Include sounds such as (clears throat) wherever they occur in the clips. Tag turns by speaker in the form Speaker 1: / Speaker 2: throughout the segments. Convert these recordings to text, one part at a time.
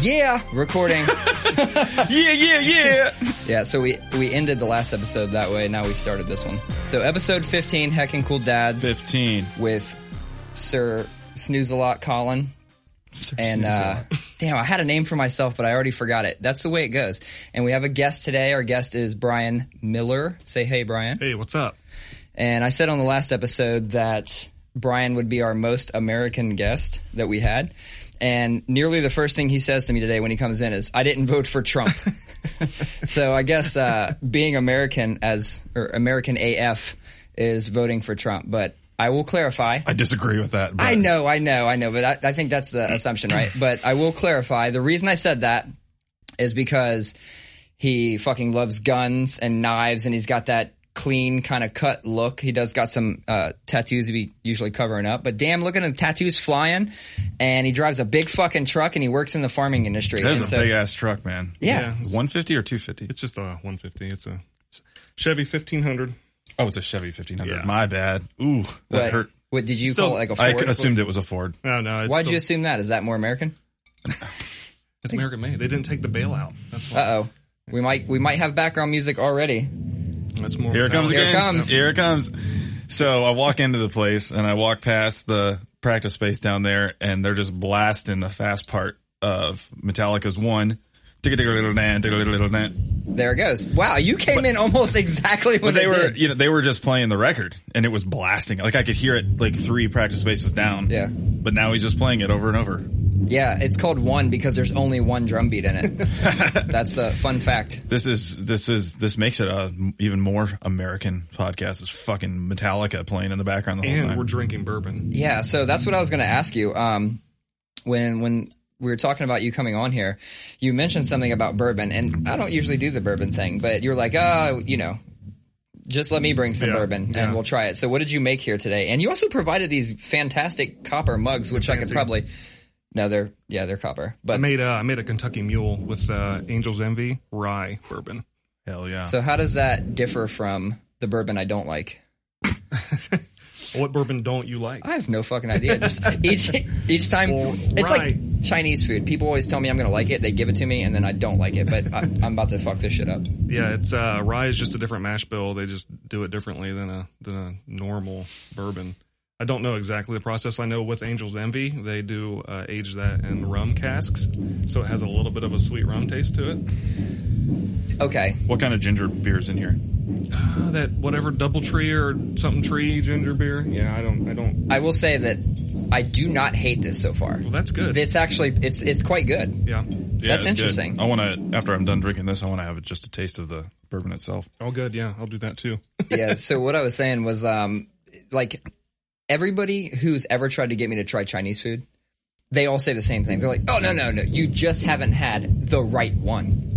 Speaker 1: yeah recording.
Speaker 2: Yeah, yeah, yeah.
Speaker 1: yeah, so we we ended the last episode that way. Now we started this one. So episode 15, Heckin' Cool Dads,
Speaker 2: 15.
Speaker 1: with Sir Snooze-a-Lot Colin. and uh, damn, I had a name for myself, but I already forgot it. That's the way it goes. And we have a guest today. Our guest is Brian Miller. Say hey, Brian.
Speaker 3: Hey, what's up?
Speaker 1: And I said on the last episode that Brian would be our most American guest that we had. And nearly the first thing he says to me today when he comes in is, I didn't vote for Trump. so I guess uh, being American as, or American AF is voting for Trump. But I will clarify.
Speaker 2: I disagree with that. but-
Speaker 1: I know, I know, I know, but I, I think that's the assumption,
Speaker 2: (clears throat)
Speaker 1: right? But I will clarify. The reason I said that is because he fucking loves guns and knives, and he's got that clean kind of cut look. He does got some uh, tattoos we usually covering up, but damn, look at him, tattoos flying, and he drives a big fucking truck, and he works in the farming industry.
Speaker 2: That is
Speaker 1: And
Speaker 2: a
Speaker 1: so-
Speaker 2: big ass truck, man.
Speaker 1: yeah,
Speaker 2: 150 or 250?
Speaker 3: It's just a 150. It's a Chevy 1500.
Speaker 2: Oh, it's a Chevy 1500.
Speaker 3: Yeah.
Speaker 2: My bad. Ooh, that
Speaker 1: What-
Speaker 2: hurt.
Speaker 1: What did you
Speaker 2: So
Speaker 1: call it? Like a
Speaker 2: I
Speaker 1: Ford?
Speaker 2: assumed it was a Ford.
Speaker 3: No, Oh, no. It's
Speaker 1: Why'd
Speaker 3: still-
Speaker 1: you assume that? Is that more American?
Speaker 3: It's American made. They didn't take the bailout. That's why.
Speaker 1: Uh oh. We might we might have background music already.
Speaker 3: That's more.
Speaker 2: Here it comes
Speaker 1: Here it
Speaker 2: again.
Speaker 1: comes.
Speaker 2: Here it comes. So I walk into the place and I walk past the practice space down there, and they're just blasting the fast part of Metallica's one. Tick-a-tick-a-little-dan, tick-a-little-little-dan.
Speaker 1: There it goes. Wow, you came in almost (laughs) exactly when
Speaker 2: But they
Speaker 1: it
Speaker 2: were,
Speaker 1: did.
Speaker 2: you know, they were just playing the record, and it was blasting. Like I could hear it, like three practice spaces down.
Speaker 1: Yeah.
Speaker 2: But now he's just playing it over and over.
Speaker 1: Yeah, it's called one because there's only one drum beat in it.
Speaker 3: (laughs)
Speaker 1: That's a fun fact.
Speaker 2: This is this is this makes it a even more American podcast. It's fucking Metallica playing in the background the whole
Speaker 3: And
Speaker 2: time.
Speaker 3: we're drinking bourbon.
Speaker 1: Yeah, so that's what I was going to ask you. Um, when when we were talking about you coming on here, you mentioned something about bourbon, and I don't usually do the bourbon thing, but you're like, oh, you know, just let me bring some
Speaker 3: Yeah,
Speaker 1: bourbon and
Speaker 3: yeah.
Speaker 1: we'll try it. So what did you make here today? And you also provided these fantastic copper mugs, which I could
Speaker 3: Fancy.
Speaker 1: probably. No, they're yeah, they're copper,
Speaker 3: I
Speaker 1: but.
Speaker 3: made a, I made a Kentucky Mule with uh, Angel's Envy rye bourbon.
Speaker 2: Hell yeah!
Speaker 1: So how does that differ from the bourbon I don't like?
Speaker 3: What bourbon don't you like?
Speaker 1: I have no fucking idea.
Speaker 3: (laughs)
Speaker 1: Just each each time,
Speaker 3: Well,
Speaker 1: it's like
Speaker 3: right.
Speaker 1: Chinese food. People always tell me I'm gonna like it. They give it to me, and then I don't like it.
Speaker 3: (laughs)
Speaker 1: But I, I'm about to fuck this shit up.
Speaker 3: Yeah, it's uh, rye is just a different mash bill. They just do it differently than a than a normal bourbon. I don't know exactly the process. I know with Angel's Envy, they do uh, age that in rum casks, so it has a little bit of a sweet rum taste to it.
Speaker 1: Okay,
Speaker 2: what kind of ginger beer's in here?
Speaker 3: Uh, that whatever double tree or something tree ginger beer. Yeah, I don't. I don't.
Speaker 1: I will say that I do not hate this so far.
Speaker 3: Well, that's good.
Speaker 1: It's actually it's it's quite good.
Speaker 3: yeah,
Speaker 2: Yeah,
Speaker 1: That's
Speaker 2: it's good.
Speaker 1: interesting.
Speaker 2: I want to after I'm done drinking this, I want to have just a taste of the bourbon itself.
Speaker 3: all good. Yeah, I'll do that too.
Speaker 1: Yeah. So what I was saying was um like everybody who's ever tried to get me to try Chinese food, they all say the same thing. They're like, oh no no no, you just haven't had the right one.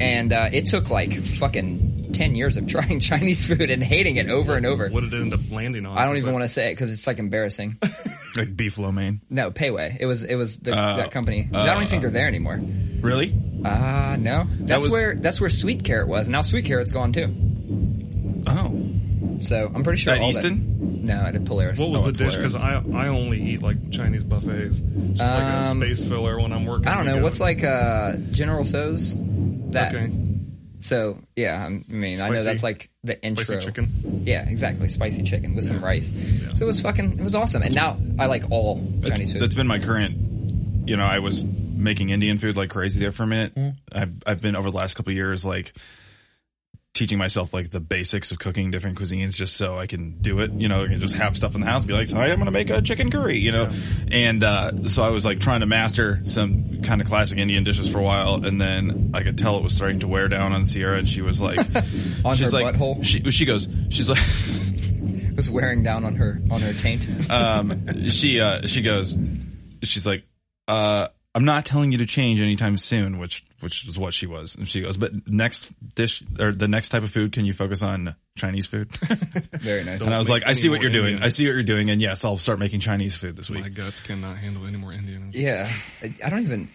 Speaker 1: And uh, it took like fucking ten years of (laughs) trying Chinese food and hating it over and over.
Speaker 3: (laughs) What did it end up landing on?
Speaker 1: I don't even want to say it because it's like embarrassing.
Speaker 2: Like beef lo mein.
Speaker 1: no, Payway. It was it was the,
Speaker 2: Oh.
Speaker 1: that company. I don't even think they're there anymore.
Speaker 2: Really?
Speaker 1: Ah, no. That's
Speaker 2: was-
Speaker 1: where that's where Sweet Carrot was. Now Sweet Carrot's gone too.
Speaker 2: Oh,
Speaker 1: So I'm pretty sure
Speaker 2: At
Speaker 1: all
Speaker 2: Easton?
Speaker 1: That, no, at Polaris.
Speaker 3: What was
Speaker 2: Oh,
Speaker 3: the dish?
Speaker 2: Polaris.
Speaker 3: Because I I only eat like Chinese buffets, just like a
Speaker 1: Um,
Speaker 3: space filler when I'm working.
Speaker 1: I don't know.
Speaker 3: Go-
Speaker 1: What's like uh, General So's? That.
Speaker 3: Okay.
Speaker 1: So yeah, I'm- I mean, I know
Speaker 3: Spicy-
Speaker 1: that's like the intro.
Speaker 3: Spicy chicken.
Speaker 1: Yeah, exactly. Spicy chicken with some rice. So it was fucking. It was awesome. And now I like all Chinese
Speaker 2: that's,
Speaker 1: food.
Speaker 2: that's been my current. You know, I was making Indian food like crazy there for a minute.
Speaker 1: Mm-hmm.
Speaker 2: I've I've been over the last couple of years like teaching myself like the basics of cooking different cuisines just so I can do it. You know, I can just have stuff in the house and be like, tonight I'm going to make a chicken curry, you know? And, uh, so I was like trying to master some kind of classic Indian dishes for a while. And then I could tell it was starting to wear down on Sierra and she was like,
Speaker 1: (laughs) On
Speaker 2: she's
Speaker 1: her
Speaker 2: like,
Speaker 1: butthole?
Speaker 2: she, she goes, she's like,
Speaker 1: It was wearing down on her on her
Speaker 3: (laughs)
Speaker 1: taint.
Speaker 2: um, she uh, she goes, she's like, uh, I'm not telling you to change anytime soon, which which is what she was. And she goes, but next dish or the next type of food, can you focus on Chinese food? (laughs)
Speaker 1: Very nice.
Speaker 2: and I was
Speaker 3: make
Speaker 2: like, I
Speaker 3: any
Speaker 2: see what
Speaker 3: more
Speaker 2: you're doing.
Speaker 3: Indian.
Speaker 2: I see what you're doing, and yes, I'll start making Chinese food this
Speaker 3: My
Speaker 2: week.
Speaker 3: guts cannot handle any more Indian.
Speaker 1: Yeah, I, I don't even.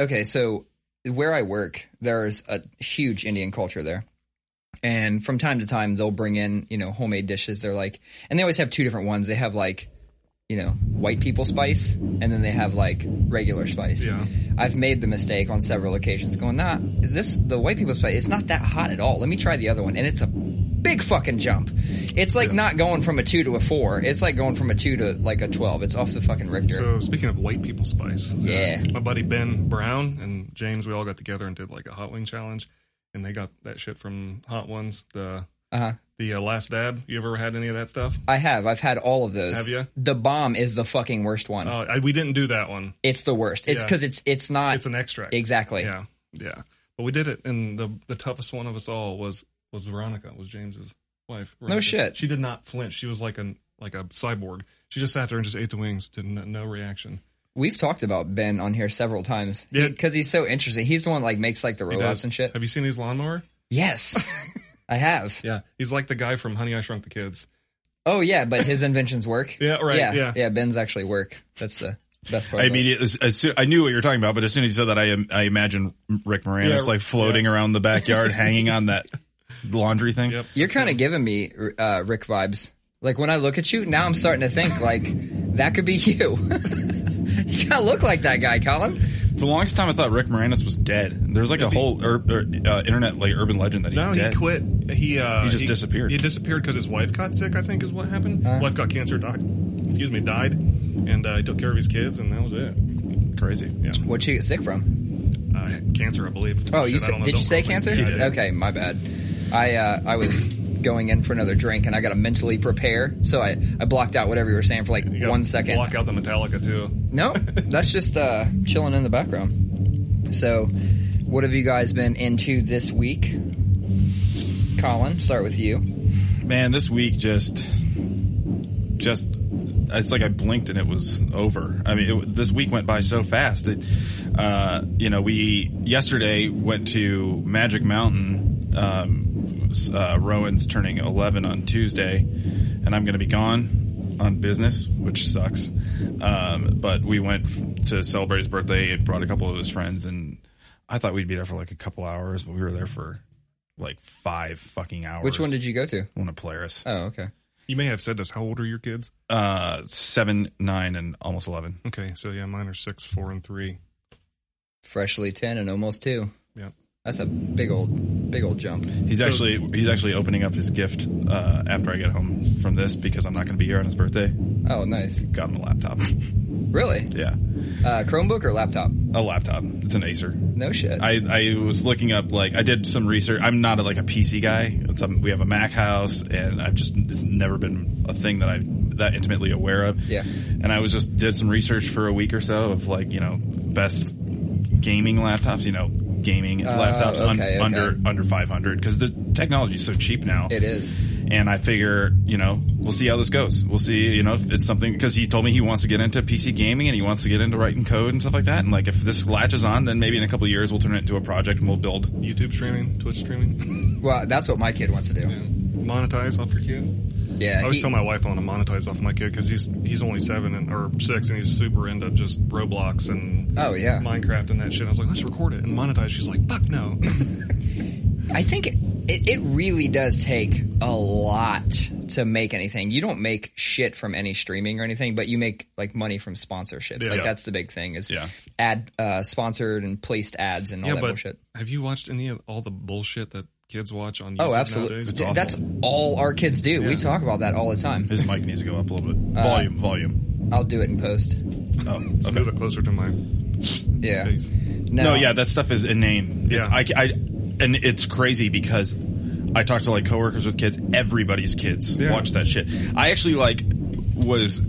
Speaker 1: Okay, so where I work, there's a huge Indian culture there, and from time to time they'll bring in you know homemade dishes. They're like, and they always have two different ones. They have like you know, white people spice, and then they have like regular spice.
Speaker 3: Yeah.
Speaker 1: I've made the mistake on several occasions, going, nah, this the white people spice. It's not that hot at all. Let me try the other one, and it's a big fucking jump. It's like not going from a two to a four. It's like going from a two to like a twelve. It's off the fucking Richter.
Speaker 3: So speaking of white people spice, uh,
Speaker 1: Yeah.
Speaker 3: my buddy Ben Brown and James, we all got together and did like a hot wing challenge, and they got that shit from Hot Ones. The
Speaker 1: uh-huh.
Speaker 3: the uh, last dab. You ever had any of that stuff?
Speaker 1: I have. I've had all of those.
Speaker 3: Have ya?
Speaker 1: The bomb is the fucking worst one.
Speaker 3: Uh, I, we didn't do that one.
Speaker 1: it's the worst. It's
Speaker 3: yeah.
Speaker 1: because it's it's not
Speaker 3: It's an extract.
Speaker 1: exactly.
Speaker 3: Yeah, yeah. But we did it, and the the toughest one of us all was was Veronica, was James's wife. Veronica.
Speaker 1: shit.
Speaker 3: She did not flinch. She was like an like a cyborg. She just sat there and just ate the wings. Did not, no reaction.
Speaker 1: We've talked about Ben on here several times
Speaker 3: Yeah.
Speaker 1: because he's so interesting. He's the one like makes like the
Speaker 3: He
Speaker 1: robots
Speaker 3: does.
Speaker 1: and shit.
Speaker 3: Have you seen his lawnmower? (laughs)
Speaker 1: Yes, I have.
Speaker 3: Yeah, he's like the guy from Honey I Shrunk the Kids.
Speaker 1: Oh yeah, but his inventions work.
Speaker 3: (laughs) Yeah, right, yeah.
Speaker 1: Ben's actually work. That's the best part. of
Speaker 2: I
Speaker 1: it.
Speaker 2: immediately, as, as soon, I knew what you were talking about, but as soon as you said that, I im- I imagine Rick Moranis
Speaker 3: Yeah,
Speaker 2: like floating around the backyard, hanging on that laundry thing.
Speaker 3: Yep.
Speaker 1: You're kind of giving me uh, Rick vibes. Like when I look at you now, I'm starting to think like that could be (laughs) you. you kind of look like that guy, Colin.
Speaker 2: For the longest time, I thought Rick Moranis was dead. There's like a whole ur- ur- uh, internet like urban legend that he's
Speaker 3: no,
Speaker 2: dead.
Speaker 3: he quit. He uh,
Speaker 2: He just disappeared.
Speaker 3: He disappeared because his wife got sick. I think is what happened.
Speaker 1: Uh.
Speaker 3: Wife got cancer. Doc, excuse me, died, and uh, he took care of his kids, and that was it.
Speaker 2: Crazy.
Speaker 3: Yeah,
Speaker 1: What'd you get sick from?
Speaker 3: uh, cancer, I believe.
Speaker 1: Oh, you
Speaker 3: Shit, I
Speaker 1: said,
Speaker 3: don't know.
Speaker 1: did you
Speaker 3: Don't
Speaker 1: say
Speaker 3: quote me.
Speaker 1: cancer?
Speaker 3: Yeah, I did.
Speaker 1: Okay, my bad. I uh, I was going in for another drink and I got to mentally prepare, so I I blocked out whatever you were saying for like
Speaker 3: You gotta
Speaker 1: one second.
Speaker 3: Block out the Metallica too.
Speaker 1: No, that's just uh, chilling in the background. So, what have you guys been into this week? Colin, start with you.
Speaker 2: Man, this week just, just, it's like I blinked and it was over. I mean, it, this week went by so fast. It, uh, you know, we yesterday went to Magic Mountain. Um, uh, Rowan's turning 11 on Tuesday, and I'm going to be gone on business, which sucks. Um, but we went f- to celebrate his birthday. It brought a couple of his friends, and I thought we'd be there for like a couple hours, but we were there for like five fucking hours.
Speaker 1: Which one did you go to?
Speaker 2: One of Polaris.
Speaker 1: Oh, okay.
Speaker 3: You may have said this. How old are your kids?
Speaker 2: Uh, seven, nine, and almost eleven.
Speaker 3: Okay, so yeah, mine are six, four, and three.
Speaker 1: Freshly ten and almost two.
Speaker 3: Yeah.
Speaker 1: That's a big old, big old jump.
Speaker 2: He's
Speaker 3: So-
Speaker 2: actually he's actually opening up his gift uh, after I get home from this because I'm not going to be here on his birthday.
Speaker 1: Oh, nice.
Speaker 2: Got him a laptop. (laughs)
Speaker 1: Really?
Speaker 2: yeah,
Speaker 1: Uh, Chromebook or laptop?
Speaker 2: a laptop. It's an Acer.
Speaker 1: No shit.
Speaker 2: I, I was looking up like I did some research. I'm not a, like a PC guy. It's a, we have a Mac house, and I've just it's never been a thing that I that intimately aware of.
Speaker 1: Yeah.
Speaker 2: And I was just did some research for a week or so of like you know best gaming laptops. You know, gaming laptops un-
Speaker 1: Uh, okay, okay.
Speaker 2: under under 500 because the technology is so cheap now.
Speaker 1: it is.
Speaker 2: And I figure, you know, we'll see how this goes. We'll see, you know, if it's something because he told me he wants to get into PC gaming and he wants to get into writing code and stuff like that. And like, if this latches on, then maybe in a couple of years we'll turn it into a project and we'll build.
Speaker 3: YouTube streaming, Twitch streaming.
Speaker 1: Well, that's what my kid wants to do.
Speaker 3: Yeah. Monetize off your kid.
Speaker 1: Yeah.
Speaker 3: I
Speaker 1: Uh,
Speaker 3: always
Speaker 1: he-
Speaker 3: tell my wife I want to monetize off my kid because he's he's only seven and or six and he's super into just Roblox and
Speaker 1: oh yeah.
Speaker 3: Minecraft and that shit. I was like, let's record it and monetize. She's like,
Speaker 1: (clears throat)
Speaker 3: fuck no.
Speaker 1: I think it, it, it really does take a lot to make anything. You don't make shit from any streaming or anything, but you make like money from sponsorships.
Speaker 3: Yeah.
Speaker 1: like
Speaker 2: Yeah.
Speaker 1: that's the big thing is
Speaker 2: Yeah.
Speaker 1: ad uh, sponsored and placed ads and all
Speaker 3: yeah,
Speaker 1: that
Speaker 3: but
Speaker 1: bullshit.
Speaker 3: have you watched any of all the bullshit that kids watch on? YouTube
Speaker 1: Oh, absolutely.
Speaker 3: Nowadays?
Speaker 1: Th- That's all our kids do. We
Speaker 3: Yeah.
Speaker 1: talk about that all the time.
Speaker 2: His mic needs to go up a little bit.
Speaker 1: Uh,
Speaker 2: Volume, volume.
Speaker 1: I'll do it in post.
Speaker 2: Oh,
Speaker 3: So
Speaker 2: okay.
Speaker 3: Move it closer to my
Speaker 1: Yeah.
Speaker 3: face.
Speaker 1: No,
Speaker 2: No, yeah, that stuff is inane. It's-
Speaker 3: Yeah.
Speaker 2: I, I, and it's crazy because I talk to like coworkers with kids. Everybody's kids
Speaker 3: Yeah.
Speaker 2: watch that shit. I actually like was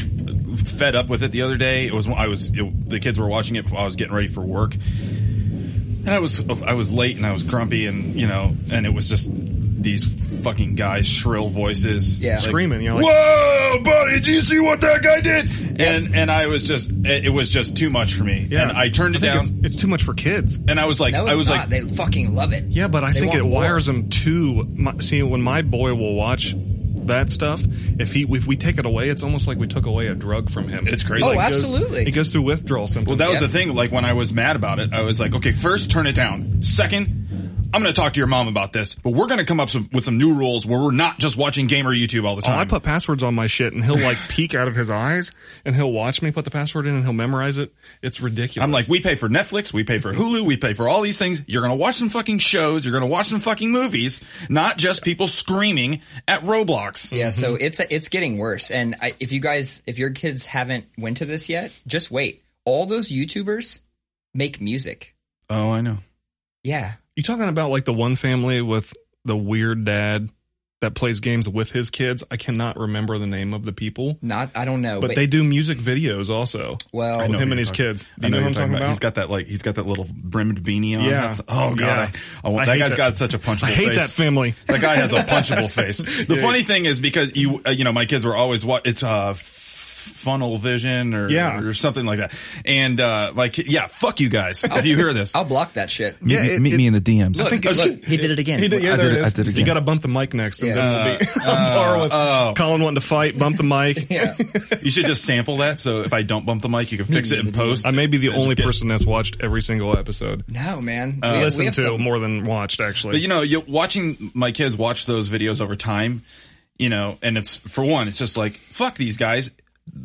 Speaker 2: fed up with it the other day. It was I was it, the kids were watching it. While I was getting ready for work, and I was I was late and I was grumpy and you know and it was just these fucking guys shrill voices
Speaker 1: Yeah.
Speaker 3: Screaming, you know, like-
Speaker 2: whoa buddy did you see what that guy did and and I was just it, it was just too much for me
Speaker 3: Yeah,
Speaker 2: and I turned it
Speaker 3: think
Speaker 2: down
Speaker 3: It's, it's too much for kids.
Speaker 2: and I was like,
Speaker 1: No, it's
Speaker 2: I was
Speaker 1: not.
Speaker 2: like,
Speaker 1: they fucking love it.
Speaker 3: Yeah, but I
Speaker 1: They
Speaker 3: think
Speaker 1: want
Speaker 3: it
Speaker 1: more.
Speaker 3: wires him to my, see when my boy will watch that stuff. If he if we take it away, it's almost like we took away a drug from him.
Speaker 2: It's crazy.
Speaker 1: Oh,
Speaker 2: Like,
Speaker 3: goes-
Speaker 1: absolutely.
Speaker 3: He goes through withdrawal symptoms.
Speaker 2: well, that was
Speaker 1: Yeah.
Speaker 2: the thing. Like when I was mad about it, I was like, okay, first turn it down. Second, I'm going to talk to your mom about this, but we're going to come up some, with some new rules where we're not just watching gamer YouTube all the
Speaker 3: Oh,
Speaker 2: time.
Speaker 3: I put passwords on my shit, and he'll like peek out of his eyes, and he'll watch me put the password in, and he'll memorize it. It's ridiculous.
Speaker 2: I'm like, we pay for Netflix, we pay for Hulu, we pay for all these things. You're gonna watch some fucking shows, you're gonna watch some fucking movies, not just people screaming at Roblox.
Speaker 1: Yeah,
Speaker 3: Mm-hmm.
Speaker 1: so it's it's getting worse. And I, if you guys, if your kids haven't went to this yet, just wait. All those YouTubers make music.
Speaker 2: Oh, I know.
Speaker 1: Yeah,
Speaker 3: you talking about like the one family with the weird dad that plays games with his kids? I cannot remember the name of the people,
Speaker 1: not I don't know,
Speaker 3: but they do music videos also.
Speaker 1: well,
Speaker 2: I know
Speaker 3: with him
Speaker 2: who
Speaker 3: and
Speaker 2: you're
Speaker 3: his
Speaker 2: talking-
Speaker 3: kids. Do
Speaker 2: I
Speaker 3: you
Speaker 2: know, who
Speaker 3: know, what
Speaker 2: you're talking
Speaker 3: I'm talking
Speaker 2: about.
Speaker 3: about?
Speaker 2: He's got that like he's got that little brimmed beanie on.
Speaker 3: Yeah.
Speaker 2: Oh god,
Speaker 3: Yeah.
Speaker 2: I, I want-
Speaker 3: I
Speaker 2: that
Speaker 3: hate
Speaker 2: guy's
Speaker 3: that.
Speaker 2: got such a punchable
Speaker 3: I hate
Speaker 2: face.
Speaker 3: that family.
Speaker 2: That guy has a punchable face. The funny thing is because you, uh, you know, my kids were always what it's uh, f- funnel vision or
Speaker 3: Yeah.
Speaker 2: or something like that. And uh, like, yeah, fuck you guys
Speaker 3: (laughs)
Speaker 2: if you hear this.
Speaker 1: I'll block that shit.
Speaker 2: Meet,
Speaker 3: Yeah,
Speaker 2: me-
Speaker 3: it-
Speaker 2: meet
Speaker 3: it-
Speaker 2: me in the DMs.
Speaker 1: Look, look, he did it again.
Speaker 3: (laughs) He did, yeah,
Speaker 2: I
Speaker 3: there
Speaker 2: did it-
Speaker 3: it
Speaker 2: I
Speaker 3: is.
Speaker 2: did it
Speaker 3: You
Speaker 2: again.
Speaker 3: got to bump the mic next, and
Speaker 1: Yeah.
Speaker 3: then we'll (laughs) be on par
Speaker 2: Uh,
Speaker 3: with
Speaker 2: oh.
Speaker 3: Colin wanting to fight. Bump the mic.
Speaker 1: Yeah.
Speaker 2: You should just sample that. So if I don't bump the mic, you can fix
Speaker 3: (laughs)
Speaker 2: it and post.
Speaker 3: I may be the
Speaker 2: Just
Speaker 3: only
Speaker 2: get-
Speaker 3: person that's watched every single episode.
Speaker 1: No, man. We- we
Speaker 3: Listened
Speaker 1: have
Speaker 3: Uh, to
Speaker 1: some-
Speaker 3: more than watched, actually.
Speaker 2: But you know, you watching my kids watch those videos over time, you know, and it's for one, it's just like fuck these guys.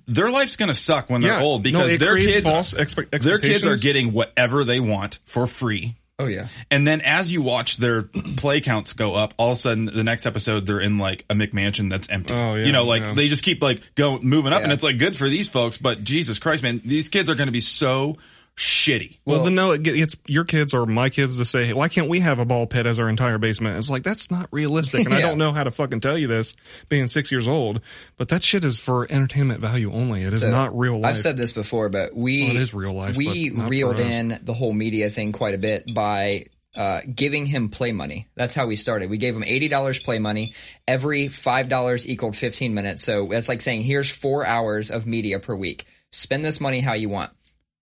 Speaker 2: Their life's gonna suck when they're
Speaker 3: Yeah.
Speaker 2: old
Speaker 3: No,
Speaker 2: because
Speaker 3: it
Speaker 2: their
Speaker 3: creates
Speaker 2: kids
Speaker 3: false expe-
Speaker 2: their kids are
Speaker 3: expectations.
Speaker 2: getting whatever they want for free.
Speaker 1: Oh yeah.
Speaker 2: And then as you watch their (clears throat) play counts go up, all of a sudden the next episode they're in like a McMansion that's empty.
Speaker 3: Oh, yeah,
Speaker 2: you know, like
Speaker 3: yeah.
Speaker 2: they just keep like go moving up, and
Speaker 1: Yeah.
Speaker 2: it's like good for these folks. But Jesus Christ, man, these kids are going to be so shitty.
Speaker 3: Well, then no, it gets your kids or my kids to say, hey, "Why can't we have a ball pit as our entire basement?" It's like that's not realistic, and
Speaker 2: (laughs)
Speaker 3: I
Speaker 1: Yeah.
Speaker 3: don't know how to fucking tell you this, being six years old. But that shit is for entertainment value only. It is
Speaker 1: So,
Speaker 3: not real life.
Speaker 1: I've said this before, but we
Speaker 3: Well, it is real life,
Speaker 1: We
Speaker 3: but not for
Speaker 1: reeled
Speaker 3: us.
Speaker 1: in the whole media thing quite a bit by uh, giving him play money. That's how we started. We gave him eighty dollars play money. Every five dollars equaled fifteen minutes. So that's like saying, here's four hours of media per week. Spend this money how you want.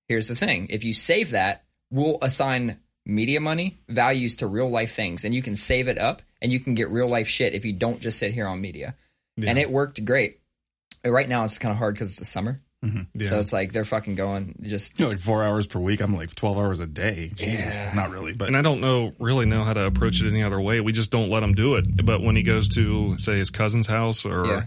Speaker 1: Here's the thing: if you save that, we'll assign media money values to real life things, and you can save it up, and you can get real life shit if you don't just sit here on media. And it worked great. Right now, it's kind of hard because it's the summer. So it's like they're fucking going. Just
Speaker 2: You know, like four hours per week. I'm like twelve hours a day. Jesus, not really, but
Speaker 3: and I don't know really know how to approach it any other way. We just don't let him do it. But when he goes to say his cousin's house or.
Speaker 1: Yeah.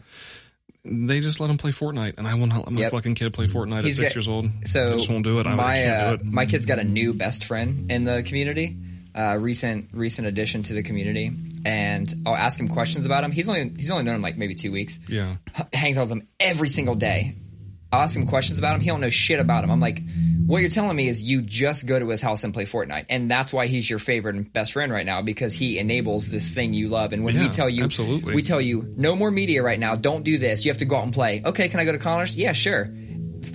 Speaker 3: They just let him play Fortnite, and I will not let my
Speaker 1: Yep.
Speaker 3: fucking kid play Fortnite
Speaker 1: He's
Speaker 3: at six
Speaker 1: got-
Speaker 3: years old.
Speaker 1: so
Speaker 3: I just won't do it. I
Speaker 1: my
Speaker 3: can't
Speaker 1: uh,
Speaker 3: do it.
Speaker 1: my kid's got a new best friend in the community. Uh, recent recent addition to the community, and I'll ask him questions about him. He's only he's only known him like maybe two weeks.
Speaker 3: Yeah.
Speaker 1: H- hangs out with him every single day. I'll ask him questions about him. He don't know shit about him. I'm like, what you're telling me is you just go to his house and play Fortnite, and that's why he's your favorite and best friend right now because he enables this thing you love. And when we
Speaker 3: Yeah,
Speaker 1: tell you,
Speaker 3: absolutely.
Speaker 1: we tell you, no more media right now. Don't do this. You have to go out and play. Okay, can I go to Connors? Yeah, sure.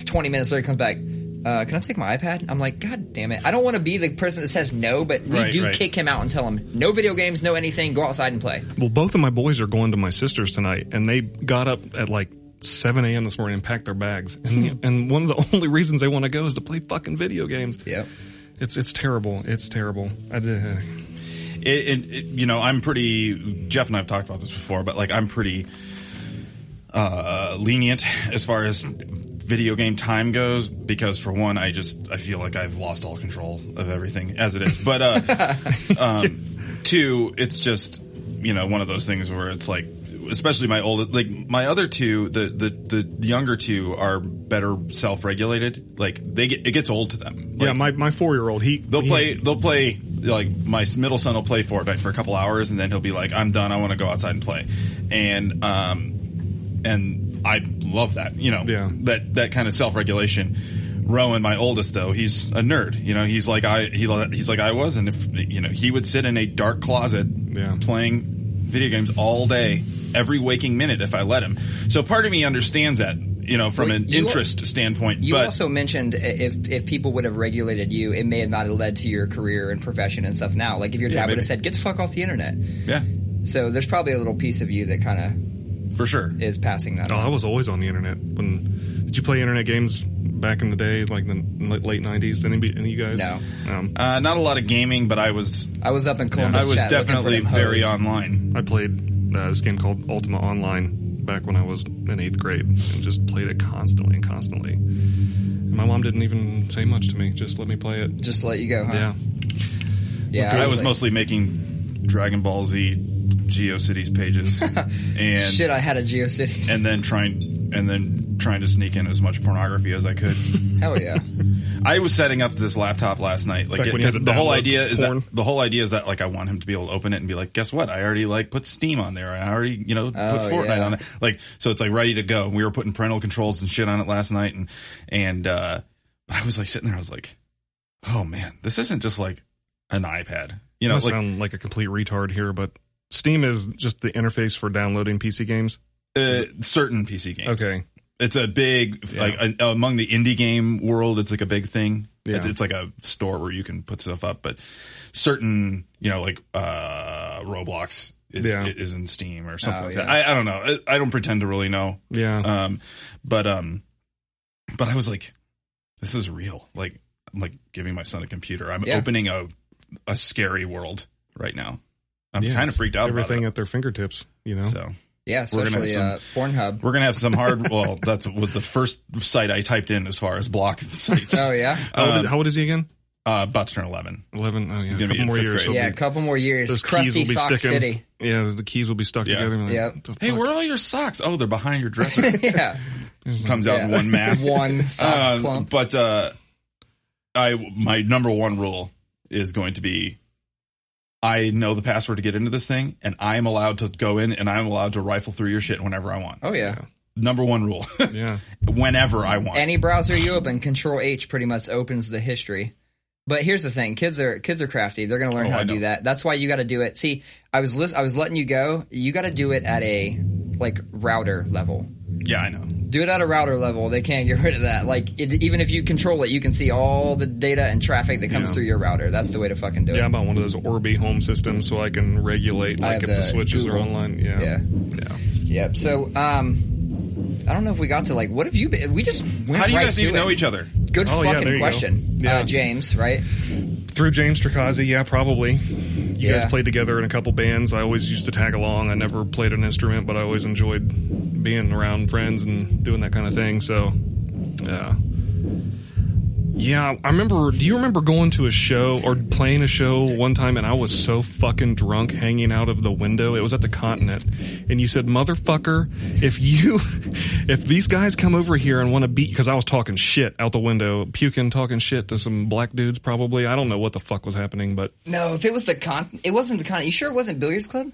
Speaker 1: 20 minutes later, he comes back. Uh, can I take my iPad? I'm like, God damn it! I don't want to be the person that says no, but we
Speaker 2: Right,
Speaker 1: do
Speaker 2: right.
Speaker 1: kick him out and tell him no video games, no anything. Go outside and play.
Speaker 3: Well, both of my boys are going to my sister's tonight, and they got up at like 7 a.m. this morning and packed their bags. And,
Speaker 1: Hmm.
Speaker 3: and one of the (laughs) only reasons they want to go is to play fucking video games.
Speaker 1: Yep.
Speaker 3: It's it's terrible. It's terrible. I uh, did.
Speaker 2: it, it, it- you know, I'm pretty. Jeff and I have talked about this before, but like I'm pretty uh, lenient as far as video game time goes because for one, I just I feel like I've lost all control of everything as it is. But uh, um, two, it's just you know one of those things where it's like. Especially my old, like my other two, the, the, the younger two are better self regulated. Like they get, it gets old to them. Like,
Speaker 3: yeah, my, my four year old, he.
Speaker 2: They'll
Speaker 3: he-
Speaker 2: play. They'll play. Like my middle son will play Fortnite for a couple hours, and then he'll be like, "I'm done. I want to go outside and play." And um, and I love that. You know,
Speaker 3: Yeah.
Speaker 2: That that kind of self regulation. Rowan, my oldest though, he's a nerd. You know, he's like I. He, he's like I was, and if you know, he would sit in a dark closet
Speaker 3: Yeah.
Speaker 2: playing video games all day, every waking minute if I let him. So part of me understands that. You know, from
Speaker 1: Well,
Speaker 2: an
Speaker 1: you-
Speaker 2: interest standpoint,
Speaker 1: You
Speaker 2: but
Speaker 1: also mentioned i- if if people would have regulated you, it may have not have led to your career and profession and stuff. Now, like if your dad would
Speaker 2: maybe.
Speaker 1: have said, "Get the fuck off the internet,"
Speaker 2: yeah,
Speaker 1: so there's probably a little piece of you that kind
Speaker 2: for sure.
Speaker 1: of is passing that.
Speaker 3: Oh,
Speaker 1: on.
Speaker 3: I was always on the internet. When Did you play internet games back in the day, like the n- late 90s? Any, any of you guys?
Speaker 1: No.
Speaker 3: Um,
Speaker 2: Uh, not a lot of gaming, but I was
Speaker 1: I was up in Columbus.
Speaker 2: I was
Speaker 1: chat looking for
Speaker 2: definitely
Speaker 1: them hoes.
Speaker 2: very online.
Speaker 3: I played uh, this game called Ultima Online back when I was in eighth grade and just played it constantly and constantly. And my mom didn't even say much to me; just let me play it.
Speaker 1: Just to let you go. Huh?
Speaker 3: Yeah.
Speaker 1: Yeah,
Speaker 2: I was
Speaker 1: obviously.
Speaker 2: mostly making Dragon Ball Z
Speaker 1: (laughs)
Speaker 2: GeoCities pages and
Speaker 1: Shit, I had a
Speaker 2: (laughs)
Speaker 1: GeoCities.
Speaker 2: and then trying and then trying to sneak in as much pornography as I could.
Speaker 1: Hell yeah.
Speaker 2: I was setting up this laptop last night, like
Speaker 3: Back when you
Speaker 2: because
Speaker 3: had to
Speaker 2: the whole
Speaker 3: download
Speaker 2: idea is
Speaker 3: porn.
Speaker 2: that the whole idea is that like I want him to be able to open it and be like, guess what? I already like put Steam on there. I already you know
Speaker 1: Oh,
Speaker 2: put Fortnite
Speaker 1: yeah.
Speaker 2: on there. Like so, it's like ready to go. We were putting parental controls and shit on it last night, and and uh, but I was like sitting there, I was like, oh man, this isn't just like an iPad. You know,
Speaker 3: I
Speaker 2: like
Speaker 3: sound like a complete retard here, but Steam is just the interface for downloading PC games.
Speaker 2: uh, certain PC games.
Speaker 3: Okay.
Speaker 2: it's a big
Speaker 3: Yeah.
Speaker 2: like a, among the indie game world it's like a big thing
Speaker 3: Yeah.
Speaker 2: It- it's like a store where you can put stuff up but certain you know like uh roblox is,
Speaker 3: Yeah.
Speaker 2: is in steam or something
Speaker 1: Oh,
Speaker 2: like that
Speaker 1: yeah.
Speaker 2: I, I don't know I, I don't pretend to really know
Speaker 3: Yeah.
Speaker 2: um but um but i was like this is real like i'm like giving my son a computer i'm
Speaker 1: Yeah.
Speaker 2: opening a a scary world right now i'm
Speaker 3: Yeah,
Speaker 2: kind of
Speaker 3: it's
Speaker 2: freaked out
Speaker 3: Everything
Speaker 2: about
Speaker 3: at their fingertips, you know?
Speaker 2: it, so
Speaker 1: Yeah,
Speaker 2: We're gonna have
Speaker 1: especially
Speaker 2: some-
Speaker 1: uh, Pornhub.
Speaker 2: We're gonna have some hard. (laughs) well, that's was the first site I typed in as far as block sites.
Speaker 1: Oh,
Speaker 2: (laughs)
Speaker 1: yeah?
Speaker 3: how, old,
Speaker 2: um,
Speaker 3: how old is he again?
Speaker 2: Uh, about to turn eleven.
Speaker 3: 11. Oh, yeah.
Speaker 2: gonna
Speaker 3: A
Speaker 2: be
Speaker 3: couple
Speaker 2: in
Speaker 3: more
Speaker 2: fifth
Speaker 3: years.
Speaker 2: grade.
Speaker 3: he'll
Speaker 1: Yeah, a
Speaker 3: be-
Speaker 1: couple more years.
Speaker 3: those keys
Speaker 1: Crusty
Speaker 3: will be
Speaker 1: Sock
Speaker 3: sticking.
Speaker 1: City.
Speaker 3: Yeah, the keys will be stuck
Speaker 2: Yeah.
Speaker 3: together. Like,
Speaker 1: Yep.
Speaker 3: what the
Speaker 2: Hey,
Speaker 3: fuck?
Speaker 2: where are all your socks? Oh, they're behind your dresser.
Speaker 1: (laughs) yeah.
Speaker 2: (laughs) Comes out in
Speaker 1: Yeah.
Speaker 2: one mass.
Speaker 1: (laughs) One sock
Speaker 2: Uh,
Speaker 1: clump.
Speaker 2: but uh, I my number one rule is going to be. I know the password to get into this thing, and I am allowed to go in, and I am allowed to rifle through your shit whenever I want.
Speaker 1: Oh, yeah.
Speaker 2: Number one rule: (laughs)
Speaker 3: Yeah.
Speaker 2: whenever I want.
Speaker 1: Any browser you open, Control H pretty much opens the history. But here's the thing: kids are kids are crafty. They're going to learn
Speaker 2: Oh,
Speaker 1: how
Speaker 2: I
Speaker 1: to do
Speaker 2: know.
Speaker 1: that. That's why you got to do it. See, I was lis- I was letting you go. You got to do it at a like router level.
Speaker 2: yeah, I know.
Speaker 1: Do it at a router level. They can't get rid of that. Like it, even if you control it, you can see all the data and traffic that comes
Speaker 3: Yeah.
Speaker 1: through your router. That's the way to fucking do it.
Speaker 3: Yeah, I'm on one of those Orbi home systems so I can regulate
Speaker 1: I
Speaker 3: like
Speaker 1: have
Speaker 3: if the,
Speaker 1: the
Speaker 3: switches are
Speaker 1: Google.
Speaker 3: online. Yeah.
Speaker 1: Yeah.
Speaker 3: Yeah.
Speaker 1: Yep. So um, I don't know if we got to like what have you been? We just went
Speaker 2: How do you
Speaker 1: right
Speaker 2: guys
Speaker 1: to
Speaker 2: even
Speaker 1: it.
Speaker 2: know each other?
Speaker 1: Good
Speaker 3: Oh, yeah,
Speaker 1: fucking
Speaker 3: there you go.
Speaker 1: question,
Speaker 3: Yeah.
Speaker 1: Uh, James. Right?
Speaker 3: Through James Strakazi, yeah, probably. You
Speaker 1: Yeah.
Speaker 3: guys played together in a couple bands. I always used to tag along. I never played an instrument, but I always enjoyed being around friends and doing that kind of thing. So, yeah. Yeah, I remember. Do you remember going to a show or playing a show one time and I was so fucking drunk hanging out of the window? It was at the Continent. And you said, motherfucker, if you, (laughs) if these guys come over here and want to beat, because I was talking shit out the window, puking, talking shit to some black dudes probably. I don't know what the fuck was happening, but
Speaker 1: No, if it was the con, it wasn't the con. You sure it wasn't Billiards Club?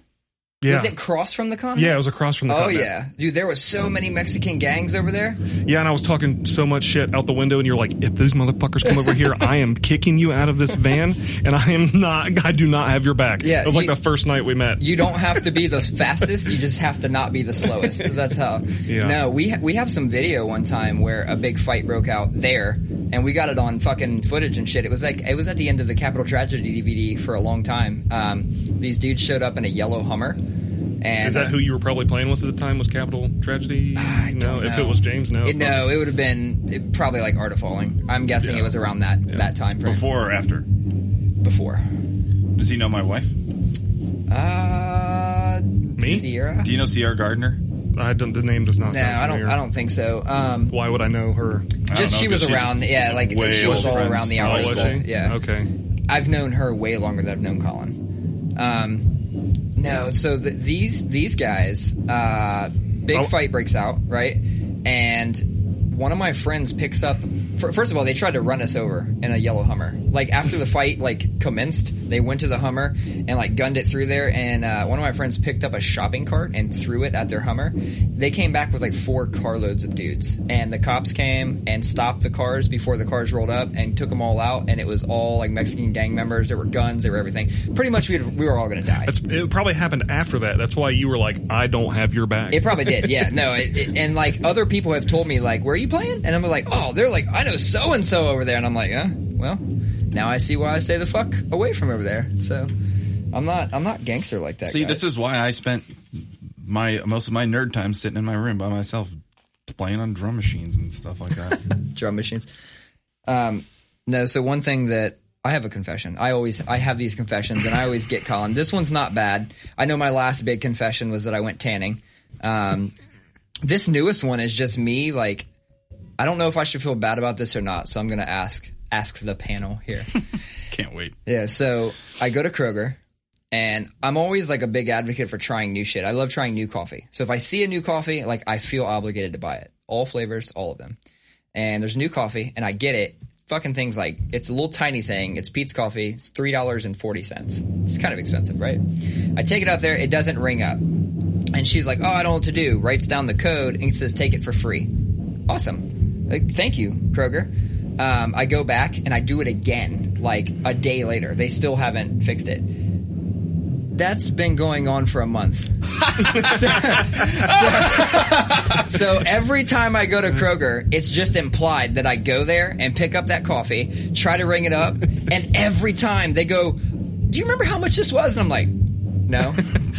Speaker 3: yeah.
Speaker 1: Was it cross from the con?
Speaker 3: yeah, it was across from the
Speaker 1: Oh
Speaker 3: Continent.
Speaker 1: yeah, dude. There were so many Mexican gangs over there.
Speaker 3: Yeah, and I was talking so much shit out the window, and you're like, if those motherfuckers come over here, I am kicking you out of this van, and I am not, I do not have your back.
Speaker 1: Yeah,
Speaker 3: it was like
Speaker 1: you-
Speaker 3: the first night we met.
Speaker 1: You don't have to be
Speaker 3: (laughs)
Speaker 1: the fastest. You just have to not be the slowest. That's how.
Speaker 3: Yeah.
Speaker 1: No, we ha- we have some video one time where a big fight broke out there, and we got it on fucking footage and shit. It was like it was at the end of the Capital Tragedy DVD for a long time. Um, these dudes showed up in a yellow Hummer, and uh,
Speaker 3: Is that who you were probably playing with at the time? Was Capital Tragedy?
Speaker 1: I
Speaker 3: no,
Speaker 1: don't
Speaker 3: if
Speaker 1: know.
Speaker 3: it was James, no.
Speaker 1: It, no, it would have been it, probably like Art of Falling. I'm guessing
Speaker 3: Yeah.
Speaker 1: it was around that that time frame.
Speaker 2: Before or after?
Speaker 1: Before.
Speaker 2: Does he know my wife?
Speaker 1: Uh,
Speaker 3: Me?
Speaker 1: Sierra.
Speaker 2: Do you know Sierra Gardner?
Speaker 3: I don't. The name does not.
Speaker 1: No,
Speaker 3: sound
Speaker 1: I don't.
Speaker 3: familiar.
Speaker 1: I don't think so. Um,
Speaker 3: Why would I know
Speaker 2: I
Speaker 3: her?
Speaker 2: don't
Speaker 1: just
Speaker 2: know,
Speaker 1: she
Speaker 2: 'cause
Speaker 1: was
Speaker 2: she's
Speaker 1: around. Yeah, like
Speaker 2: way
Speaker 1: she was
Speaker 2: old
Speaker 1: all
Speaker 2: friends.
Speaker 1: around the
Speaker 2: Oh,
Speaker 1: hour.
Speaker 2: was
Speaker 1: school.
Speaker 2: she?
Speaker 1: Yeah.
Speaker 3: Okay.
Speaker 1: I've known her way longer than I've known Colin. Um, no, so th these these guys, uh, big
Speaker 3: Oh.
Speaker 1: fight breaks out, right? And one of my friends picks up. fir- First of all, they tried to run us over in a yellow Hummer. Like after the fight, like commenced, they went to the Hummer and like gunned it through there. And uh, one of my friends picked up a shopping cart and threw it at their Hummer. They came back with like four carloads of dudes, and the cops came and stopped the cars before the cars rolled up and took them all out. And it was all like Mexican gang members. There were guns. There were everything. Pretty much, we had, we were all gonna die.
Speaker 3: That's. It probably happened after that. That's why you were like, I don't have your back.
Speaker 1: It probably did, yeah. No, it, it, and like other people have told me, like, where are you playing? And I'm like, oh, they're like, I know so and so over there, and I'm like, huh? Well, now I see why I stay the fuck away from over there. So I'm not, I'm not gangster like that.
Speaker 2: See, this is why I spent my most of my nerd time sitting in my room by myself, playing on drum machines and stuff like that. (laughs)
Speaker 1: drum machines. Um, no, so one thing that I have a confession. I always I have these confessions, and I always get Colin. This one's not bad. I know my last big confession was that I went tanning. Um, this newest one is just me. Like, I don't know if I should feel bad about this or not, so I'm gonna ask ask the panel here.
Speaker 2: Can't wait.
Speaker 1: Yeah, so I go to Kroger and I'm always like a big advocate for trying new shit. I love trying new coffee. So if I see a new coffee, like I feel obligated to buy it. All flavors, all of them. And there's new coffee and I get it. Fucking things like it's a little tiny thing. It's Pete's coffee, it's $3.40. It's kind of expensive, right? I take it up there, it doesn't ring up. And she's like, "Oh, I don't know what to do." Writes down the code and says, "Take it for free." Awesome. Like, thank you, Kroger. Um, I go back and I do it again, like a day later. They still haven't fixed it. That's been going on for a month. (laughs) so, so- so every time I go to Kroger, it's just implied that I go there and pick up that coffee, try to ring it up, and every time they go, "Do you remember how much this was?" And I'm like, "No."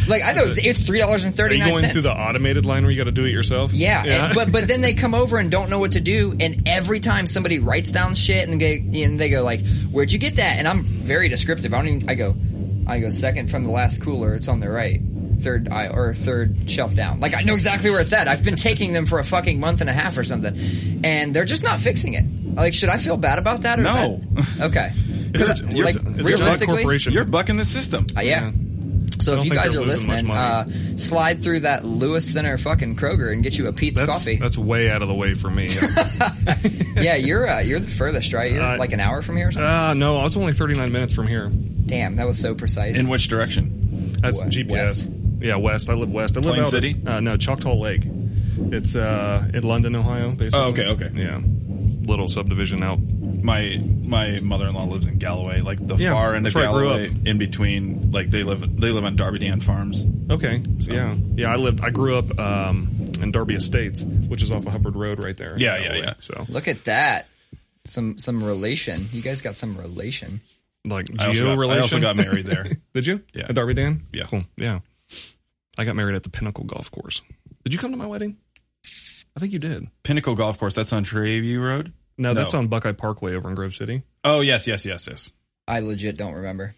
Speaker 1: Like I know it's- it's three dollars and
Speaker 3: Are
Speaker 1: thirty
Speaker 3: you
Speaker 1: nine
Speaker 3: going
Speaker 1: cents.
Speaker 3: through the automated line where you got to do it yourself?
Speaker 1: Yeah, and- but but
Speaker 3: (laughs)
Speaker 1: then they come over and don't know what to do, and every time somebody writes down shit and they and they go like, "Where'd you get that?" And I'm very descriptive. I don't even. I go, I go second from the last cooler. It's on the right, third aisle or third shelf down. Like I know exactly where it's at. I've been taking them for a fucking month and a half or something, and they're just not fixing it. Like, should I feel bad about that? Or is
Speaker 2: No.
Speaker 3: (laughs)
Speaker 1: that- okay.
Speaker 2: It's
Speaker 1: like,
Speaker 2: a-
Speaker 3: it's a- it's a drug
Speaker 1: realistically,
Speaker 3: corporation.
Speaker 2: You're bucking the system.
Speaker 1: uh, yeah.
Speaker 3: Yeah.
Speaker 1: So
Speaker 3: don't
Speaker 1: if you
Speaker 3: think
Speaker 1: guys
Speaker 3: they're
Speaker 1: are
Speaker 3: losing much
Speaker 1: listening, uh, slide through that Lewis Center fucking Kroger and get you a Pete's
Speaker 3: That's,
Speaker 1: coffee.
Speaker 3: that's way out of the way
Speaker 1: (laughs)
Speaker 3: for me.
Speaker 1: yeah, you're uh, you're the furthest, right? You're
Speaker 3: Uh,
Speaker 1: like an hour from here or something.
Speaker 3: uh, no, I was only 39 minutes from here.
Speaker 1: Damn, that was so precise.
Speaker 2: In which direction?
Speaker 3: That's
Speaker 1: What,
Speaker 3: GPS.
Speaker 1: west?
Speaker 3: Yeah, west. I live west. I live
Speaker 2: Plain
Speaker 3: out
Speaker 2: City?
Speaker 3: Uh, no, Choctaw Lake. It's uh, in London, Ohio. Basically.
Speaker 2: Oh, okay, okay.
Speaker 3: Yeah, little subdivision out.
Speaker 2: My my mother in law lives in Galloway, like the
Speaker 3: Yeah,
Speaker 2: far end of
Speaker 3: that's where I grew
Speaker 2: Galloway, in between. Like they live they live on Darby Dan Farms.
Speaker 3: Okay. Yeah, yeah. I lived. I grew up um, in Derby Estates, which is off of Hubbard Road, right there.
Speaker 2: Yeah,
Speaker 3: That
Speaker 2: yeah,
Speaker 3: way.
Speaker 2: yeah.
Speaker 3: So
Speaker 1: Look at that. Some some relation. You guys got some relation.
Speaker 3: like
Speaker 2: I also,
Speaker 3: geo
Speaker 2: got,
Speaker 3: relation.
Speaker 2: I also got married there.
Speaker 3: Did you?
Speaker 2: Yeah.
Speaker 3: At Derby Dan.
Speaker 2: Yeah.
Speaker 3: Cool. Yeah. I got married at the Pinnacle Golf Course. Did you come to my wedding? I think you did.
Speaker 2: (laughs) Pinnacle Golf Course. That's on Treview Road.
Speaker 3: No, that's on Buckeye Parkway over in Grove City.
Speaker 2: Oh yes, yes, yes, yes.
Speaker 1: I legit don't remember.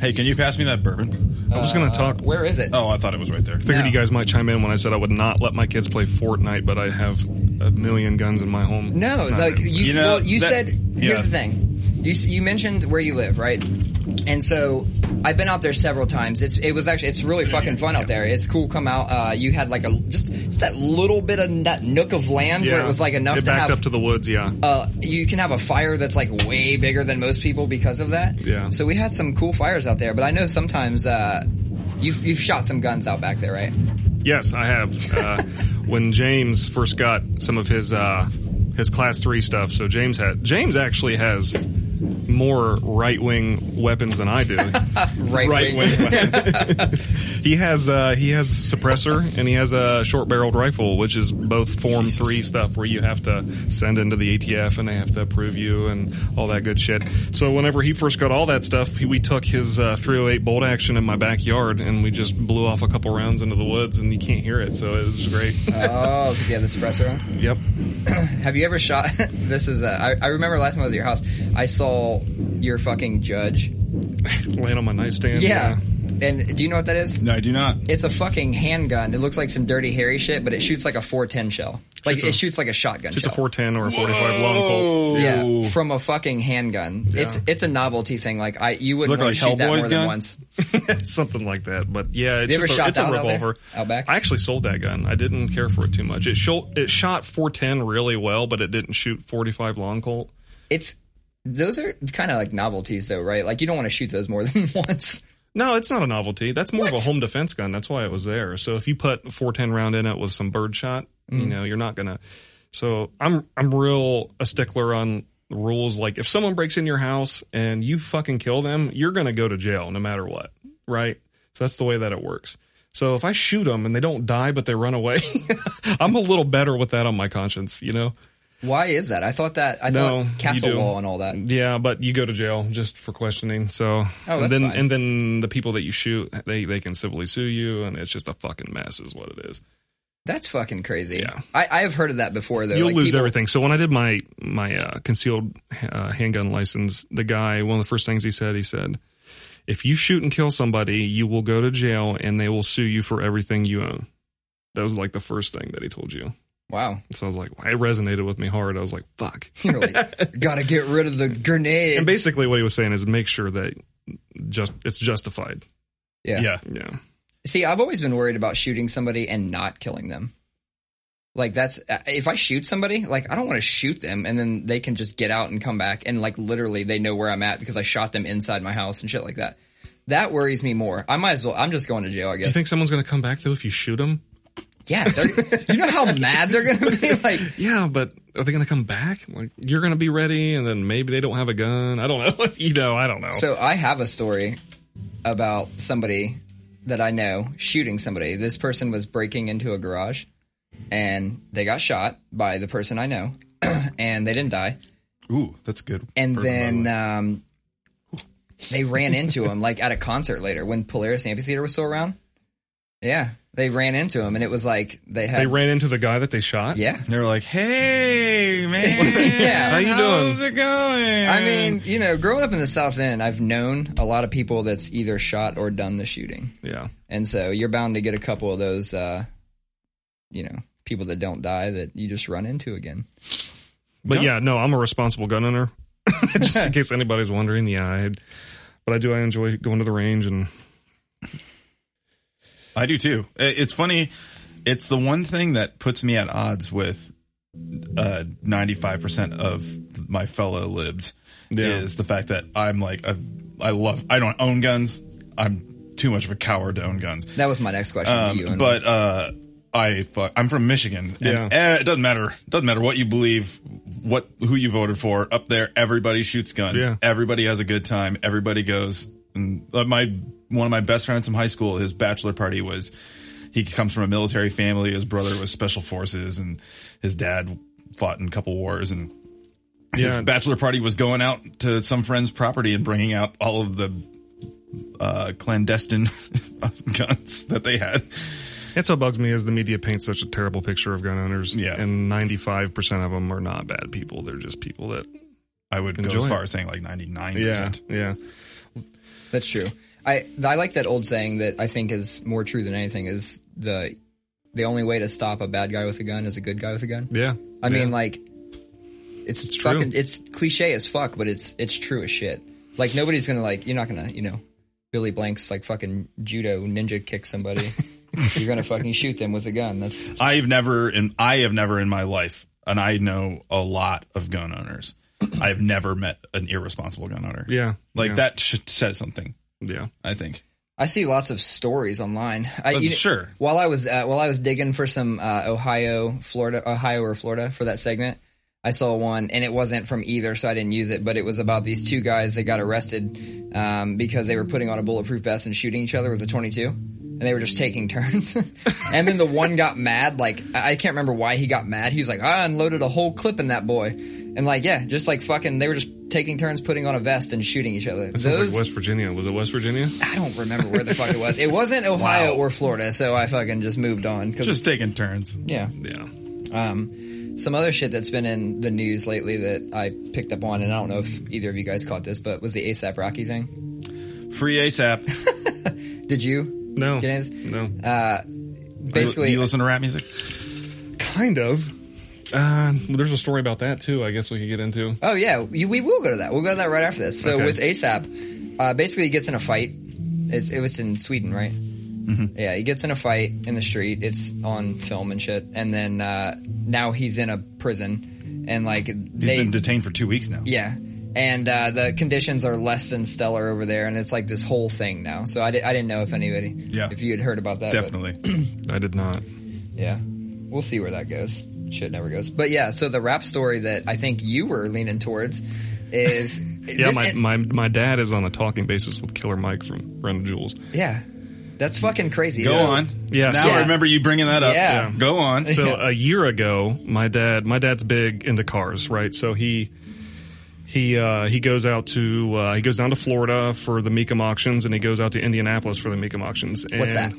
Speaker 2: Hey, can you pass me that bourbon?
Speaker 3: I was going to talk
Speaker 1: Where is it?
Speaker 2: Oh, I thought it was right there.
Speaker 3: figured
Speaker 1: No.
Speaker 3: you guys might chime in when I said I would not let my kids play Fortnite, but I have a million guns in my home.
Speaker 1: No,
Speaker 3: Not
Speaker 1: like you,
Speaker 3: really.
Speaker 2: You know,
Speaker 1: well, you
Speaker 2: that-
Speaker 1: said.
Speaker 2: yeah.
Speaker 1: Here's the thing. You s- you mentioned where you live, right? And so I've been out there several times. It's it was actually it's really fucking fun out there. It's cool. Come out. Uh, you had like a just just that little bit of that nook of land where it was like enough
Speaker 3: It
Speaker 1: to
Speaker 3: backed
Speaker 1: have
Speaker 3: up to the woods. Yeah,
Speaker 1: uh, you can have a fire that's like way bigger than most people because of that.
Speaker 3: Yeah.
Speaker 1: So we had some cool fires out there, but I know sometimes uh, you've you've shot some guns out back there, right?
Speaker 3: yes, I have. Uh, when James first got some of his uh, his class three stuff, so James had James actually has more right wing weapons than I do.
Speaker 1: Right.
Speaker 2: Right wing weapons.
Speaker 3: he has uh, he has a suppressor and he has a short barreled rifle, which is both Form Three stuff where you have to send into the ATF and they have to approve you and all that good shit. So whenever he first got all that stuff, he, we took his uh, 308 bolt action in my backyard and we just blew off a couple rounds into the woods and you can't hear it, so it was great.
Speaker 1: (laughs) Oh, because you have the suppressor on.
Speaker 3: (laughs) yep.
Speaker 1: Have you ever shot? (laughs) this is. Uh, I, I remember last time I was at your house, I saw your fucking judge.
Speaker 3: Laying on my nightstand.
Speaker 1: Yeah. And do you know what that is?
Speaker 2: no, I do not.
Speaker 1: It's a fucking handgun. It looks like some dirty hairy shit, but it shoots like a 410 shell. Like
Speaker 3: Shoots a-
Speaker 1: it shoots like a shotgun.
Speaker 3: Just a
Speaker 1: shell.
Speaker 3: 410 or a 45 long bolt.
Speaker 1: Yeah,
Speaker 3: (laughs)
Speaker 1: from a fucking handgun. It's it's a novelty thing. Like I, you wouldn't
Speaker 2: Look
Speaker 1: want
Speaker 2: like
Speaker 1: to shoot that more
Speaker 2: Hellboy's
Speaker 1: than
Speaker 2: gun?
Speaker 1: once.
Speaker 3: something like that. But yeah, it's
Speaker 1: You ever
Speaker 3: just a,
Speaker 1: shot
Speaker 3: it's a
Speaker 1: down out there?
Speaker 3: revolver.
Speaker 1: Out back?
Speaker 3: I actually sold that gun. I didn't care for it too much. It shot it shot 410 really well, but it didn't shoot 45 long colt.
Speaker 1: It's those are kind of like novelties, though, right? Like you don't want to shoot those more (laughs) than once.
Speaker 3: No, it's not a novelty. That's more of
Speaker 1: What?
Speaker 3: a home defense gun. That's why it was there. So if you put a 410 round in it with some birdshot, you know, you're not gonna. So I'm I'm real a stickler on rules. Like if someone breaks in your house and you fucking kill them, you're gonna go to jail no matter what, right? So that's the way that it works. So if I shoot them and they don't die but they run away, (laughs) I'm a little better with that on my conscience, you know.
Speaker 1: Why is that? I thought that I thought
Speaker 3: No, you
Speaker 1: Castle
Speaker 3: do.
Speaker 1: Wall and all that.
Speaker 3: Yeah, but you go to jail just for questioning. So
Speaker 1: Oh, that's
Speaker 3: and then
Speaker 1: fine.
Speaker 3: and then the people that you shoot, they they can civilly sue you, and it's just a fucking mess, is what it is.
Speaker 1: That's fucking crazy.
Speaker 3: Yeah.
Speaker 1: I, I have heard of that before, though.
Speaker 3: You'll
Speaker 1: Like,
Speaker 3: lose
Speaker 1: people-
Speaker 3: everything. So when I did my my uh, concealed uh, handgun license, the guy one of the first things he said, he said, "If you shoot and kill somebody, you will go to jail, and they will sue you for everything you own." That was like the first thing that he told you.
Speaker 1: Wow.
Speaker 3: So I was like, it resonated with me hard. I was like, fuck.
Speaker 1: You're
Speaker 3: (laughs)
Speaker 1: like, gotta get rid of the grenade.
Speaker 3: And basically, what he was saying is make sure that just it's justified.
Speaker 1: yeah.
Speaker 2: yeah.
Speaker 3: Yeah.
Speaker 1: See, I've always been worried about shooting somebody and not killing them. Like that's uh, if I shoot somebody, like I don't want to shoot them, and then they can just get out and come back, and like literally they know where I'm at because I shot them inside my house and shit like that. That worries me more. I might as well. I'm just going to jail, I
Speaker 3: Do you
Speaker 1: guess.
Speaker 3: think someone's going to come back though if you shoot them?
Speaker 1: yeah, they're- (laughs) you know how mad they're gonna be. (laughs) Like,
Speaker 3: Yeah, but are they going to come back? Like you're going to be ready, and then maybe they don't have a gun. I don't know. (laughs) you know, I don't know.
Speaker 1: So uh, I have a story about somebody that I know shooting somebody. This person was breaking into a garage and they got shot by the person I know (clears throat) and they didn't die.
Speaker 2: Ooh, that's good.
Speaker 1: And
Speaker 2: bourbon, by the
Speaker 1: then
Speaker 2: way.
Speaker 1: um, they ran into him like at a concert later when Polaris Amphitheater was still around. Yeah, they ran into him and it was like they had
Speaker 3: they ran into the guy that they shot.
Speaker 1: yeah.
Speaker 2: they were
Speaker 1: (laughs)
Speaker 2: like, "Hey, man,
Speaker 1: Yeah. How
Speaker 2: you
Speaker 3: you
Speaker 2: how's it going?"
Speaker 1: I mean, you know, growing up in the South End, I've known a lot of people that's either shot or done the shooting.
Speaker 3: Yeah.
Speaker 1: And so you're bound to get a couple of those, uh, you know, people that don't die that you just run into again.
Speaker 3: But
Speaker 2: Gun-
Speaker 3: yeah, no, I'm a responsible gun owner. (laughs) Just in case anybody's wondering, yeah, I, but I do. I enjoy going to the range and
Speaker 2: I do too. I- It's funny. It's the one thing that puts me at odds with uh, 95% of my fellow libs
Speaker 3: Yeah.
Speaker 2: is the fact that I'm like, a, I love, I don't own guns. I'm too much of a coward to own guns.
Speaker 1: That was my next question to you.
Speaker 2: Um,
Speaker 1: and-
Speaker 2: but uh, I fuck, I'm from Michigan, and eh,
Speaker 3: Yeah.
Speaker 2: it doesn't matter. Doesn't matter what you believe, what who you voted for. Up there, everybody shoots guns.
Speaker 3: Yeah.
Speaker 2: Everybody has a good time. Everybody goes. And uh, my one of my best friends from high school, his bachelor party was. He comes from a military family. His brother was special forces, and his dad fought in a couple wars. And his
Speaker 3: Yeah.
Speaker 2: bachelor party was going out to some friend's property and bringing out all of the uh, clandestine (laughs) guns that they had.
Speaker 3: That's what bugs me is the media paints such a terrible picture of gun owners.
Speaker 2: Yeah.
Speaker 3: And 95% of them are not bad people. They're just people that.
Speaker 2: I would go
Speaker 3: Enjoy
Speaker 2: as far
Speaker 3: it.
Speaker 2: as saying like 99%.
Speaker 3: Yeah.
Speaker 1: That's true. I I like that old saying that I think is more true than anything is the the only way to stop a bad guy with a gun is a good guy with a gun.
Speaker 3: Yeah.
Speaker 1: I
Speaker 3: Yeah.
Speaker 1: mean, like it's,
Speaker 3: true.
Speaker 1: fucking it's cliche as fuck, but it's it's true as shit. Like nobody's gonna like you're not gonna you know Billy Blanks like fucking judo ninja kick
Speaker 3: (laughs)
Speaker 1: somebody. you're gonna fucking shoot them with a gun. That's
Speaker 2: I've never in I have never in my life and I know a lot of gun owners. (clears throat) I've never met an irresponsible gun owner.
Speaker 3: Yeah.
Speaker 2: Like
Speaker 3: Yeah.
Speaker 2: that should says something,
Speaker 3: Yeah.
Speaker 2: I think.
Speaker 1: I see lots of stories online. I,
Speaker 2: But
Speaker 1: you-
Speaker 2: sure.
Speaker 1: While I was uh, while I was digging for some uh, Ohio, Florida, Ohio or Florida for that segment, I saw one, and it wasn't from either, so I didn't use it. But it was about these two guys that got arrested um, because they were putting on a bulletproof vest and shooting each other with a twenty-two, and they were just taking (laughs) turns. and then the one got mad, like I I can't remember why he got mad. He was like, "I unloaded a whole clip in that boy," and like yeah, just like fucking, they were just taking turns putting on a vest and shooting each other.
Speaker 3: It sounds like West Virginia. Was it West Virginia?
Speaker 1: I don't remember where the fuck it was. It
Speaker 2: (laughs)
Speaker 1: wasn't Ohio or Florida, so I fucking just moved on. 'cause-
Speaker 2: Just taking turns.
Speaker 1: yeah.
Speaker 3: Yeah.
Speaker 1: Um, some other shit that's been in the news lately that I picked up on, and I don't know if either of you guys caught this, but was the ASAP Rocky thing.
Speaker 2: Free
Speaker 1: (laughs)
Speaker 2: ASAP.
Speaker 1: Did you? Uh,
Speaker 3: No.
Speaker 1: Get it?
Speaker 3: No.
Speaker 2: Do
Speaker 1: Basically,
Speaker 2: you listen to rap music?
Speaker 3: kind of. Uh, there's a story about that too. I guess we could get into.
Speaker 1: Oh yeah, you, we will go to that. We'll go to that right after this. So
Speaker 3: Okay.
Speaker 1: with ASAP, uh, basically he gets in a fight. It's, it was in Sweden, right?
Speaker 2: Mm-hmm.
Speaker 1: Yeah, he gets in a fight in the street. It's on film and shit. And then uh, now he's in a prison, and like
Speaker 2: He's
Speaker 1: they
Speaker 2: been detained for 2 weeks now.
Speaker 1: yeah. And uh, the conditions are less than stellar over there, and it's like this whole thing now. So I, di- I didn't know if anybody,
Speaker 2: Yeah.
Speaker 1: if you had heard about that. but-
Speaker 2: Definitely.
Speaker 3: I did not.
Speaker 1: yeah. We'll see where that goes. Shit never goes. But yeah, so the rap story that I think you were leaning towards is
Speaker 2: (laughs)
Speaker 3: Yeah,
Speaker 1: this-
Speaker 3: my, my my dad is on a talking basis with Killer Mike from Run Jules.
Speaker 1: Yeah. That's fucking crazy.
Speaker 2: Go
Speaker 1: So-
Speaker 2: on.
Speaker 3: Yeah,
Speaker 2: Now
Speaker 3: so-
Speaker 2: I remember you bringing that up.
Speaker 1: Yeah.
Speaker 2: Go on. (laughs)
Speaker 3: So
Speaker 1: Yeah.
Speaker 3: a year ago, my dad, my dad's big into cars, right? So he he uh, he goes out to uh, he goes down to Florida for the Mecum auctions, and he goes out to Indianapolis for the Mecum auctions. And
Speaker 1: What's that?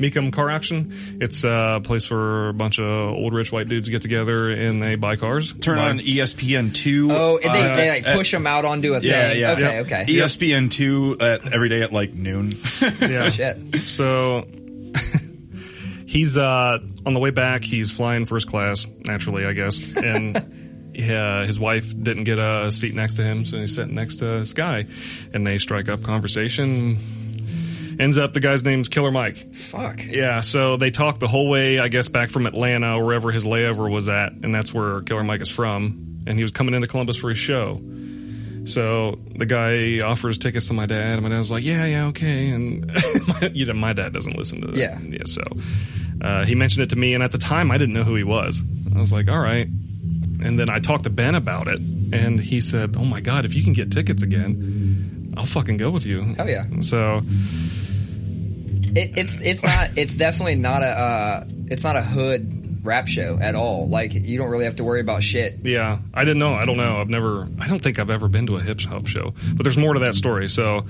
Speaker 3: Mecum Car Auction. It's uh, a place where a bunch of old rich white dudes get together and they buy cars.
Speaker 2: Turn
Speaker 3: Buy- (laughs)
Speaker 2: on E ESPN2.
Speaker 1: Oh, they,
Speaker 2: uh,
Speaker 1: they like
Speaker 2: at-
Speaker 1: push them out onto a thing.
Speaker 2: Yeah, yeah. E
Speaker 1: okay,
Speaker 2: Yep.
Speaker 1: okay.
Speaker 2: ESPN2 at, every day at like noon.
Speaker 3: yeah.
Speaker 1: Shit.
Speaker 3: So (laughs) He's uh, on the way back. He's flying first class, naturally, I guess. And yeah, his wife didn't get a seat next to him, so he's sitting next to this guy, and they strike up conversation. Ends up, the guy's name's Killer Mike.
Speaker 1: Fuck.
Speaker 3: Yeah, so they talked the whole way, I guess, back from Atlanta, wherever his layover was at, and that's where Killer Mike is from. And he was coming into Columbus for his show. So the guy offers tickets to my dad, and my dad's like, "Yeah, yeah, okay." And (laughs) my, you know, my dad doesn't listen to that.
Speaker 1: Yeah.
Speaker 3: yeah. So uh, he mentioned it to me, and at the time, I didn't know who he was. I was like, "All right." And then I talked to Ben about it, and he said, "Oh my God, if you can get tickets again, I'll fucking go with you."
Speaker 1: Hell yeah.
Speaker 3: So
Speaker 1: It, it's it's not it's definitely not a uh, it's not a hood rap show at all. Like you don't really have to worry about shit.
Speaker 3: Yeah, I didn't know. I don't know. I've never. I don't think I've ever been to a hip hop show. But there's more to that story. So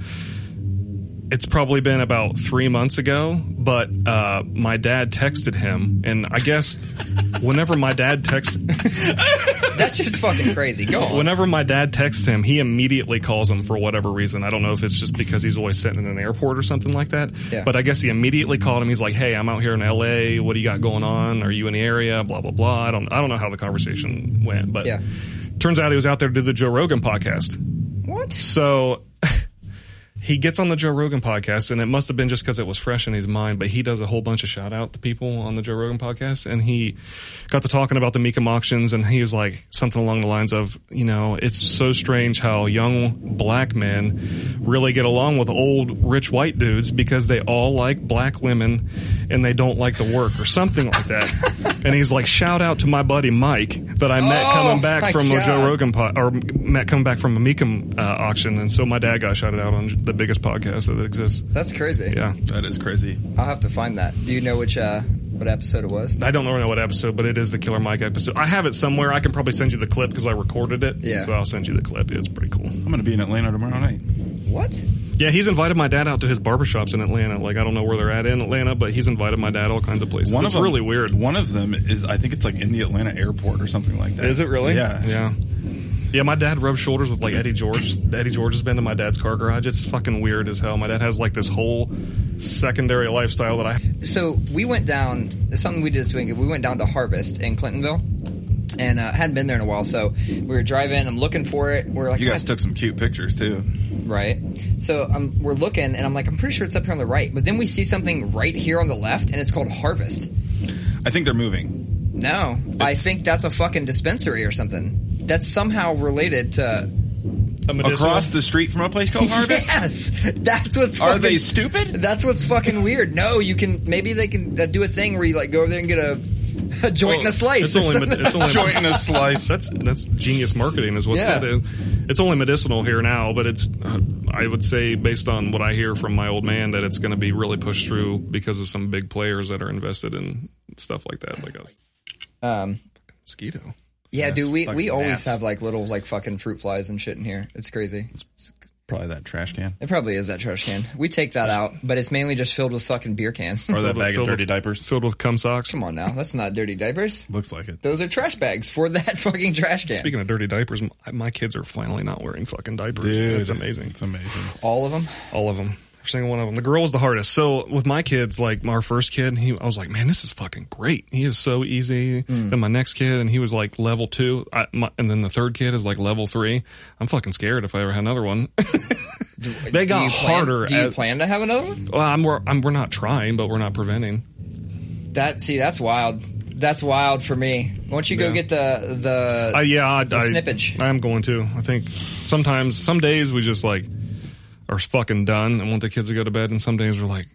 Speaker 3: it's probably been about three months ago. But uh, my dad texted him, and I guess whenever my dad texts,
Speaker 1: That's just fucking crazy. Go on.
Speaker 3: whenever my dad texts him, he immediately calls him for whatever reason. I don't know if it's just because he's always sitting in an airport or something like that.
Speaker 1: Yeah.
Speaker 3: But I guess he immediately called him. He's like, "Hey, I'm out here in L.A. What do you got going on? Are you in the area? Blah blah blah." I don't. I don't know how the conversation went, but
Speaker 1: Yeah.
Speaker 3: turns out he was out there to do the Joe Rogan podcast.
Speaker 1: What?
Speaker 3: So (laughs) he gets on the Joe Rogan podcast, and it must have been just because it was fresh in his mind, but he does a whole bunch of shout out to people on the Joe Rogan podcast. And he got to talking about the Meekum auctions, and he was like something along the lines of, you know, it's so strange how young black men really get along with old rich white dudes because they all like black women and they don't like the work or something like
Speaker 1: (laughs)
Speaker 3: that. and he's like, shout out to my buddy Mike that I met
Speaker 1: Oh,
Speaker 3: coming back
Speaker 1: my
Speaker 3: from a Joe
Speaker 1: God.
Speaker 3: Rogan. Rogan po- or Matt coming back from a Meekum uh, auction, and so my dad got shouted out on the biggest podcast that exists.
Speaker 1: That's crazy.
Speaker 3: Yeah,
Speaker 2: (laughs) That is crazy.
Speaker 1: I'll have to find that. Do you know which uh what episode it was?
Speaker 3: I don't know what episode, but it is the Killer Mike episode. I have it somewhere. I can probably send you the clip because I recorded it.
Speaker 1: Yeah.
Speaker 3: so I'll send you the clip. It's pretty cool.
Speaker 2: I'm going to be in Atlanta tomorrow night.
Speaker 1: What?
Speaker 3: Yeah, he's invited my dad out to his barbershops in Atlanta. Like I don't know where they're at in Atlanta, but he's invited my dad all kinds of places. it's
Speaker 2: them,
Speaker 3: really weird.
Speaker 2: One of them is I think it's like in the Atlanta airport or something like that.
Speaker 3: Is it really?
Speaker 2: Yeah.
Speaker 3: yeah. Yeah, my dad rubbed shoulders with like Eddie George. Eddie George has been to my dad's car garage. It's fucking weird as hell. My dad has like this whole secondary lifestyle that I
Speaker 1: so we went down something we did this week we went down to harvest in clintonville and uh, hadn't been there in a while so we were driving i'm looking for it we're like
Speaker 2: You guys
Speaker 1: "Ah,
Speaker 2: took some cute pictures too.
Speaker 1: right so um, we're looking and i'm like i'm pretty sure it's up here on the right but then we see something right here on the left and it's called harvest
Speaker 2: I think they're moving.
Speaker 1: no i think that's a fucking dispensary or something that's somehow related to
Speaker 3: a medicinal-
Speaker 2: Across the street from a place (laughs) called
Speaker 1: (laughs)
Speaker 2: Harvest?
Speaker 1: yes that's what's
Speaker 2: Are
Speaker 1: fucking-
Speaker 2: they stupid?
Speaker 1: (laughs) that's what's fucking weird no you can maybe they can uh, do a thing where you like go over there and get a, (laughs) a joint and a
Speaker 3: Well,
Speaker 1: slice
Speaker 3: Oh, It's
Speaker 1: or
Speaker 3: only,
Speaker 1: something.
Speaker 3: it's only
Speaker 2: Joint (laughs) and a slice.
Speaker 3: That's that's genius marketing, is what
Speaker 1: Yeah.
Speaker 3: that is. It's only medicinal here now, but it's uh, I would say based on what I hear from my old man that it's going to be really pushed through because of some big players that are invested in stuff like that, like a
Speaker 1: um
Speaker 3: mosquito.
Speaker 1: Yeah, dude, we,
Speaker 2: fucking
Speaker 1: we always
Speaker 2: ass.
Speaker 1: have like little like fucking fruit flies and shit in here. It's crazy.
Speaker 2: Probably that trash can.
Speaker 1: It probably is that trash can. We take that out, but it's mainly just filled with fucking beer cans.
Speaker 2: Or that
Speaker 3: Filled with-
Speaker 2: bag of
Speaker 3: filled
Speaker 2: dirty
Speaker 3: with-
Speaker 2: diapers.
Speaker 3: filled with cum socks.
Speaker 1: (laughs) Come on now, that's not dirty diapers.
Speaker 2: Looks like it.
Speaker 1: Those are trash bags for that (laughs) fucking trash can.
Speaker 3: Speaking of dirty diapers, my, my kids are finally not wearing fucking diapers.
Speaker 2: Dude.
Speaker 3: It's amazing.
Speaker 2: It's amazing.
Speaker 1: All of them.
Speaker 3: All of them. Every single one of them. The girl was the hardest. So with my kids, like our first kid, he, I was like, man, this is fucking great. He is so easy.
Speaker 1: Hmm.
Speaker 3: Then my next kid, and he was like level two. I, my, and then the third kid is like level three. I'm fucking scared if I ever had another one. (laughs) They got
Speaker 1: do you plan-
Speaker 3: harder
Speaker 1: Do you
Speaker 3: as-
Speaker 1: plan to have another one?
Speaker 3: well, I'm, we're, I'm, we're not trying, but we're not preventing.
Speaker 1: That see, that's wild. That's wild for me. Why don't you go
Speaker 3: Yeah.
Speaker 1: get the the?
Speaker 3: I, yeah, I, I,
Speaker 1: snippage.
Speaker 3: I am going to. I think sometimes, some days we just like are fucking done and want the kids to go to bed. And some days we're like,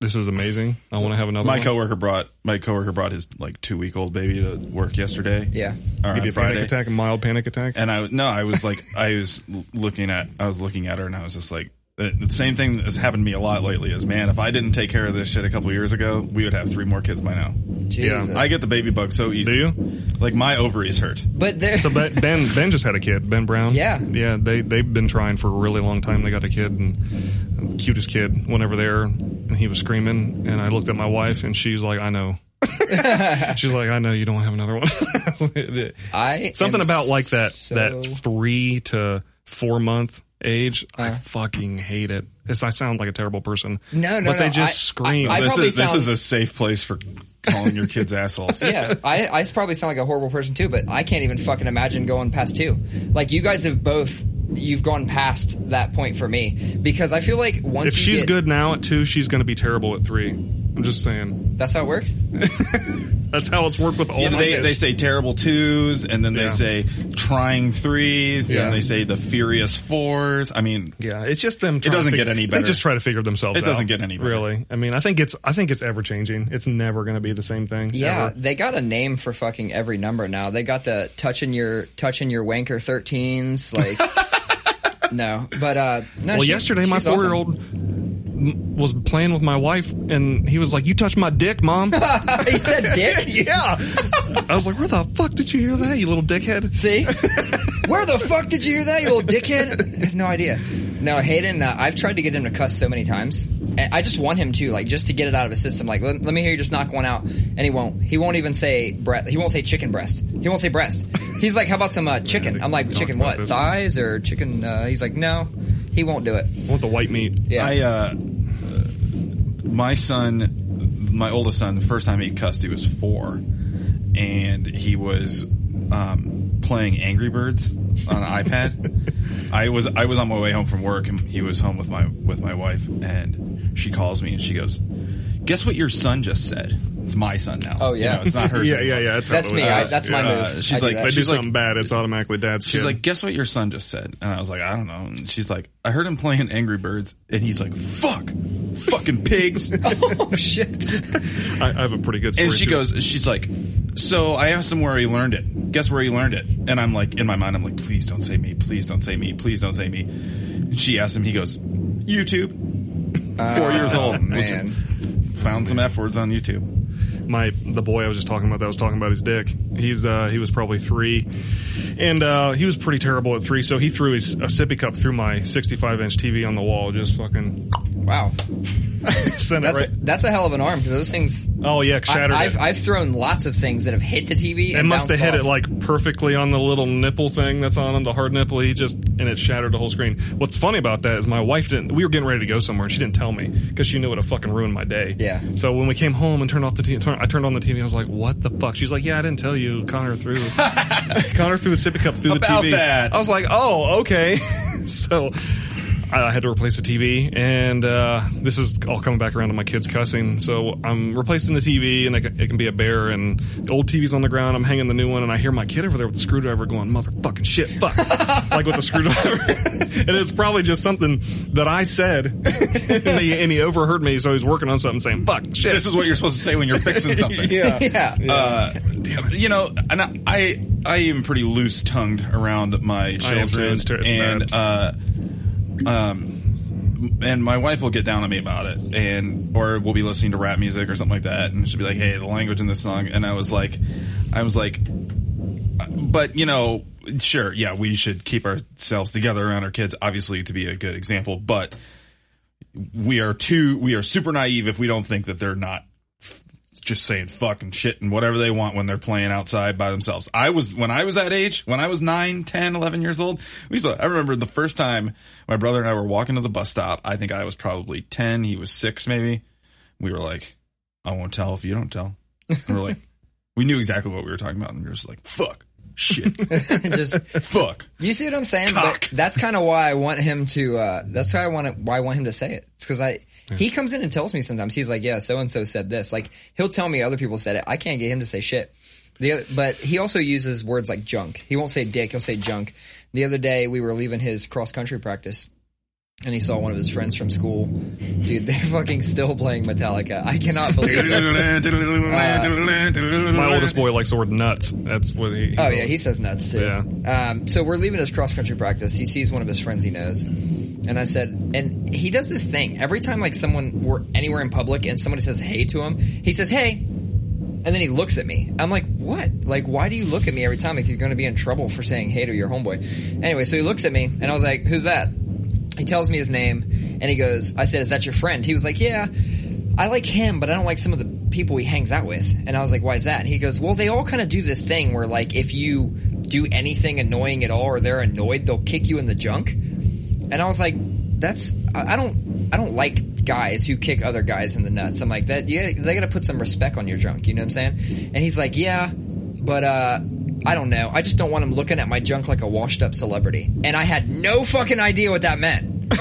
Speaker 3: this is amazing. I want to have another
Speaker 2: My
Speaker 3: one.
Speaker 2: coworker brought my coworker brought his like two week old baby to work yesterday.
Speaker 1: yeah.
Speaker 2: Or
Speaker 3: Give
Speaker 2: on
Speaker 3: you a
Speaker 2: Friday.
Speaker 3: panic attack, a mild panic attack.
Speaker 2: And I no, I was like, I was l- looking at, I was looking at her, and I was just like, the the same thing that's happened to me a lot lately is, man, if I didn't take care of this shit a couple years ago, we would have three more kids by now.
Speaker 1: Jesus.
Speaker 2: I get the baby bug so easy.
Speaker 3: Do you?
Speaker 2: Like my ovaries hurt.
Speaker 1: But there.
Speaker 3: So Ben Ben, ben just had a kid, Ben Brown.
Speaker 1: Yeah.
Speaker 3: yeah. They they've been trying for a really long time. They got a kid and cutest kid went over there, and he was screaming. And I looked at my wife, and she's like, "I
Speaker 1: (laughs)
Speaker 3: know." she's like, "I know you don't want to have another one."
Speaker 1: I
Speaker 3: (laughs) Something
Speaker 1: am
Speaker 3: about like that
Speaker 1: so- Uh.
Speaker 3: that three to four month age. I fucking hate it. This I sound like a terrible person.
Speaker 1: No, no,
Speaker 3: But they
Speaker 1: no,
Speaker 3: just
Speaker 1: I-
Speaker 3: scream.
Speaker 1: I
Speaker 2: this
Speaker 1: probably
Speaker 2: is this
Speaker 1: sound-
Speaker 2: is a safe place for calling your kids assholes.
Speaker 1: (laughs) (laughs) yeah, I, I probably sound like a horrible person too, but I can't even fucking imagine going past two. Like you guys have both, you've gone past that point for me because I feel like once
Speaker 3: if
Speaker 1: you
Speaker 3: she's
Speaker 1: get-
Speaker 3: good now at two, she's going to be terrible at three. I'm just saying.
Speaker 1: that's how it works.
Speaker 3: That's how it's worked with all
Speaker 2: Yeah,
Speaker 3: my
Speaker 2: they,
Speaker 3: kids.
Speaker 2: they say terrible twos, and then they
Speaker 3: Yeah.
Speaker 2: say trying threes, and
Speaker 3: Yeah.
Speaker 2: then they say the furious fours. I mean,
Speaker 3: Yeah, it's just them. trying to
Speaker 2: doesn't
Speaker 3: fig-
Speaker 2: get any
Speaker 3: They
Speaker 2: better.
Speaker 3: just try to figure themselves.
Speaker 2: It doesn't
Speaker 3: out,
Speaker 2: get any better.
Speaker 3: Really, I mean, I think it's I think it's ever changing. It's never going to be the same thing.
Speaker 1: Yeah,
Speaker 3: ever.
Speaker 1: they got a name for fucking every number now. They got the touching your touching your wanker thirteens.
Speaker 3: (laughs)
Speaker 1: Like no, but uh, no.
Speaker 3: Well,
Speaker 1: she-
Speaker 3: yesterday my
Speaker 1: she's awesome.
Speaker 3: four year old was playing with my wife, and he was like, "You touched my dick,
Speaker 1: (laughs)
Speaker 3: mom."
Speaker 1: he said dick.
Speaker 3: yeah, I was like, "Where the fuck did you hear that, you little dickhead?"
Speaker 1: See, (laughs) where the fuck did you hear that, you little dickhead? I have no idea. No, Hayden, uh, I've tried to get him to cuss so many times. And I just want him to, like, just to get it out of his system. Like, let, let me hear you just knock one out, and he won't. He won't even say breast. He won't say chicken breast. He won't say breast. He's like, how about some uh, chicken? I'm like,
Speaker 3: Talked
Speaker 1: chicken
Speaker 3: about
Speaker 1: what?
Speaker 3: this.
Speaker 1: Thighs or chicken? Uh, he's like, no, he won't do it.
Speaker 3: I want the white meat.
Speaker 1: Yeah,
Speaker 2: I, uh, my son, my oldest son, the first time he cussed, he was four, and he was um, playing Angry Birds
Speaker 1: (laughs)
Speaker 2: on an iPad. I was I was on my way home from work, and he was home with my with my wife, and she calls me and she goes, "Guess what your son just said." It's my son now.
Speaker 1: Oh, yeah.
Speaker 2: You know, it's
Speaker 3: (laughs)
Speaker 2: not her.
Speaker 3: Yeah,
Speaker 2: son.
Speaker 3: yeah, yeah. That's, how
Speaker 1: That's
Speaker 3: it
Speaker 1: me.
Speaker 3: was.
Speaker 1: I- that's my
Speaker 2: Yeah,
Speaker 1: move.
Speaker 2: she's
Speaker 1: I do
Speaker 2: like-
Speaker 1: that.
Speaker 3: They do
Speaker 2: she's like-
Speaker 3: something bad. It's automatically dad's.
Speaker 2: She's
Speaker 3: kid.
Speaker 2: like, guess what your son just said? And I was like, I don't know. And she's like, I heard him playing Angry Birds. And he's like, fuck, fucking pigs. and
Speaker 1: (laughs) oh shit.
Speaker 3: I, I have a pretty good. Story
Speaker 2: she
Speaker 3: too.
Speaker 2: goes, she's like, so I asked him where he learned it. Guess where he learned it? And I'm like, in my mind, I'm like, please don't say me. Please don't say me. Please don't say me. And she asked him, he goes, YouTube. (laughs) Four years old.
Speaker 1: Ah, man.
Speaker 2: Found some F words on YouTube.
Speaker 3: my the boy I was just talking about that was talking about his dick. He's uh, he was probably three, and uh, he was pretty terrible at three. So he threw his, a sippy cup through my 65 inch TV on the wall, just fucking (coughs)
Speaker 1: Wow,
Speaker 3: sent it
Speaker 1: that's
Speaker 3: right.
Speaker 1: a, that's a hell of an arm because those things.
Speaker 3: oh yeah, it shattered
Speaker 1: I,
Speaker 3: it.
Speaker 1: I've, I've thrown lots of things that have hit the TV.
Speaker 3: it
Speaker 1: and
Speaker 3: must have
Speaker 1: bounced
Speaker 3: hit
Speaker 1: off.
Speaker 3: it like perfectly on the little nipple thing that's on him, the hard nipple. He just and it shattered the whole screen. What's funny about that is my wife didn't. We were getting ready to go somewhere, and she didn't tell me because she knew it would fucking ruin my day.
Speaker 1: Yeah.
Speaker 3: So when we came home and turned off the TV, turn, I turned on the TV. I was like, "What the fuck?" She's like, "Yeah, I didn't tell you." Connor threw (laughs) Connor threw the sippy cup through
Speaker 2: About
Speaker 3: the TV.
Speaker 2: that.
Speaker 3: I was like, "Oh, okay." (laughs) so. I had to replace the TV, and uh, this is all coming back around to my kids cussing. So I'm replacing the TV, and it can, it can be a bear. And the old TV's on the ground. I'm hanging the new one, and I hear my kid over there with the screwdriver going, "Motherfucking
Speaker 2: (laughs)
Speaker 3: shit, fuck!" like with the screwdriver. and it's probably just something that I said, and, he, and he overheard me. So he's working on something, saying, "Fuck shit."
Speaker 2: This is what you're supposed to say when you're fixing
Speaker 1: (laughs)
Speaker 2: something.
Speaker 1: Yeah.
Speaker 2: Uh, you know, and I, I I am pretty loose tongued around my
Speaker 3: too.
Speaker 2: children,
Speaker 3: It's ter- it's
Speaker 2: and uh, um, and my wife will get down on me about it, and or we'll be listening to rap music or something like that, and she'll be like, "Hey, the language in this song," and I was like, I was like, but you know, sure, yeah, we should keep ourselves together around our kids, obviously, to be a good example, but we are too we are super naive if we don't think that they're not just saying fuck and shit and whatever they want when they're playing outside by themselves. I was, when I was that age, when I was 9, 10, 11 years old, we used to, I remember the first time my brother and I were walking to the bus stop. I think I was probably 10. He was six maybe. We were like, I won't tell if you don't tell. And we're like, (laughs) we knew exactly what we were talking about. And we were just like, fuck, shit, (laughs)
Speaker 1: just
Speaker 2: fuck.
Speaker 1: you see what I'm saying?
Speaker 2: Cock.
Speaker 1: But that's kind of why I want him to. Uh, that's why I want to, why I want him to say it. It's because I he comes in and tells me sometimes he's like, yeah, so and so said this. Like he'll tell me other people said it. I can't get him to say shit. The other, but he also uses words like junk. He won't say dick. He'll say junk. The other day we were leaving his cross country practice. And he saw one of his friends from school. Dude, they're fucking still playing Metallica. I
Speaker 3: (laughs)
Speaker 1: cannot believe it.
Speaker 2: (laughs)
Speaker 3: My oldest boy likes the word nuts. That's what he. he
Speaker 1: Oh yeah, he says nuts too.
Speaker 3: Yeah.
Speaker 1: Um, so we're leaving his cross country practice. He sees one of his friends he knows, and I said, and he does this thing every time like someone we're anywhere in public and somebody says hey to him, he says hey, and then he looks at me. I'm like, what? Like, why do you look at me every time? Like, you're going to be in trouble for saying hey to your homeboy. Anyway, so he looks at me, and I was like, who's that? He tells me his name, and he goes, I said, is that your friend? He was like, yeah. I like him, but I don't like some of the people he hangs out with. And I was like, why is that? And he goes, well, they all kind of do this thing where, like, if you do anything annoying at all or they're annoyed, they'll kick you in the junk. And I was like, that's, I I don't, I don't like guys who kick other guys in the nuts. I'm like that. Yeah, they got to put some respect on your junk. You know what I'm saying? And he's like, yeah, but uh, I don't know. I just don't want him looking at my junk like a washed up celebrity. And I had no fucking idea what that
Speaker 3: (laughs)
Speaker 1: meant.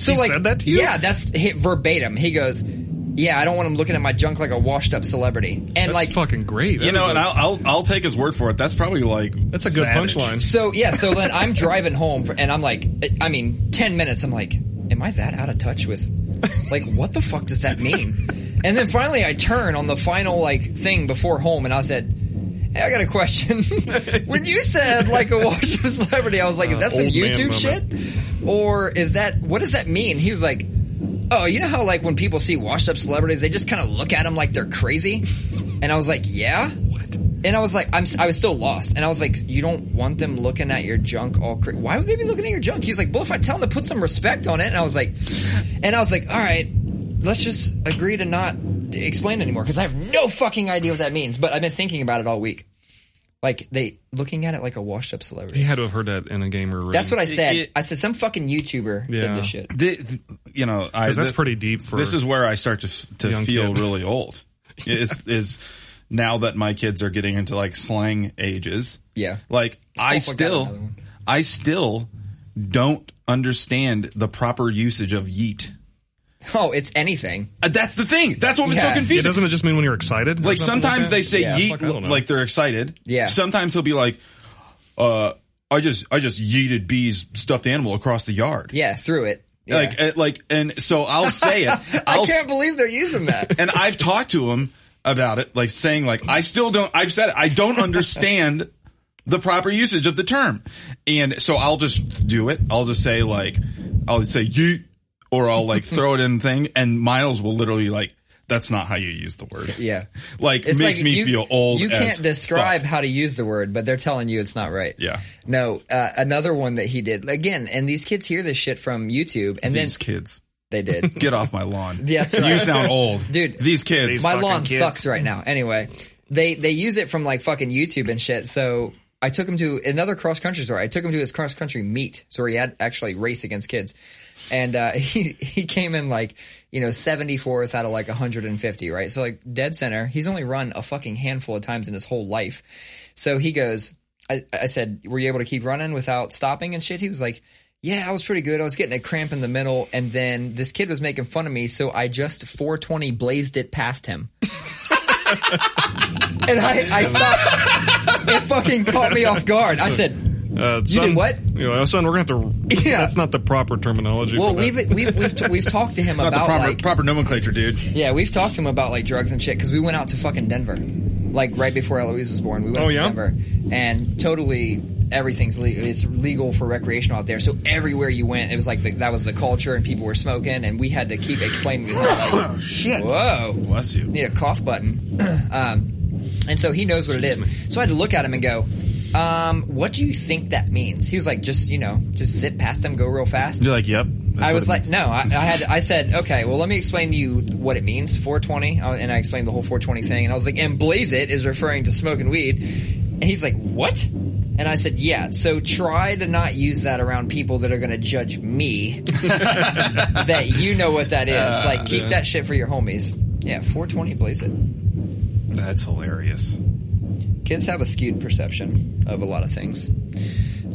Speaker 1: so
Speaker 3: He
Speaker 1: like,
Speaker 3: said that to you?
Speaker 1: yeah, that's hit verbatim. He goes, yeah, I don't want him looking at my junk like a washed up celebrity. And
Speaker 3: That's
Speaker 1: like,
Speaker 3: fucking great.
Speaker 2: You
Speaker 3: That
Speaker 2: know,
Speaker 3: is
Speaker 2: and
Speaker 3: a-
Speaker 2: I'll, I'll I'll take his word for it. That's probably like
Speaker 3: that's a good
Speaker 2: savage.
Speaker 3: punchline.
Speaker 1: So yeah, so then I'm driving home, for, and I'm like, I mean, ten minutes. I'm like, am I that out of touch with, like, what the fuck does that mean? And then finally, I turn on the final like thing before home, and I said. Hey, I got a question. (laughs) when you said like a wash of celebrity, I was like, is that some
Speaker 3: old man
Speaker 1: YouTube
Speaker 3: moment.
Speaker 1: shit? Or is that what does that mean? He was like, Oh, you know how like when people see washed up celebrities, they just kind of look at them like they're crazy. And I was like, yeah. What? And I was like, I'm, I was still lost. And I was like, you don't want them looking at your junk all crazy. Why would they be looking at your junk? He's like, well, if I tell them to put some respect on it. And I was like, and I was like, all right, let's just agree to not explain anymore because I have no fucking idea what that means. But I've been thinking about it all week. Like they looking at it like a washed up
Speaker 3: He
Speaker 1: celebrity.
Speaker 3: had to have heard that in a gamer room.
Speaker 1: That's what I said.
Speaker 2: It-
Speaker 1: I said some fucking YouTuber did
Speaker 3: Yeah.
Speaker 1: this shit.
Speaker 2: The- the- you know, I,
Speaker 3: 'Cause that's
Speaker 2: the-
Speaker 3: pretty deep for
Speaker 2: this is where I start to f- to
Speaker 3: young
Speaker 2: feel
Speaker 3: kid.
Speaker 2: really
Speaker 3: (laughs)
Speaker 2: old. Is is now that my kids are getting into like slang ages?
Speaker 1: Yeah. Oh,
Speaker 2: Like I
Speaker 1: forgot another
Speaker 2: still,
Speaker 1: one.
Speaker 2: I still don't understand the proper usage of yeet.
Speaker 1: Oh, it's anything.
Speaker 2: Uh, That's the thing. That's what was
Speaker 1: Yeah.
Speaker 2: so
Speaker 1: Yeah,
Speaker 3: Yeah,
Speaker 2: confusing.
Speaker 3: doesn't it just mean when you're excited? or
Speaker 2: like
Speaker 3: something
Speaker 2: sometimes
Speaker 3: that?
Speaker 2: they say
Speaker 1: Yeah,
Speaker 2: yeet
Speaker 3: fuck, I don't know.
Speaker 2: like they're excited.
Speaker 1: Yeah.
Speaker 2: Sometimes he'll be like, uh, I just I just yeeted B's stuffed animal across the yard.
Speaker 1: Yeah, through it. Yeah.
Speaker 2: Like uh, like and so I'll say it.
Speaker 1: (laughs)
Speaker 2: I'll
Speaker 1: I can't believe they're using
Speaker 2: (laughs)
Speaker 1: that.
Speaker 2: and I've talked to him about it, like saying like I still don't. I've said it, I don't understand the proper usage of the term, and so I'll just do it. I'll just say like I'll say yeet, or
Speaker 1: (laughs)
Speaker 2: I'll like throw it in the thing, and Miles will literally like that's not how you use the word.
Speaker 1: yeah.
Speaker 2: Like makes me
Speaker 1: you,
Speaker 2: feel old.
Speaker 1: You
Speaker 2: as
Speaker 1: can't describe
Speaker 2: fuck.
Speaker 1: how to use the word, but they're telling you it's not right.
Speaker 2: Yeah.
Speaker 1: No, uh, another one that he did again, and these kids hear this shit from YouTube, and
Speaker 2: these
Speaker 1: then
Speaker 2: kids.
Speaker 1: they
Speaker 2: (laughs)
Speaker 1: did.
Speaker 2: Get off my lawn.
Speaker 1: Yeah, that's right.
Speaker 2: You sound old,
Speaker 1: (laughs) Dude,
Speaker 2: These kids.
Speaker 1: my
Speaker 3: fucking
Speaker 1: lawn
Speaker 3: kids.
Speaker 1: sucks right now. Anyway, they they use it from like fucking YouTube and shit. So I took him to another cross country store. I took him to his cross country meet, so he had actually race against kids, and uh, (laughs) he he came in like you know seventy fourth out of like hundred and fifty, right? So like dead center. He's only run a fucking handful of times in his whole life. So he goes. I, I said, "Were you able to keep running without stopping and shit?" He was like. Yeah, I was pretty good. I was getting a cramp in the middle, and then this kid was making fun of me, so I just 420 blazed it past him and I, I stopped. it fucking caught me off guard. I said,
Speaker 3: Uh,
Speaker 1: You
Speaker 3: son,
Speaker 1: did what?
Speaker 3: You know, son, we're gonna have to.
Speaker 1: (laughs) Yeah.
Speaker 3: that's not the proper terminology.
Speaker 1: "Well,
Speaker 3: for that.
Speaker 1: we've we've we've, t- we've talked to him
Speaker 2: Not the
Speaker 1: about
Speaker 2: proper
Speaker 1: like
Speaker 2: proper nomenclature, dude.
Speaker 1: yeah, we've talked to him about like drugs and shit because we went out to fucking Denver, like right before Eloise was born. We went
Speaker 3: Oh,
Speaker 1: out to
Speaker 3: yeah?
Speaker 1: Denver, and totally everything's legal. It's legal for recreational out there. So everywhere you went, it was like the, that was the culture, and people were smoking, and we had to keep explaining to him like,
Speaker 3: (coughs)
Speaker 2: Shit.
Speaker 1: "Whoa,
Speaker 2: Bless you.
Speaker 1: need a cough button. (clears throat) um, and so he knows what it is. So I had to look at him and go, um, what do you think that means? He was like, just, you know, just zip past them, go real fast.
Speaker 2: You're like, yep. that's
Speaker 1: I
Speaker 2: what
Speaker 1: was
Speaker 2: it
Speaker 1: like,
Speaker 2: means.
Speaker 1: no, I, I had, I said, okay, well, let me explain to you what it means, 420, I- and I explained the whole 420 thing, and I was like, and blaze it is referring to smoking weed, and he's like, what? And I said, yeah, so try to not use that around people that are going to judge
Speaker 2: (laughs)
Speaker 1: me, that you know what that is,
Speaker 2: Ah,
Speaker 1: like, keep that shit for your homies. Yeah, 420, blaze it.
Speaker 2: that's hilarious.
Speaker 1: Kids have a skewed perception of a lot of things,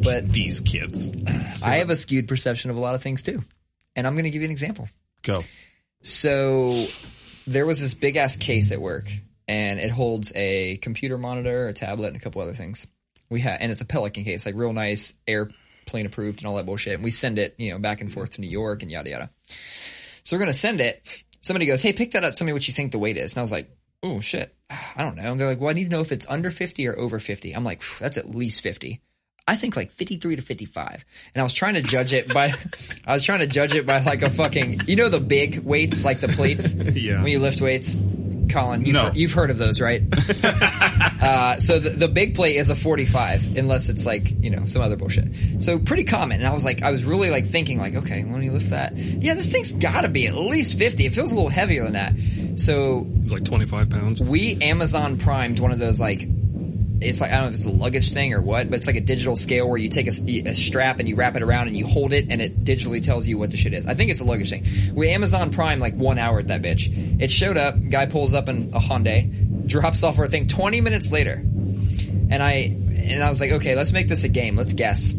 Speaker 1: but
Speaker 2: These kids.
Speaker 1: I have a skewed perception of a lot of things too. And I'm going to give you an example.
Speaker 2: Go.
Speaker 1: So there was this big ass case at work, and it holds a computer monitor, a tablet, and a couple other things. We had, and it's a Pelican case, like real nice, airplane approved, and all that bullshit. And we send it, you know, back and forth to New York and yada yada. So we're gonna send it. Somebody goes, "Hey, pick that up. Tell me what you think the weight is." And I was like, "Oh shit, I don't know." And they're like, "Well, I need to know if it's under fifty or over 50. I'm like, "Phew, "That's at least fifty. I think like 53 to 55. And I was trying to judge it by, (laughs) I was trying to judge it by like a fucking, you know, the big weights, like the plates?
Speaker 3: Yeah.
Speaker 1: When you lift weights? Colin, you've,
Speaker 2: No.
Speaker 1: you've heard of those, right? uh, so the, the big plate is a 45, unless it's like, you know, some other bullshit. So pretty common. And I was like, I was really like thinking like, okay, when you lift that, yeah, this thing's gotta be at least 50. It feels a little heavier than that. So
Speaker 3: it's like 25 pounds.
Speaker 1: we Amazon primed one of those like it's like I don't know if it's a luggage thing or what, but it's like a digital scale where you take a, s- a strap and you wrap it around and you hold it and it digitally tells you what the shit is. I think it's a luggage thing. We Amazon Prime like one hour at that bitch. It showed up. Guy pulls up in a Hyundai, drops off our thing. Twenty minutes later, and I and I was like, okay, let's make this a game. Let's guess.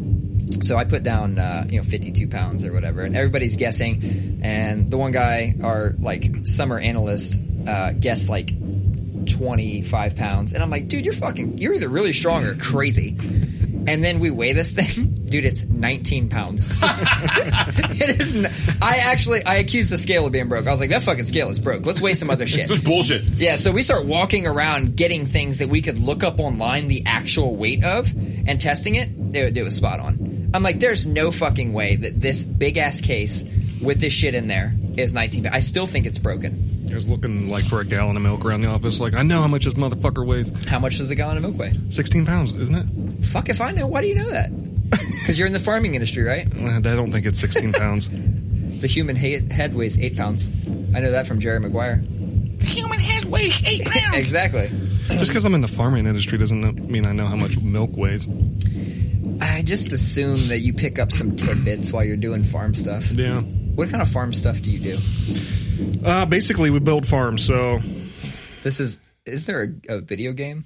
Speaker 1: So I put down, uh, you know, 52 pounds or whatever, and everybody's guessing. And the one guy, our like summer analyst, uh, guessed like 25 pounds, and I'm like, dude, you're fucking, you're either really strong or crazy. And then we weigh this (laughs) thing, dude. It's 19 pounds. (laughs) it is. n- I actually, I accused the scale of being broke. I was like, that fucking scale is broke. Let's weigh some other shit.
Speaker 2: Just bullshit.
Speaker 1: Yeah, so we start walking around getting things that we could look up online the actual weight of and testing it. It, it was spot on. I'm like, there's no fucking way that this big ass case with this shit in there is 19. I still think it's broken.
Speaker 3: I was looking like for a gallon of milk around the office. Like I know how much this motherfucker weighs.
Speaker 1: How much does a gallon of milk weigh?
Speaker 3: Sixteen pounds, isn't it?
Speaker 1: Fuck if I know. Why do you
Speaker 4: (laughs)
Speaker 1: know that? Because you're in the farming industry, right?
Speaker 3: Uh, I don't think it's sixteen (laughs) pounds.
Speaker 1: The human he- head weighs eight pounds. I know that from Jerry Maguire.
Speaker 4: The human head weighs
Speaker 1: (laughs)
Speaker 4: eight pounds.
Speaker 1: Exactly.
Speaker 3: Just because I'm in the farming industry doesn't mean I know how much milk weighs.
Speaker 1: I just assume that you pick up some tidbits while you're doing farm stuff.
Speaker 3: Yeah.
Speaker 1: What kind of farm stuff do you do?
Speaker 3: Uh, basically, we build farms, so
Speaker 1: This is is there a, a video game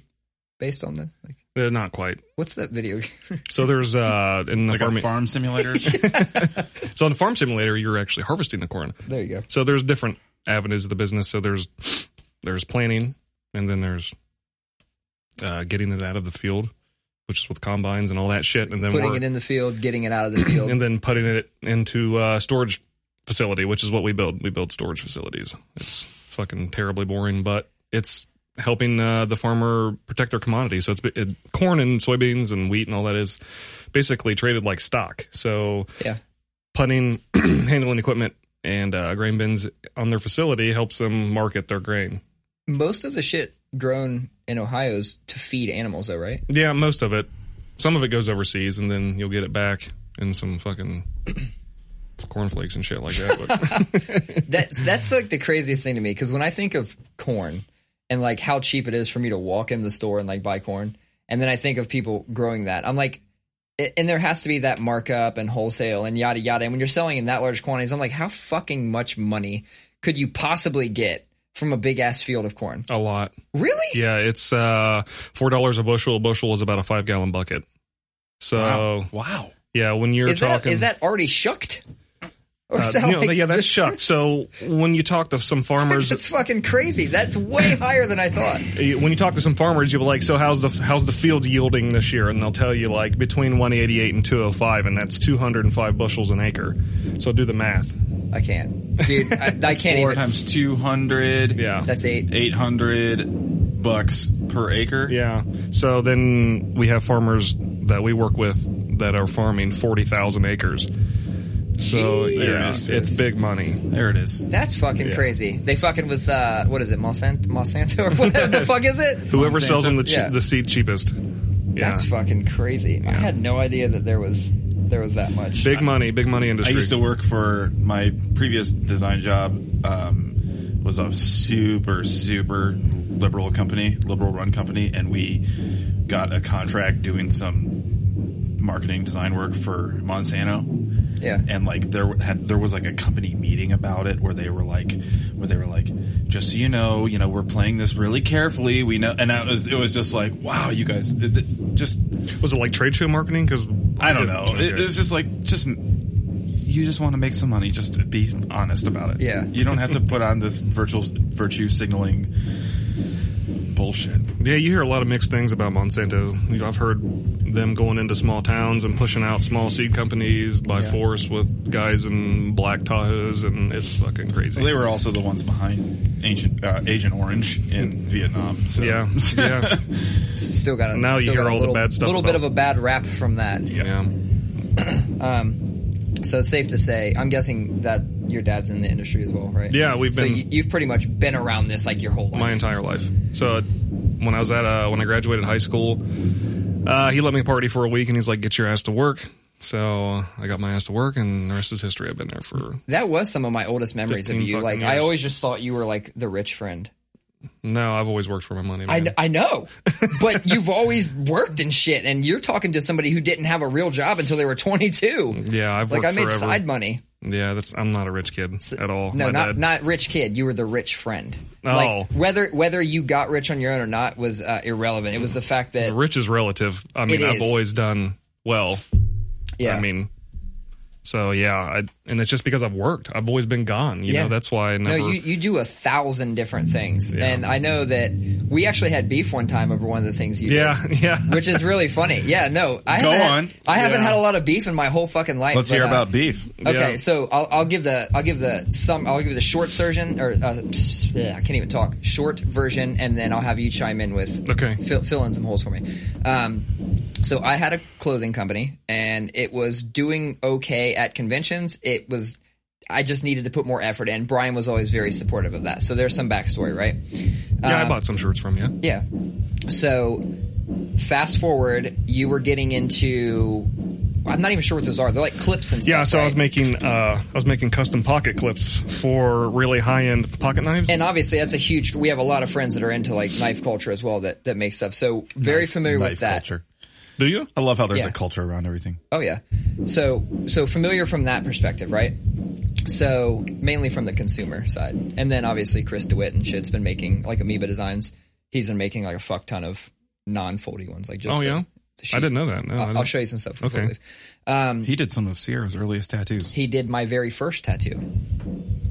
Speaker 1: based on this? Like
Speaker 3: uh, not quite.
Speaker 1: what's that video game? (laughs)
Speaker 3: So there's uh, in the
Speaker 2: Like a
Speaker 3: farming.
Speaker 2: farm
Speaker 3: (laughs)
Speaker 2: simulator.
Speaker 3: So in the farm simulator, you're actually harvesting the corn.
Speaker 1: there you go.
Speaker 3: So there's different avenues of the business. So there's there's planning, and then there's uh, getting it out of the field, which is with combines and all that shit, and then
Speaker 1: Putting
Speaker 3: we're-
Speaker 1: it in the field, getting it out of the
Speaker 3: (clears throat)
Speaker 1: field.
Speaker 3: and then putting it into uh, storage facility, which is what we build. We build storage facilities. It's fucking terribly boring, but it's helping uh, the farmer protect their commodity. So it's it, corn and soybeans and wheat and all that is basically traded like stock. So
Speaker 1: Yeah.
Speaker 3: putting (clears throat) handling equipment and uh, grain bins on their facility helps them market their grain.
Speaker 1: Most of the shit grown in Ohio is to feed animals, though, right?
Speaker 3: Yeah, most of it. Some of it goes overseas, and then you'll get it back in some fucking (clears throat) cornflakes and shit like that. But.
Speaker 1: (laughs) That's that's like the craziest thing to me because when I think of corn and like how cheap it is for me to walk in the store and like buy corn, and then I think of people growing that, I'm like, it- and there has to be that markup and wholesale and yada yada. And when you're selling in that large quantities, I'm like, how fucking much money could you possibly get from a big ass field of corn?
Speaker 3: A lot.
Speaker 1: Really?
Speaker 3: Yeah, it's uh four dollars a bushel. A bushel is about a five gallon bucket. So
Speaker 2: wow. wow.
Speaker 3: yeah, when you're
Speaker 1: is
Speaker 3: talking,
Speaker 1: that is that already shucked? Or (laughs)
Speaker 3: uh,
Speaker 1: is that
Speaker 3: you know,
Speaker 1: like
Speaker 3: yeah, that's
Speaker 1: just-
Speaker 3: shucked. So when you talk
Speaker 1: (laughs)
Speaker 3: to some farmers,
Speaker 1: That's fucking crazy. That's way higher than I thought.
Speaker 3: you- when you talk to some farmers, you'll be like, "So how's the how's the field yielding this year?" And they'll tell you like between 188 and 205, and that's 205 bushels an acre. So do the math.
Speaker 1: I can't, dude. I, I can't
Speaker 2: Four
Speaker 1: even.
Speaker 2: times two hundred.
Speaker 3: Yeah,
Speaker 1: That's eight.
Speaker 2: Eight hundred bucks per acre.
Speaker 3: yeah. So then we have farmers that we work with that are farming 40,000 acres. So yeah,
Speaker 2: Jesus.
Speaker 3: it's big money.
Speaker 2: There it is.
Speaker 1: That's fucking
Speaker 3: Yeah.
Speaker 1: crazy. They fucking with uh, what is it, Monsanto, Monsanto or (laughs) whatever the fuck is it?
Speaker 3: Whoever
Speaker 2: Monsanto?
Speaker 3: sells them the, che-
Speaker 1: Yeah.
Speaker 3: the seed cheapest. Yeah.
Speaker 1: That's fucking crazy. I had no idea that there was there was that much.
Speaker 3: big money, big money
Speaker 2: I
Speaker 3: industry.
Speaker 2: used to work for my previous design job. Um, was a super super liberal company, liberal run company, and we got a contract doing some marketing design work for Monsanto.
Speaker 1: yeah.
Speaker 2: and like there had there was like a company meeting about it where they were like where they were like just so you know you know we're playing this really carefully we know and I was it was just like wow you guys it, it- just
Speaker 3: Was it like trade show marketing? Because
Speaker 2: I don't know it, it was just like just you just want to make some money just to be honest about it
Speaker 1: Yeah.
Speaker 2: you don't have to put on this virtual virtue signaling bullshit
Speaker 3: yeah, you hear a lot of mixed things about Monsanto. You know, I've heard them going into small towns and pushing out small seed companies by force with guys in black Tahoes, and it's fucking crazy.
Speaker 2: well, they were also the ones behind ancient uh, Agent Orange in Vietnam
Speaker 1: (laughs)
Speaker 2: so
Speaker 3: yeah, yeah,
Speaker 1: Still got a,
Speaker 3: Now you
Speaker 1: still
Speaker 3: hear
Speaker 1: got a
Speaker 3: all the
Speaker 1: little,
Speaker 3: bad stuff
Speaker 1: little bit of a
Speaker 3: about-
Speaker 1: bad rap from that.
Speaker 3: yeah.
Speaker 1: So it's safe to say, I'm guessing that your dad's in the industry as well, right?
Speaker 3: Yeah, we've
Speaker 1: So
Speaker 3: been-
Speaker 1: you, you've pretty much been around this like your whole life.
Speaker 3: my entire life. So uh, when I was at uh, when I graduated high school, uh, he let me party for a week, and he's like, "Get your ass to work." So uh, I got my ass to work, and the rest is history. I've been there for
Speaker 1: That was some of my oldest memories of
Speaker 3: 15
Speaker 1: you.
Speaker 3: fucking
Speaker 1: Like I
Speaker 3: years.
Speaker 1: always just thought you were like the rich friend.
Speaker 3: No, I've always worked for my money. Man.
Speaker 1: I, kn- I know,
Speaker 3: (laughs)
Speaker 1: but you've always worked and shit, and you're talking to somebody who didn't have a real job until they were 22.
Speaker 3: yeah, I've
Speaker 1: Like
Speaker 3: Mm-hmm. worked
Speaker 1: I made
Speaker 3: forever.
Speaker 1: side money.
Speaker 3: yeah, that's I'm not a rich kid at all.
Speaker 1: No,
Speaker 3: My
Speaker 1: not
Speaker 3: dad-
Speaker 1: not rich kid. You were the rich friend.
Speaker 3: Oh.
Speaker 1: Like whether whether you got rich on your own or not was uh, irrelevant. It was the fact that
Speaker 3: rich is relative. I mean,
Speaker 1: It
Speaker 3: I've
Speaker 1: is.
Speaker 3: always done well.
Speaker 1: yeah,
Speaker 3: I mean, so yeah, I, and it's just because I've worked. I've always been gone. You
Speaker 1: Yeah.
Speaker 3: know, that's why I
Speaker 1: no,
Speaker 3: never.
Speaker 1: you you do a thousand different things, and I know that we actually had beef one time over one of the things you did.
Speaker 3: (laughs) yeah, yeah.
Speaker 1: Which is really funny. Yeah, no, I
Speaker 2: Go
Speaker 1: haven't
Speaker 2: on.
Speaker 1: Had, I haven't
Speaker 3: Yeah.
Speaker 1: had a lot of beef in my whole fucking life.
Speaker 2: Let's
Speaker 1: but,
Speaker 2: hear
Speaker 1: uh,
Speaker 2: about beef.
Speaker 1: Okay,
Speaker 3: Yeah.
Speaker 1: so I'll, I'll give the I'll give the some I'll give the short version or uh, yeah, I can't even talk short version, and then I'll have you chime in with
Speaker 3: Okay.
Speaker 1: fill, fill in some holes for me. Um, so I had a clothing company, and it was doing okay at conventions. It was I just needed to put more effort in. Brian was always very supportive of that. So there's some backstory, right?
Speaker 3: yeah,
Speaker 1: uh,
Speaker 3: I bought some shirts from you.
Speaker 1: Yeah. So fast forward, you were getting into. I'm not even sure what those are. They're like clips and stuff.
Speaker 3: Yeah, so I
Speaker 1: right?
Speaker 3: was making uh, I was making custom pocket clips for really high end pocket knives.
Speaker 1: and obviously that's a huge we have a lot of friends that are into like knife culture as well that that make stuff so very familiar
Speaker 2: Knife
Speaker 1: with that
Speaker 2: culture.
Speaker 3: Do you?
Speaker 2: I love how there's
Speaker 1: Yeah.
Speaker 2: a culture around everything.
Speaker 1: oh yeah so so familiar from that perspective right so mainly from the consumer side and then obviously chris dewitt and shit's been making like amoeba designs he's been making like a fuck ton of non-foldy ones like just
Speaker 3: Oh
Speaker 1: the-
Speaker 3: yeah,
Speaker 1: the
Speaker 3: I
Speaker 1: sheath.
Speaker 3: didn't know that. No, I
Speaker 1: I'll, I'll
Speaker 3: didn't.
Speaker 1: show you some stuff
Speaker 3: Okay.
Speaker 1: okay
Speaker 2: He did some of Sierra's earliest tattoos.
Speaker 1: he did my very first tattoo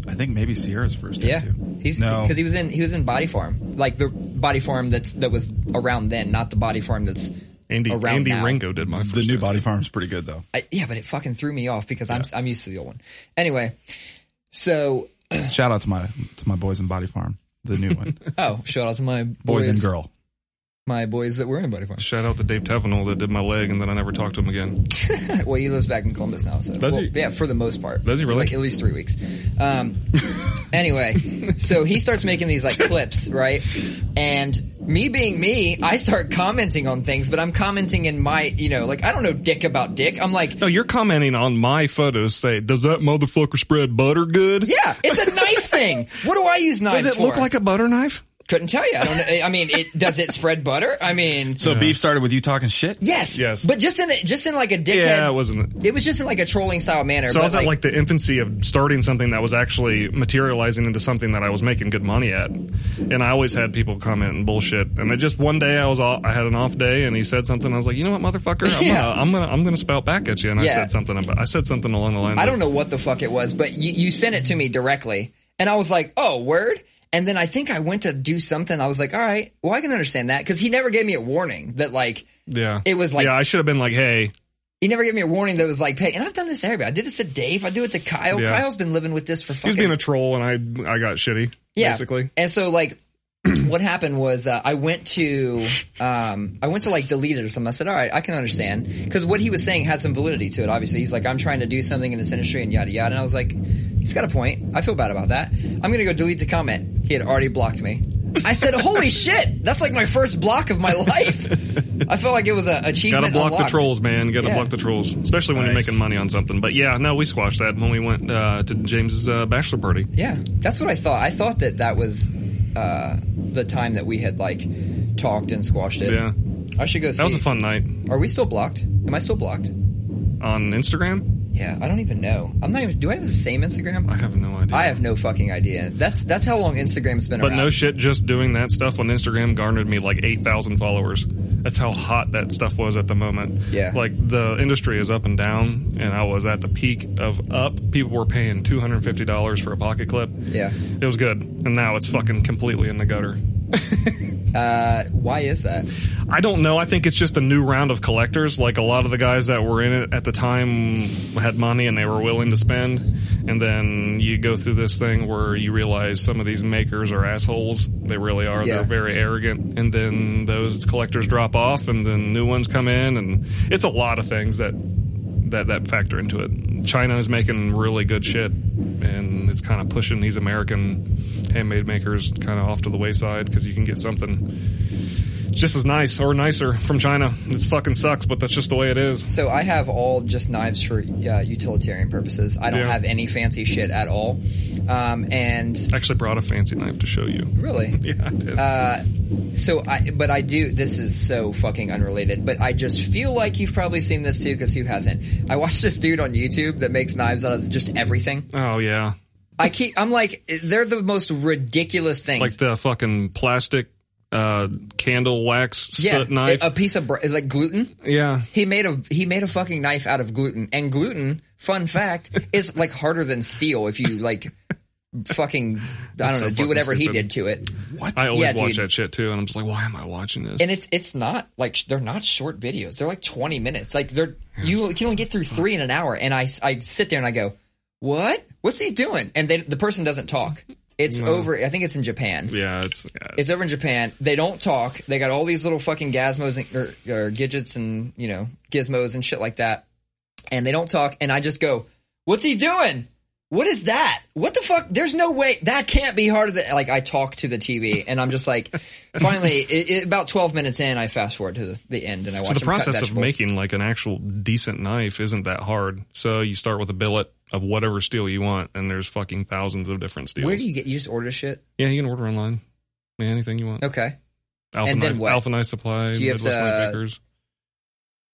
Speaker 2: I think maybe Sierra's first
Speaker 1: Yeah,
Speaker 2: tattoo.
Speaker 1: he's
Speaker 2: no.
Speaker 1: because he was in he was in Body Farm, like the Body Farm that's that was around then, not the Body Farm that's
Speaker 3: Andy
Speaker 1: around
Speaker 3: Andy
Speaker 1: now.
Speaker 3: Ringo did my first
Speaker 2: the new
Speaker 3: tattoo.
Speaker 2: Body Farm's pretty good though.
Speaker 1: I, yeah, but it fucking threw me off because I'm I'm used to the old one. Anyway, so
Speaker 2: Shout out to my to my boys in Body Farm, the new
Speaker 1: (laughs)
Speaker 2: one.
Speaker 1: oh, shout out to my boys,
Speaker 2: boys and girl.
Speaker 1: my boys that were in Body Farm.
Speaker 3: (laughs) Shout out to Dave Tevenel that did my leg, and then I never talked to him again.
Speaker 1: well, he lives back in Columbus now, so
Speaker 3: Does
Speaker 1: well,
Speaker 3: he?
Speaker 1: yeah, for the most part,
Speaker 3: Does he really?
Speaker 1: Like, at least three weeks.
Speaker 3: (laughs)
Speaker 1: Um, anyway, so he starts making these like clips, right? And me being me, I start commenting on things, but I'm commenting in my you know like I don't know dick about dick. I'm like.
Speaker 3: No, you're commenting on my photos. Say, does that motherfucker spread butter good?
Speaker 1: Yeah, it's a knife thing. What do I use knives
Speaker 3: Does it
Speaker 1: for?
Speaker 3: look like a butter knife?
Speaker 1: Couldn't tell you. I don't. know. I mean, it does it spread butter? I mean,
Speaker 2: So beef started with you talking shit.
Speaker 1: yes,
Speaker 3: Yes.
Speaker 1: but just in a, just in like a dickhead.
Speaker 3: Yeah, it wasn't.
Speaker 1: It was just in like a trolling style manner.
Speaker 3: So I
Speaker 1: but
Speaker 3: was at like the infancy of starting something that was actually materializing into something that I was making good money at, and I always had people comment and bullshit. And I just one day I was all, I had an off day, and he said something. I was like, you know what, motherfucker, I'm
Speaker 1: Yeah.
Speaker 3: gonna I'm gonna I'm gonna spout back at you. And I
Speaker 1: Yeah.
Speaker 3: said something about I said something along the lines.
Speaker 1: I
Speaker 3: of,
Speaker 1: don't know what the fuck it was, but you, you sent it to me directly, and I was like, "Oh, word." And then I think I went to do something. I was like, "All right, well, I can understand that," because he never gave me a warning that like
Speaker 3: Yeah,
Speaker 1: It was like-
Speaker 3: yeah. I should have been like, hey,
Speaker 1: he never gave me a warning that was like, "Hey," and I've done this to everybody. I did it to Dave. I do it to Kyle.
Speaker 3: Yeah.
Speaker 1: Kyle's been living with this for
Speaker 3: he was
Speaker 1: fucking
Speaker 3: being a troll, and I I got shitty. basically.
Speaker 1: And so like (clears throat) what happened was uh, I went to um, I went to like delete it or something. I said, all right, I can understand because what he was saying had some validity to it. Obviously, he's like, I'm trying to do something in this industry and yada yada. And I was like, he's got a point. I feel bad about that. I'm gonna go delete the comment. He had already blocked me. I said, (laughs) holy shit, that's like my first block of my (laughs) life. I felt like it was a achievement.
Speaker 3: Gotta block
Speaker 1: unlocked.
Speaker 3: the trolls, man. Gotta
Speaker 1: Yeah.
Speaker 3: block the trolls, especially when you're
Speaker 2: Nice.
Speaker 3: making money on something. But yeah, no, we squashed that when we went uh, to James's uh, bachelor party.
Speaker 1: Yeah, that's what I thought. I thought that that was uh, the time that we had like talked and squashed it.
Speaker 3: Yeah.
Speaker 1: I should go. See.
Speaker 3: That was a fun night
Speaker 1: Are we still blocked? Am I still blocked?
Speaker 3: on Instagram.
Speaker 1: Yeah, I don't even know. I'm not even. Do I have the same Instagram?
Speaker 3: I have no idea.
Speaker 1: I have no fucking idea. That's that's how long Instagram's been
Speaker 3: But
Speaker 1: around.
Speaker 3: no shit, just doing that stuff on Instagram garnered me like 8,000 followers. That's how hot that stuff was at the moment.
Speaker 1: Yeah.
Speaker 3: Like the industry is up and down, and I was at the peak of up. People were paying $250 for a pocket clip.
Speaker 1: yeah.
Speaker 3: It was good. And now it's fucking completely in the gutter.
Speaker 1: Uh, why is that?
Speaker 3: I don't know. I think it's just a new round of collectors. Like a lot of the guys that were in it at the time had money and they were willing to spend. And then you go through this thing where you realize some of these makers are assholes. They really are.
Speaker 1: Yeah.
Speaker 3: They're very arrogant. And then those collectors drop off and then new ones come in. And it's a lot of things that, that, that factor into it. China is making really good shit and it's kind of pushing these American handmade makers kind of off to the wayside because you can get something just as nice or nicer from China. It fucking sucks, but that's just the way it is.
Speaker 1: So I have all just knives for uh, utilitarian purposes. I don't
Speaker 3: Yeah.
Speaker 1: have any fancy shit at all. Um, and
Speaker 3: I actually brought a fancy knife to show you. (laughs)
Speaker 1: really,
Speaker 3: Yeah, I did.
Speaker 1: Uh, so I, but I do. This is so fucking unrelated, but I just feel like you've probably seen this too, because who hasn't? I watched this dude on YouTube that makes knives out of just everything.
Speaker 3: oh yeah,
Speaker 1: I keep, I'm like, they're the most ridiculous things.
Speaker 3: like the fucking plastic uh, candle wax
Speaker 1: yeah, uh,
Speaker 3: soot knife.
Speaker 1: a piece of br- like gluten.
Speaker 3: yeah,
Speaker 1: He made a he made a fucking knife out of gluten, and gluten, fun
Speaker 3: (laughs)
Speaker 1: fact, is like harder than steel if you like fucking I don't know
Speaker 3: so
Speaker 1: do
Speaker 3: fucking
Speaker 1: whatever
Speaker 3: stupid.
Speaker 1: he did to it.
Speaker 2: What?
Speaker 3: I always
Speaker 1: Yeah,
Speaker 3: watch
Speaker 1: dude.
Speaker 3: that shit too, and I'm just like, why am I watching this?
Speaker 1: and it's it's not like sh- they're not short videos. They're like twenty minutes. Like they're you can only get through three in an hour. And I I sit there and I go, what? What's he doing? And they, the person doesn't talk. It's over. I think it's in Japan.
Speaker 3: yeah, it's, yeah, it's-
Speaker 1: It's over in Japan. They don't talk. They got all these little fucking gasmos and, or, or gadgets and you know gizmos and shit like that, and they don't talk. And I just go, "What's he doing? What is that? What the fuck? There's no way that can't be harder than like." I talk to the TV, and I'm just like, (laughs) finally, it, it, about 12 minutes in, I fast forward to the, the end, and I watch
Speaker 3: so the
Speaker 1: him cut
Speaker 3: process of
Speaker 1: vegetables.
Speaker 3: making like an actual decent knife isn't that hard. So you start with a billet of whatever steel you want, and there's fucking thousands of different steels.
Speaker 1: Where do you get? You just order shit.
Speaker 3: yeah, you can order online. Yeah, anything you want.
Speaker 1: Okay.
Speaker 3: Alpha
Speaker 1: And then
Speaker 3: Knife,
Speaker 1: what?
Speaker 3: Alpha Knife Supply,
Speaker 1: Do you have
Speaker 3: Midwest Knife
Speaker 1: to-
Speaker 3: Bakers.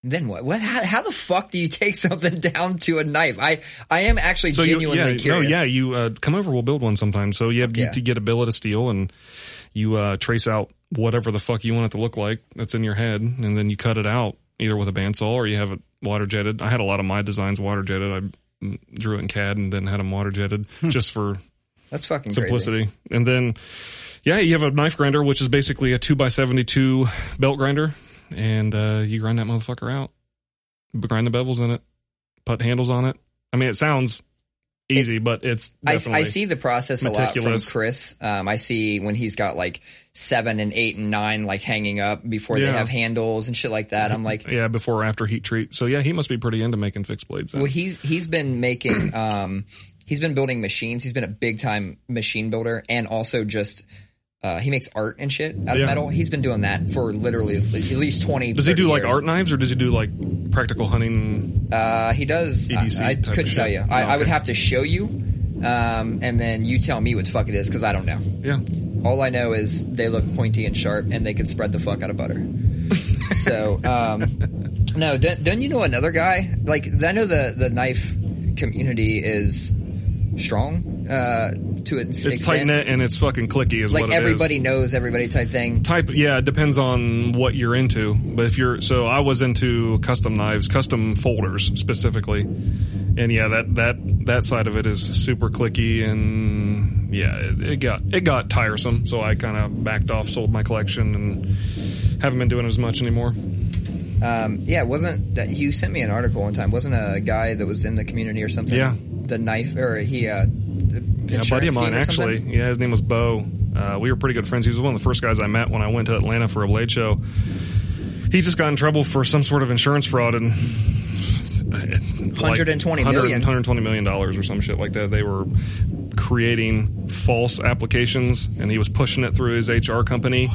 Speaker 1: Then what? What? How, how the fuck do you take (laughs) something down to a knife? I I am actually genuinely
Speaker 3: you, yeah,
Speaker 1: curious.
Speaker 3: No, yeah, you uh, come over, we'll build one sometime. So you have
Speaker 1: Yeah.
Speaker 3: you to get a billet of steel and you uh, trace out whatever the fuck you want it to look like that's in your head, and then you cut it out either with a bandsaw or you have it water jetted. I had a lot of my designs water jetted. I mm, drew it in CAD and then had them water jetted
Speaker 1: Hmm.
Speaker 3: just for
Speaker 1: that's fucking crazy.
Speaker 3: simplicity. And then, yeah, you have a knife grinder, which is basically a two by seventy-two belt grinder, and uh, you grind that motherfucker out, grind the bevels in it, put handles on it. I mean, it sounds easy, but it's
Speaker 1: I,
Speaker 3: definitely
Speaker 1: I see the process a lot from
Speaker 3: meticulous.
Speaker 1: Chris. Um, I see when he's got like seven and eight and nine like hanging up before they
Speaker 3: Yeah.
Speaker 1: have handles and shit like that. I'm like,
Speaker 3: yeah before or after heat treat. So yeah, he must be pretty into making fixed blades. Then.
Speaker 1: well, he's he's been making, um, he's been building machines. He's been a big time machine builder and also just. Uh, he makes art and shit out of
Speaker 3: Yeah.
Speaker 1: metal. He's been doing that for literally at least twenty.
Speaker 3: does he
Speaker 1: 30
Speaker 3: do like
Speaker 1: years.
Speaker 3: art knives or does he do like practical hunting?
Speaker 1: Uh, he does.
Speaker 3: CDC
Speaker 1: I, I
Speaker 3: E type of
Speaker 1: couldn't
Speaker 3: shit.
Speaker 1: tell you. I,
Speaker 3: Oh,
Speaker 1: I would
Speaker 3: okay.
Speaker 1: have to show you, um, and then you tell me what the fuck it is because I don't know.
Speaker 3: Yeah,
Speaker 1: All I know is they look pointy and sharp, and they could spread the fuck out of
Speaker 3: (laughs)
Speaker 1: butter. so, um, no, don't, don't you know another guy? Like, I know the the knife community is strong uh, to its,
Speaker 3: it's tight
Speaker 1: extent.
Speaker 3: knit and it's fucking clicky. Is
Speaker 1: Like
Speaker 3: what it is.
Speaker 1: everybody knows everybody type thing.
Speaker 3: type yeah it depends on what you're into but if you're so i was into custom knives custom folders specifically and yeah that that that side of it is super clicky and yeah it, it got it got tiresome so i kind of backed off sold my collection and haven't been doing it as much anymore
Speaker 1: Um, yeah, it wasn't that you sent me an article one time? Wasn't a guy that was in the community or something?
Speaker 3: Yeah.
Speaker 1: the knife or he. Uh,
Speaker 3: yeah, a buddy of mine actually. Yeah, his name was Bo. Uh, we were pretty good friends. He was one of the first guys I met when I went to Atlanta for a blade show. He just got in trouble for some sort of insurance fraud and. like,
Speaker 1: 120
Speaker 3: 100
Speaker 1: million.
Speaker 3: 120 million dollars or some shit like that. They were creating false applications, and he was pushing it through his HR company,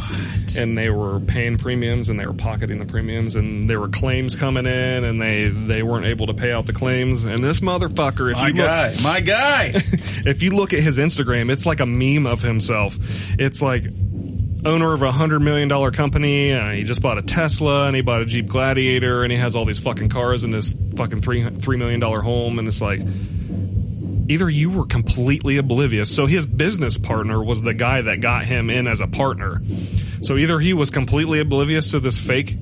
Speaker 3: and they were paying premiums, and they were pocketing the premiums, and there were claims coming in, and they they weren't able to pay out the claims. And this motherfucker, if
Speaker 2: My
Speaker 3: you look,
Speaker 2: guy, my guy.
Speaker 1: (laughs)
Speaker 3: if you look at his Instagram, it's like a meme of himself. It's like owner of a hundred million dollar company, and he just bought a Tesla, and he bought a Jeep Gladiator, and he has all these fucking cars in this fucking three three million dollar home, and it's like. Either you were completely oblivious. So his business partner was the guy that got him in as a partner. So either he was completely oblivious to this fake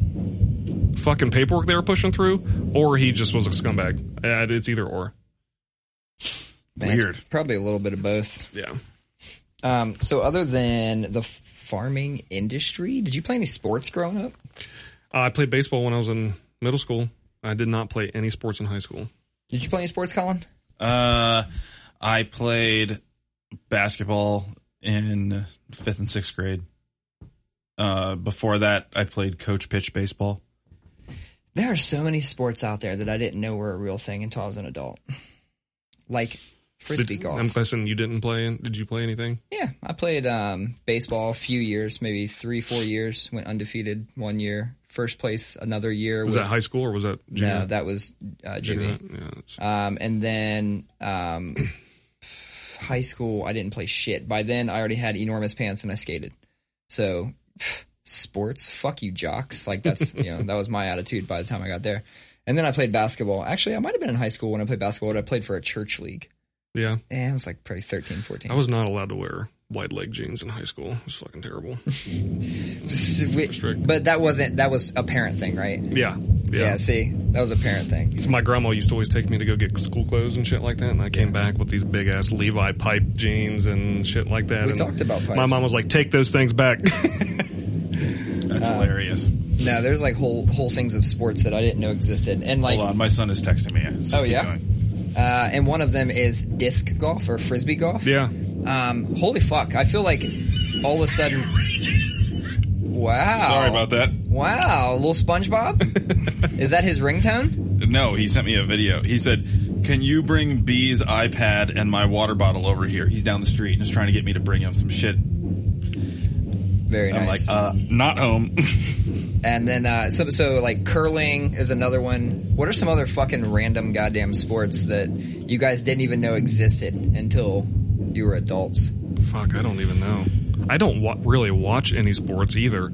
Speaker 3: fucking paperwork they were pushing through, or he just was a scumbag. Uh, It's either or. Weird.
Speaker 1: Probably a little bit of both.
Speaker 3: Yeah.
Speaker 1: Um, so other than the farming industry, did you play any sports growing up?
Speaker 3: Uh, I played baseball when I was in middle school. I did not play any sports in high school.
Speaker 1: Did you play any sports, Colin?
Speaker 2: Uh, I played basketball in fifth and sixth grade. Uh, before that, I played coach pitch baseball.
Speaker 1: There are so many sports out there that I didn't know were a real thing until I was an adult. Like frisbee
Speaker 3: Did-
Speaker 1: golf.
Speaker 3: I'm guessing you didn't play. in- Did you play anything?
Speaker 1: yeah, I played um, baseball a few years, maybe three, four years. Went undefeated one year, first place another year.
Speaker 3: Was
Speaker 1: with-
Speaker 3: that high school or was that
Speaker 1: no,
Speaker 3: junior?
Speaker 1: that was uh,
Speaker 3: Junior?
Speaker 1: JV.
Speaker 3: Yeah, that's-
Speaker 1: Um, and then um, (clears throat) high school, I didn't play shit. By then, I already had enormous pants and I skated. So (sniffs) sports, fuck you, jocks. Like that's you know that was my attitude by the time I got there. And then I played basketball. Actually, I might have been in high school when I played basketball. But I played for a church league.
Speaker 3: yeah.
Speaker 1: And I was like probably 13, 14. (laughs)
Speaker 3: I was not allowed to wear wide leg jeans in high school. It was
Speaker 1: (laughs)
Speaker 3: fucking terrible. strict.
Speaker 1: but that wasn't that was a parent thing, right?
Speaker 3: Yeah,
Speaker 1: Yeah.
Speaker 3: yeah.
Speaker 1: see, that was a parent thing.
Speaker 3: my grandma used to always take me to go get school clothes and shit like that, and I came back with these big ass Levi pipe jeans and shit like that.
Speaker 1: We
Speaker 3: and
Speaker 1: talked about pipes.
Speaker 3: My mom was like, "Take those
Speaker 1: (laughs)
Speaker 3: things back."
Speaker 2: That's hilarious.
Speaker 1: No, there's like whole whole things of sports that I didn't know existed, and like
Speaker 2: Hold on, my son is texting me. So
Speaker 1: Oh,
Speaker 2: keep
Speaker 1: yeah?
Speaker 2: going.
Speaker 1: uh, and one of them is disc golf or frisbee golf.
Speaker 3: yeah,
Speaker 1: Um, holy fuck! I feel like all of a sudden. Wow.
Speaker 2: Sorry about that.
Speaker 1: Wow, little
Speaker 2: (laughs)
Speaker 1: SpongeBob. is that his ringtone?
Speaker 2: No, he sent me a video. He said, "Can you bring B's iPad and my water bottle over here?" He's down the street and is trying to get me to bring him some shit.
Speaker 1: Very
Speaker 2: I'm
Speaker 1: nice.
Speaker 2: like, uh, not home. (laughs)
Speaker 1: and then uh, so so like curling is another one. What are some other fucking random goddamn sports that you guys didn't even know existed until you were adults?
Speaker 3: fuck, I don't even know. I don't wa- really watch any sports either.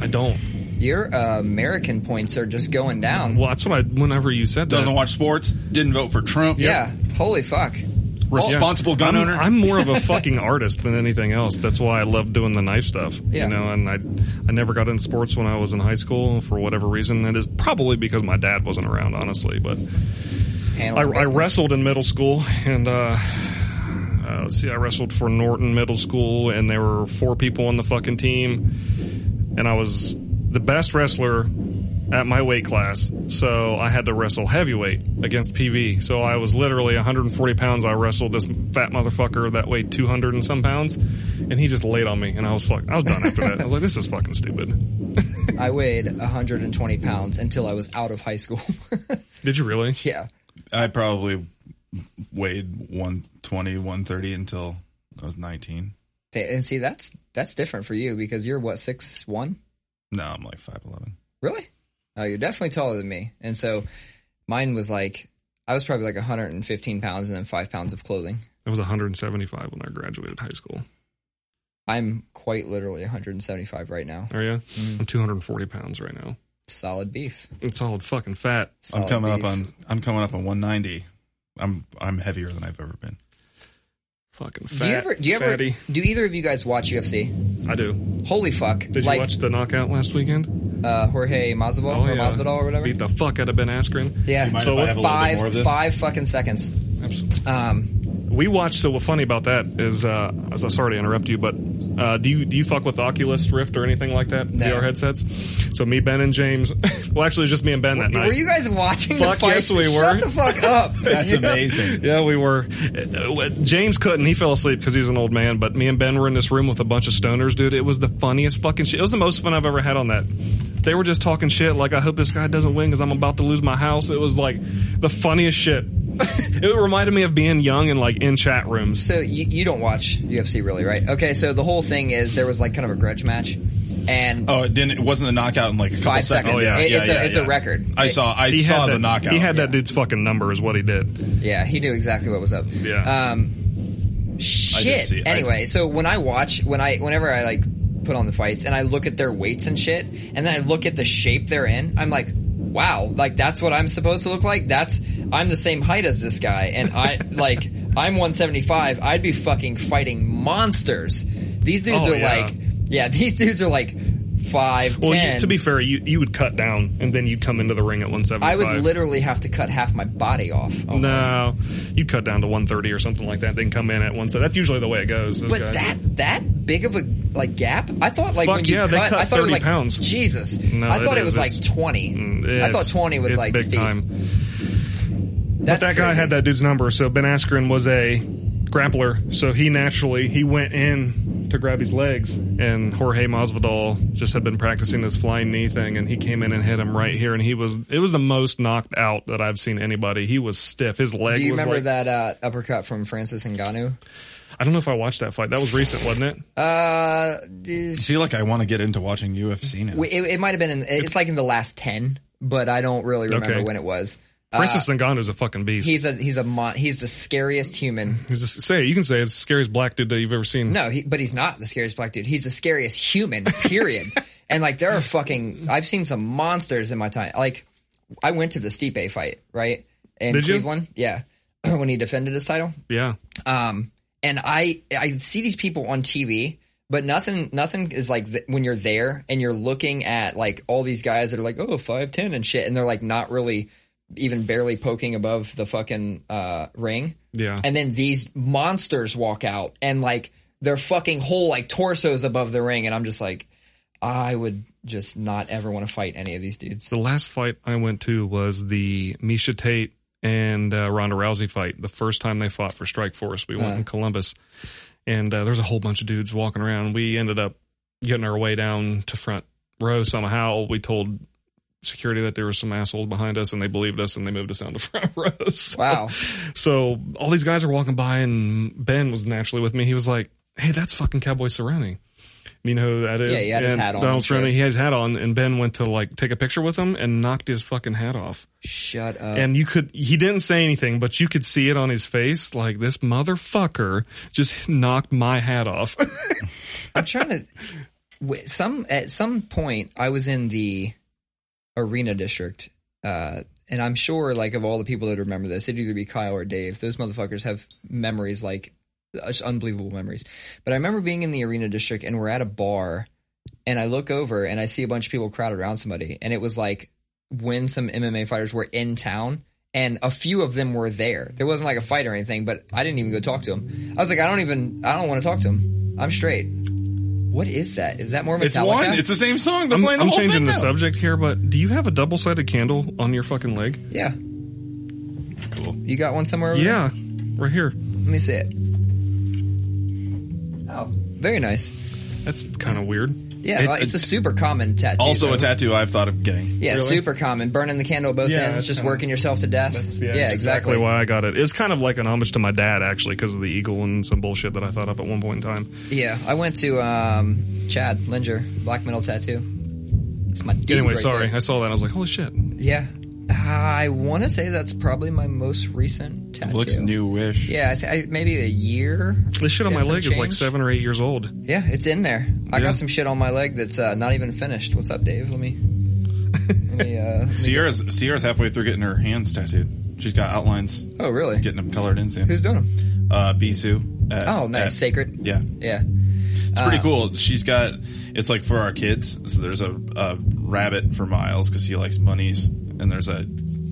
Speaker 3: I don't.
Speaker 1: Your uh, American points are just going down.
Speaker 3: Well, that's what I. Whenever you said that,
Speaker 2: Doesn't watch sports. Didn't vote for Trump.
Speaker 1: Yeah. Holy fuck.
Speaker 3: Yeah.
Speaker 2: Responsible gun
Speaker 3: I'm,
Speaker 2: owner.
Speaker 3: I'm more of a fucking (laughs) artist than anything else. That's why I love doing the knife stuff.
Speaker 1: Yeah.
Speaker 3: You know, and I I never got into sports when I was in high school for whatever reason. It is probably because my dad wasn't around, honestly. But I,
Speaker 1: Handling
Speaker 3: I
Speaker 1: business.
Speaker 3: wrestled in middle school, and uh, uh, let's see, I wrestled for Norton Middle School, and there were four people on the fucking team, and I was the best wrestler at my weight class, so I had to wrestle heavyweight against PV. So I was literally 140 pounds. I wrestled this fat motherfucker that weighed 200 and some pounds, and he just laid on me, and I was fuck, I was done after that. I was like, this is fucking stupid.
Speaker 1: I weighed 120 pounds until I was out of high school. (laughs)
Speaker 3: Did you really?
Speaker 1: yeah.
Speaker 2: I probably weighed 120, 130 until I was 19.
Speaker 1: Okay, And see, that's that's different for you because you're what six one,
Speaker 2: No, I'm like 5'11.
Speaker 1: really? Oh, you're definitely taller than me. And so, mine was like I was probably like 115 pounds and then five pounds of clothing.
Speaker 3: I was 175 when I graduated high school.
Speaker 1: I'm quite literally 175 right now.
Speaker 3: Are you? I'm 240 pounds right now.
Speaker 1: Solid beef.
Speaker 3: It's all fucking fat.
Speaker 1: Solid
Speaker 2: I'm coming
Speaker 1: beef.
Speaker 2: up on I'm coming up on 190. I'm I'm heavier than I've ever been.
Speaker 3: Fucking fat.
Speaker 1: Do you ever? Do you ever?
Speaker 3: fatty.
Speaker 1: Do either of you guys watch UFC?
Speaker 3: I do.
Speaker 1: Holy fuck!
Speaker 3: Did
Speaker 1: like
Speaker 3: you watch the knockout last weekend? Oh,
Speaker 1: uh, Jorge Masvidal
Speaker 2: Oh,
Speaker 1: or
Speaker 3: yeah.
Speaker 1: Masvidal or whatever.
Speaker 3: Beat the fuck out of Ben Askren.
Speaker 1: yeah.
Speaker 2: mind
Speaker 3: So if
Speaker 2: have
Speaker 3: I
Speaker 2: a little bit more
Speaker 1: five
Speaker 2: of this?
Speaker 1: five fucking seconds.
Speaker 3: Absolutely.
Speaker 1: Um,
Speaker 3: We watched. So what's funny about that is, uh, as I'm sorry to interrupt you, but uh, do you do you fuck with Oculus Rift or anything like that?
Speaker 1: No.
Speaker 3: VR headsets. So me, Ben, and James. (laughs) well, actually, it was just me and Ben that night.
Speaker 1: were you guys watching
Speaker 3: Fuck
Speaker 1: the fights?
Speaker 3: yes, we
Speaker 1: Shut
Speaker 3: were.
Speaker 1: the fuck up.
Speaker 2: (laughs) That's amazing.
Speaker 3: Yeah, we were. Uh, James couldn't. He fell asleep because he's an old man. But me and Ben were in this room with a bunch of stoners, dude. It was the funniest fucking shit. It was the most fun I've ever had on that. They were just talking shit like, I hope this guy doesn't win because I'm about to lose my house. It was like the funniest shit. (laughs) it reminded me of being young and like in chat rooms.
Speaker 1: So you, you don't watch UFC really, right? Okay, so the whole thing is there was like kind of a grudge match, and
Speaker 2: Oh, it didn't it wasn't the knockout in like a couple
Speaker 1: Five
Speaker 2: seconds.
Speaker 1: seconds.
Speaker 2: Oh, yeah,
Speaker 1: It-
Speaker 2: yeah,
Speaker 1: it's a-
Speaker 2: yeah,
Speaker 1: it's a
Speaker 2: yeah.
Speaker 1: record.
Speaker 2: I
Speaker 1: It-
Speaker 2: saw I saw the knockout.
Speaker 3: He had that dude's fucking number, is what he did.
Speaker 1: yeah, he knew exactly what was up.
Speaker 3: Yeah.
Speaker 1: Um, shit.
Speaker 2: see it. I-
Speaker 1: Anyway, so when I watch, when I, whenever I like put on the fights and I look at their weights and shit, and then I look at the shape they're in, I'm like, wow, like that's what I'm supposed to look like. That's I'm the same height as this guy, and
Speaker 3: (laughs)
Speaker 1: I like I'm 175. I'd be fucking fighting monsters. These dudes
Speaker 3: Oh,
Speaker 1: are
Speaker 3: yeah.
Speaker 1: like, yeah, (laughs) these dudes are like five
Speaker 3: Well,
Speaker 1: ten.
Speaker 3: you, to be fair, you, you would cut down and then you'd come into the ring at 175.
Speaker 1: I would literally have to cut half my body off. Almost.
Speaker 3: No, you cut down to 130 or something like that, then come in at one. So that's usually the way it goes. Those
Speaker 1: But
Speaker 3: guys-
Speaker 1: that that big of a like gap? I thought like
Speaker 3: Fuck
Speaker 1: when you
Speaker 3: yeah,
Speaker 1: cut,
Speaker 3: they cut
Speaker 1: I thought it was
Speaker 3: 30
Speaker 1: like
Speaker 3: pounds.
Speaker 1: Jesus.
Speaker 3: No,
Speaker 1: I
Speaker 3: it
Speaker 1: thought it,
Speaker 3: is.
Speaker 1: was like
Speaker 3: It's- mm,
Speaker 1: twenty. I
Speaker 3: It's-
Speaker 1: thought twenty was
Speaker 3: it's
Speaker 1: like
Speaker 3: big
Speaker 1: steep.
Speaker 3: time.
Speaker 1: That's
Speaker 3: that guy
Speaker 1: crazy.
Speaker 3: had that dude's number, so Ben Askren was a grappler, so he naturally he went in to grab his legs, and Jorge Masvidal just had been practicing this flying knee thing, and he came in and hit him right here, and he was it was the most knocked out that I've seen anybody. He was stiff. His leg.
Speaker 1: Do you
Speaker 3: was
Speaker 1: remember
Speaker 3: like-
Speaker 1: that uh, uppercut from Francis Ngannou?
Speaker 3: I don't know if I watched that fight. That was recent, wasn't it?
Speaker 1: Uh,
Speaker 2: I
Speaker 1: these-
Speaker 2: feel like I want to get into watching UFC now.
Speaker 1: we- it, it might have been in. It's like in the last ten, but I don't really remember
Speaker 3: Okay.
Speaker 1: when it was. Uh,
Speaker 3: Francis Ngannou's a fucking beast.
Speaker 1: He's a he's a mon- he's the scariest human.
Speaker 3: He's just, say it. you can say it's the scariest black dude that you've ever seen.
Speaker 1: No, he, but he's not the scariest black dude. He's the scariest human, period.
Speaker 3: (laughs)
Speaker 1: and like there are fucking I've seen some monsters in my time. Like I went to the Stipe fight, right? In
Speaker 3: Did you?
Speaker 1: Cleveland. Yeah. (clears throat) when he defended his title.
Speaker 3: Yeah,
Speaker 1: Um and I I see these people on TV, but nothing nothing is like th- when you're there and you're looking at like all these guys that are like, "Oh, 5'10" and shit," and they're like not really even barely poking above the fucking uh ring.
Speaker 3: yeah.
Speaker 1: And then these monsters walk out and like their fucking whole like torsos above the ring. And I'm just like, I would just not ever want to fight any of these dudes.
Speaker 3: the last fight I went to was the Misha Tate and uh, Ronda Rousey fight. The first time they fought for Strike Force, we went in Columbus, and uh, there's a whole bunch of dudes walking around. We ended up getting our way down to front row somehow. We told security that there were some assholes behind us, and they believed us, and they moved us down to (laughs) front row. So-
Speaker 1: Wow.
Speaker 3: So all these guys are walking by, and Ben was naturally with me. He was like, "Hey, that's fucking Cowboy Cerrone." You know who that is?
Speaker 1: Yeah, he had his
Speaker 3: And
Speaker 1: hat on,
Speaker 3: Donald
Speaker 1: I'm sure.
Speaker 3: Cerrone, he had his hat on, and Ben went to like take a picture with him and knocked his fucking hat off.
Speaker 1: Shut up.
Speaker 3: And you could, he didn't say anything, but you could see it on his face, like this motherfucker just knocked my
Speaker 1: (laughs)
Speaker 3: hat off.
Speaker 1: I'm trying to. w- Some at some point, I was in the arena district, uh, and I'm sure, like of all the people that remember this, it'd either be Kyle or Dave. Those motherfuckers have memories like just unbelievable memories. But I remember being in the arena district, and we're at a bar, and I look over and I see a bunch of people crowded around somebody, and it was like when some MMA fighters were in town. And a few of them were there. There wasn't like a fight or anything, but I didn't even go talk to him. I was like, I don't even, I don't want to talk to him. I'm straight. What is that? Is that more Metallica?
Speaker 2: it's one. It's the same song. They're
Speaker 3: I'm,
Speaker 2: playing the
Speaker 3: I'm
Speaker 2: whole
Speaker 3: changing
Speaker 2: thing
Speaker 3: the
Speaker 2: now.
Speaker 3: subject here, but do you have a double sided candle on your fucking leg?
Speaker 1: yeah.
Speaker 2: It's cool.
Speaker 1: You got one somewhere over
Speaker 3: Yeah, right here.
Speaker 1: there? Let me see it. Oh, very nice.
Speaker 3: That's kind of weird.
Speaker 1: Yeah,
Speaker 2: It-
Speaker 1: uh, it's a super common tattoo.
Speaker 2: Also,
Speaker 1: though.
Speaker 2: a tattoo I've thought of getting.
Speaker 1: Yeah,
Speaker 3: Really?
Speaker 1: super common. Burning the candle at both
Speaker 3: Yeah,
Speaker 1: ends,
Speaker 3: that's
Speaker 1: just
Speaker 3: kinda-
Speaker 1: working yourself to death. yeah, exactly.
Speaker 3: why I got it. It's kind of like an homage to my dad, actually, because of the eagle and some bullshit that I thought up at one point in time.
Speaker 1: Yeah, I went to um, Chad Linger, black metal tattoo. That's my dude
Speaker 3: anyway,
Speaker 1: right
Speaker 3: sorry,
Speaker 1: there.
Speaker 3: I saw that. and I was like, holy shit.
Speaker 1: Yeah, I want to say that's probably my most recent tattoo.
Speaker 2: Looks new wish.
Speaker 1: Yeah, I th- I, maybe a year.
Speaker 3: This shit on my
Speaker 1: and some
Speaker 3: leg is like
Speaker 1: change.
Speaker 3: seven or eight years old.
Speaker 1: Yeah, it's in there. I
Speaker 3: Yeah.
Speaker 1: got some shit on my leg that's uh, not even finished. What's up, Dave? Let me. Let me. Uh, let me
Speaker 2: Sierra's Sierra's halfway through getting her hands tattooed. She's got outlines,
Speaker 1: get- oh, really?
Speaker 2: getting them colored in soon.
Speaker 1: Who's doing them?
Speaker 2: Uh, Bisu. at-
Speaker 1: Oh, nice.
Speaker 2: at-
Speaker 1: Sacred.
Speaker 2: Yeah,
Speaker 1: Yeah.
Speaker 2: It's
Speaker 1: Um,
Speaker 2: pretty cool. She's got it's like for our kids. So there's a, a rabbit for Miles because he likes bunnies, and there's a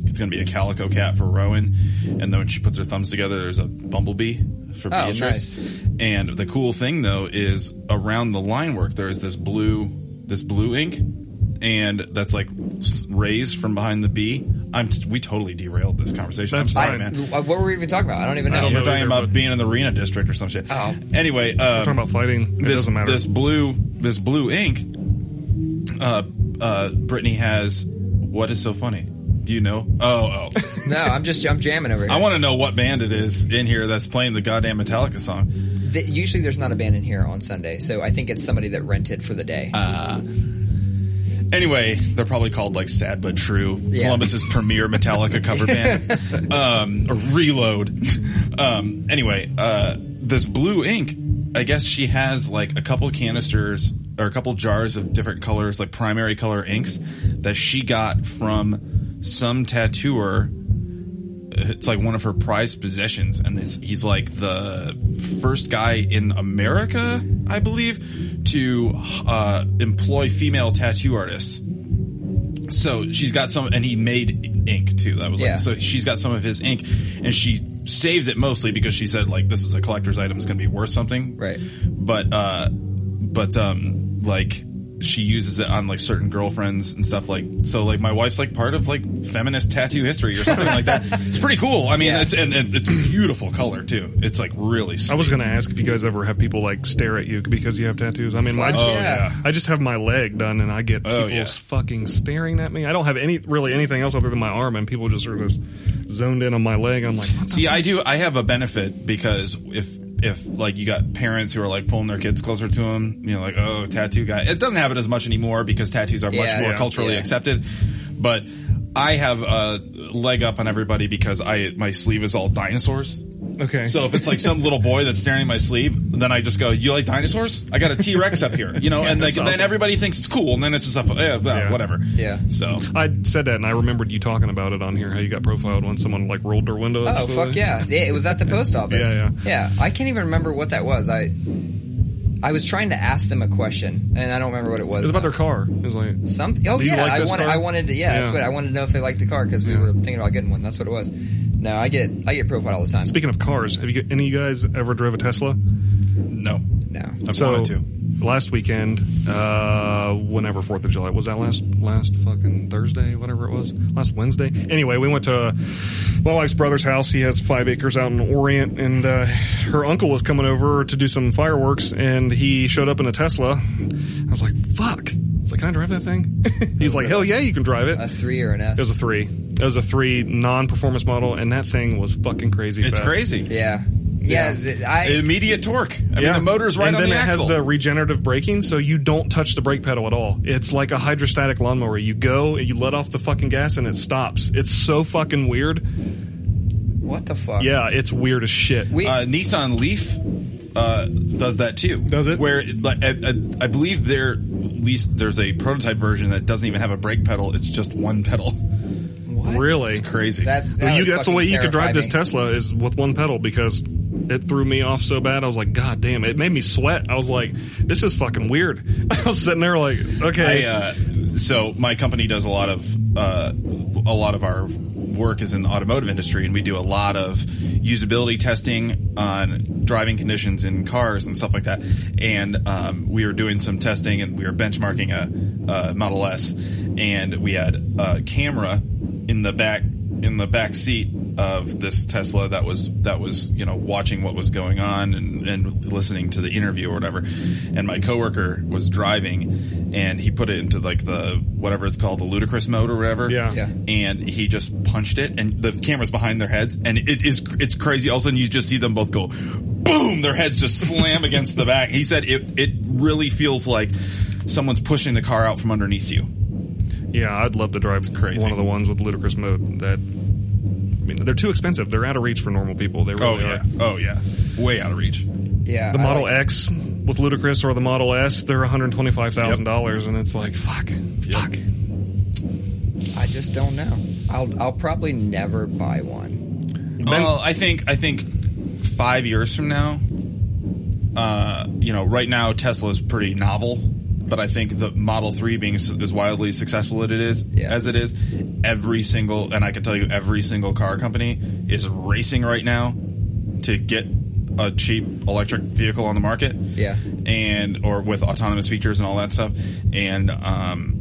Speaker 2: it's gonna be a calico cat for Rowan, and then when she puts her thumbs together, there's a bumblebee for
Speaker 1: Oh,
Speaker 2: Beatrice. And the cool thing though is around the line work there is this blue this blue ink, and that's like s- rays from behind the bee. I'm we totally derailed this conversation.
Speaker 3: That's
Speaker 2: I'm sorry,
Speaker 3: fine.
Speaker 2: man.
Speaker 1: I, uh, what were we even talking about? I don't even know.
Speaker 3: I don't
Speaker 2: We're
Speaker 3: know
Speaker 2: talking
Speaker 3: either,
Speaker 2: about
Speaker 3: but-
Speaker 2: being in the arena district or some shit.
Speaker 1: Oh.
Speaker 2: Anyway, um,
Speaker 3: Talking about fighting, it
Speaker 2: this,
Speaker 3: doesn't matter.
Speaker 2: This blue, this blue ink. Uh, uh, Brittany has. What is so funny? Do you know? Oh,
Speaker 3: (laughs)
Speaker 2: oh.
Speaker 1: (laughs) No, I'm just I'm jamming over here.
Speaker 2: I want to know what band it is in here that's playing the goddamn Metallica song.
Speaker 1: Th- usually there's not a band in here on Sunday, so I think it's somebody that rented for the day.
Speaker 2: Anyway, they're probably called like Sad but True,
Speaker 1: Yeah.
Speaker 2: Columbus's premier Metallica cover band, um, or Reload. Um, anyway, uh, this blue ink. I guess she has like a couple canisters or a couple jars of different colors, like primary color inks, that she got from some tattooer it's like one of her prized possessions, and this, he's like the first guy in America, I believe, to uh, employ female tattoo artists. So she's got some, and he made ink too. That was
Speaker 1: Yeah.
Speaker 2: like, so she's got some of his ink, and she saves it mostly because she said like this is a collector's item, it's going to be worth something,
Speaker 1: Right.
Speaker 2: But uh, but uh, um, like she uses it on like certain girlfriends and stuff like so like my wife's like part of like feminist tattoo history or something
Speaker 1: (laughs)
Speaker 2: like that it's pretty cool i mean
Speaker 1: Yeah.
Speaker 2: it's and, and it's beautiful color too it's like really
Speaker 3: I
Speaker 2: sweet.
Speaker 3: was gonna ask if you guys ever have people like stare at you because you have tattoos. I mean, I
Speaker 1: Fuck
Speaker 3: just,
Speaker 1: yeah.
Speaker 3: I just have my leg done, and I get people
Speaker 2: Oh, yeah.
Speaker 3: fucking staring at me. I don't have any really anything else other than my arm, and people just are just zoned in on my leg. I'm like, what the-
Speaker 2: See, I do. I have a benefit because if if like you got parents who are like pulling their kids closer to them, you know, like oh tattoo guy. It doesn't happen as much anymore because tattoos are much
Speaker 1: Yeah,
Speaker 2: more
Speaker 1: yeah.
Speaker 2: culturally
Speaker 1: Yeah.
Speaker 2: accepted. But I have a leg up on everybody because I my sleeve is all dinosaurs.
Speaker 3: okay,
Speaker 2: So if it's like some little boy that's staring at my sleeve, then I just go, "You like dinosaurs? I got a T Rex up here,
Speaker 3: (laughs)
Speaker 2: you know." and like,
Speaker 3: that's
Speaker 2: then
Speaker 3: awesome.
Speaker 2: everybody thinks it's cool, and then it's just stuff, yeah,
Speaker 3: Yeah.
Speaker 2: whatever.
Speaker 1: Yeah.
Speaker 2: So
Speaker 3: I said that, and I remembered you talking about it on here. How you got profiled when someone like rolled their window. up
Speaker 1: Oh
Speaker 3: slowly.
Speaker 1: fuck yeah! Yeah, It was at the post office.
Speaker 3: Yeah,
Speaker 1: I can't even remember what that was. I I was trying to ask them a question, and I don't remember what it was.
Speaker 3: It's about their car. It's like
Speaker 1: something. Oh
Speaker 3: Do you
Speaker 1: yeah,
Speaker 3: like
Speaker 1: I
Speaker 3: this
Speaker 1: wanted.
Speaker 3: car?
Speaker 1: I wanted. To, yeah,
Speaker 3: Yeah.
Speaker 1: that's what I wanted to know if they liked the car because we
Speaker 3: Yeah.
Speaker 1: were thinking about getting one. That's what it was. No, I get I get profiled all the time.
Speaker 3: Speaking of cars, have you any of you guys ever drove a Tesla?
Speaker 2: no,
Speaker 1: No.
Speaker 2: I've
Speaker 3: so
Speaker 2: wanted to.
Speaker 3: last weekend, uh, whenever Fourth of July was that last last fucking Thursday, whatever it was, last Wednesday. Anyway, we went to my wife's brother's house. He has five acres out in Orient, and uh, her uncle was coming over to do some fireworks, and he showed up in a Tesla. I was like, "Fuck!" It's like, "Can I drive that thing?" (laughs) He's like, "Hell yeah, you can drive it."
Speaker 1: A three or an S.
Speaker 3: It was a three. It was a three non-performance model, and that thing was fucking crazy.
Speaker 2: It's
Speaker 3: fast.
Speaker 2: crazy.
Speaker 1: yeah. Yeah. th- I.
Speaker 2: Immediate torque. I mean, the motor's right
Speaker 3: and
Speaker 2: on
Speaker 3: then
Speaker 2: the
Speaker 3: it
Speaker 2: axle.
Speaker 3: has the regenerative braking, so you don't touch the brake pedal at all. It's like a hydrostatic lawnmower. You go, you let off the fucking gas, and it stops. It's so fucking weird.
Speaker 1: What the fuck?
Speaker 3: Yeah, it's weird as shit.
Speaker 1: We.
Speaker 2: uh, Nissan Leaf uh, does that too.
Speaker 3: Does it?
Speaker 2: Where it- like, I, I, I believe there at least there's a prototype version that doesn't even have a brake pedal. It's just one pedal. (laughs)
Speaker 1: what?
Speaker 3: really?
Speaker 2: It's crazy.
Speaker 1: That's that
Speaker 3: Well, you,
Speaker 1: would
Speaker 3: that's the
Speaker 1: fucking
Speaker 3: way you could
Speaker 1: terrify
Speaker 3: drive this
Speaker 1: me.
Speaker 3: Tesla is with one pedal because it threw me off so bad. I was like, God damn! It made me sweat. I was like, this is fucking weird. (laughs) I was sitting there like,
Speaker 2: I,
Speaker 3: okay,
Speaker 2: uh, so my company does a lot of uh, a lot of our work is in the automotive industry, and we do a lot of usability testing on driving conditions in cars and stuff like that. And um, we were doing some testing, and we were benchmarking a, a Model S, and we had a camera in the back in the back seat of this Tesla that was that was you know watching what was going on and, and listening to the interview or whatever. And my coworker was driving, and he put it into like the whatever it's called the ludicrous mode or whatever.
Speaker 3: Yeah.
Speaker 1: Yeah.
Speaker 2: And he just punched it, and the camera's behind their heads, and it is it's crazy. All of a sudden, you just see them both go. Boom! Their heads just slam (laughs) against the back. He said it. It really feels like someone's pushing the car out from underneath you.
Speaker 3: yeah, I'd love to drive
Speaker 2: crazy.
Speaker 3: one of the ones with ludicrous mode. That I mean, they're too expensive. They're out of reach for normal people. They really
Speaker 2: Oh
Speaker 3: are.
Speaker 2: yeah. Oh yeah. Way out of reach.
Speaker 1: Yeah.
Speaker 3: the
Speaker 1: I
Speaker 3: Model
Speaker 1: like-
Speaker 3: X with Ludacris or the Model S, they're one hundred twenty five thousand dollars, and it's like fuck, fuck.
Speaker 2: Oh.
Speaker 1: I just don't know. I'll I'll probably never buy one.
Speaker 2: well, I think I think five years from now, uh, you know, right now Tesla's pretty novel, but I think the Model Three being s- as wildly successful as it is,
Speaker 1: Yeah.
Speaker 2: as it is, every single and I can tell you every single car company is racing right now to get a cheap electric vehicle on the market
Speaker 1: Yeah.
Speaker 2: and or with autonomous features and all that stuff. And um,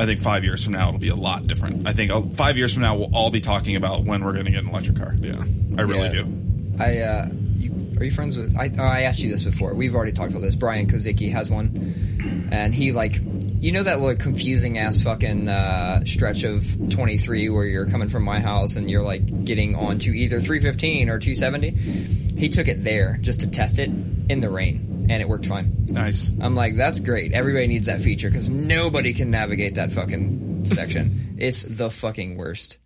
Speaker 2: I think five years from now it'll be a lot different. I think uh, five years from now we'll all be talking about when we're going to get an electric car. Yeah, I really
Speaker 1: Yeah.
Speaker 2: do.
Speaker 1: I uh, you, are you friends with? I, oh, I asked you this before. We've already talked about this. Brian Kozicki has one, and he like, you know that little confusing ass fucking uh, stretch of 23 where you're coming from my house and you're like getting onto either 315 or 270. He took it there just to test it in the rain, and it worked fine.
Speaker 2: Nice.
Speaker 1: I'm like, that's great. Everybody needs that feature because nobody can navigate that fucking section. It's the fucking worst.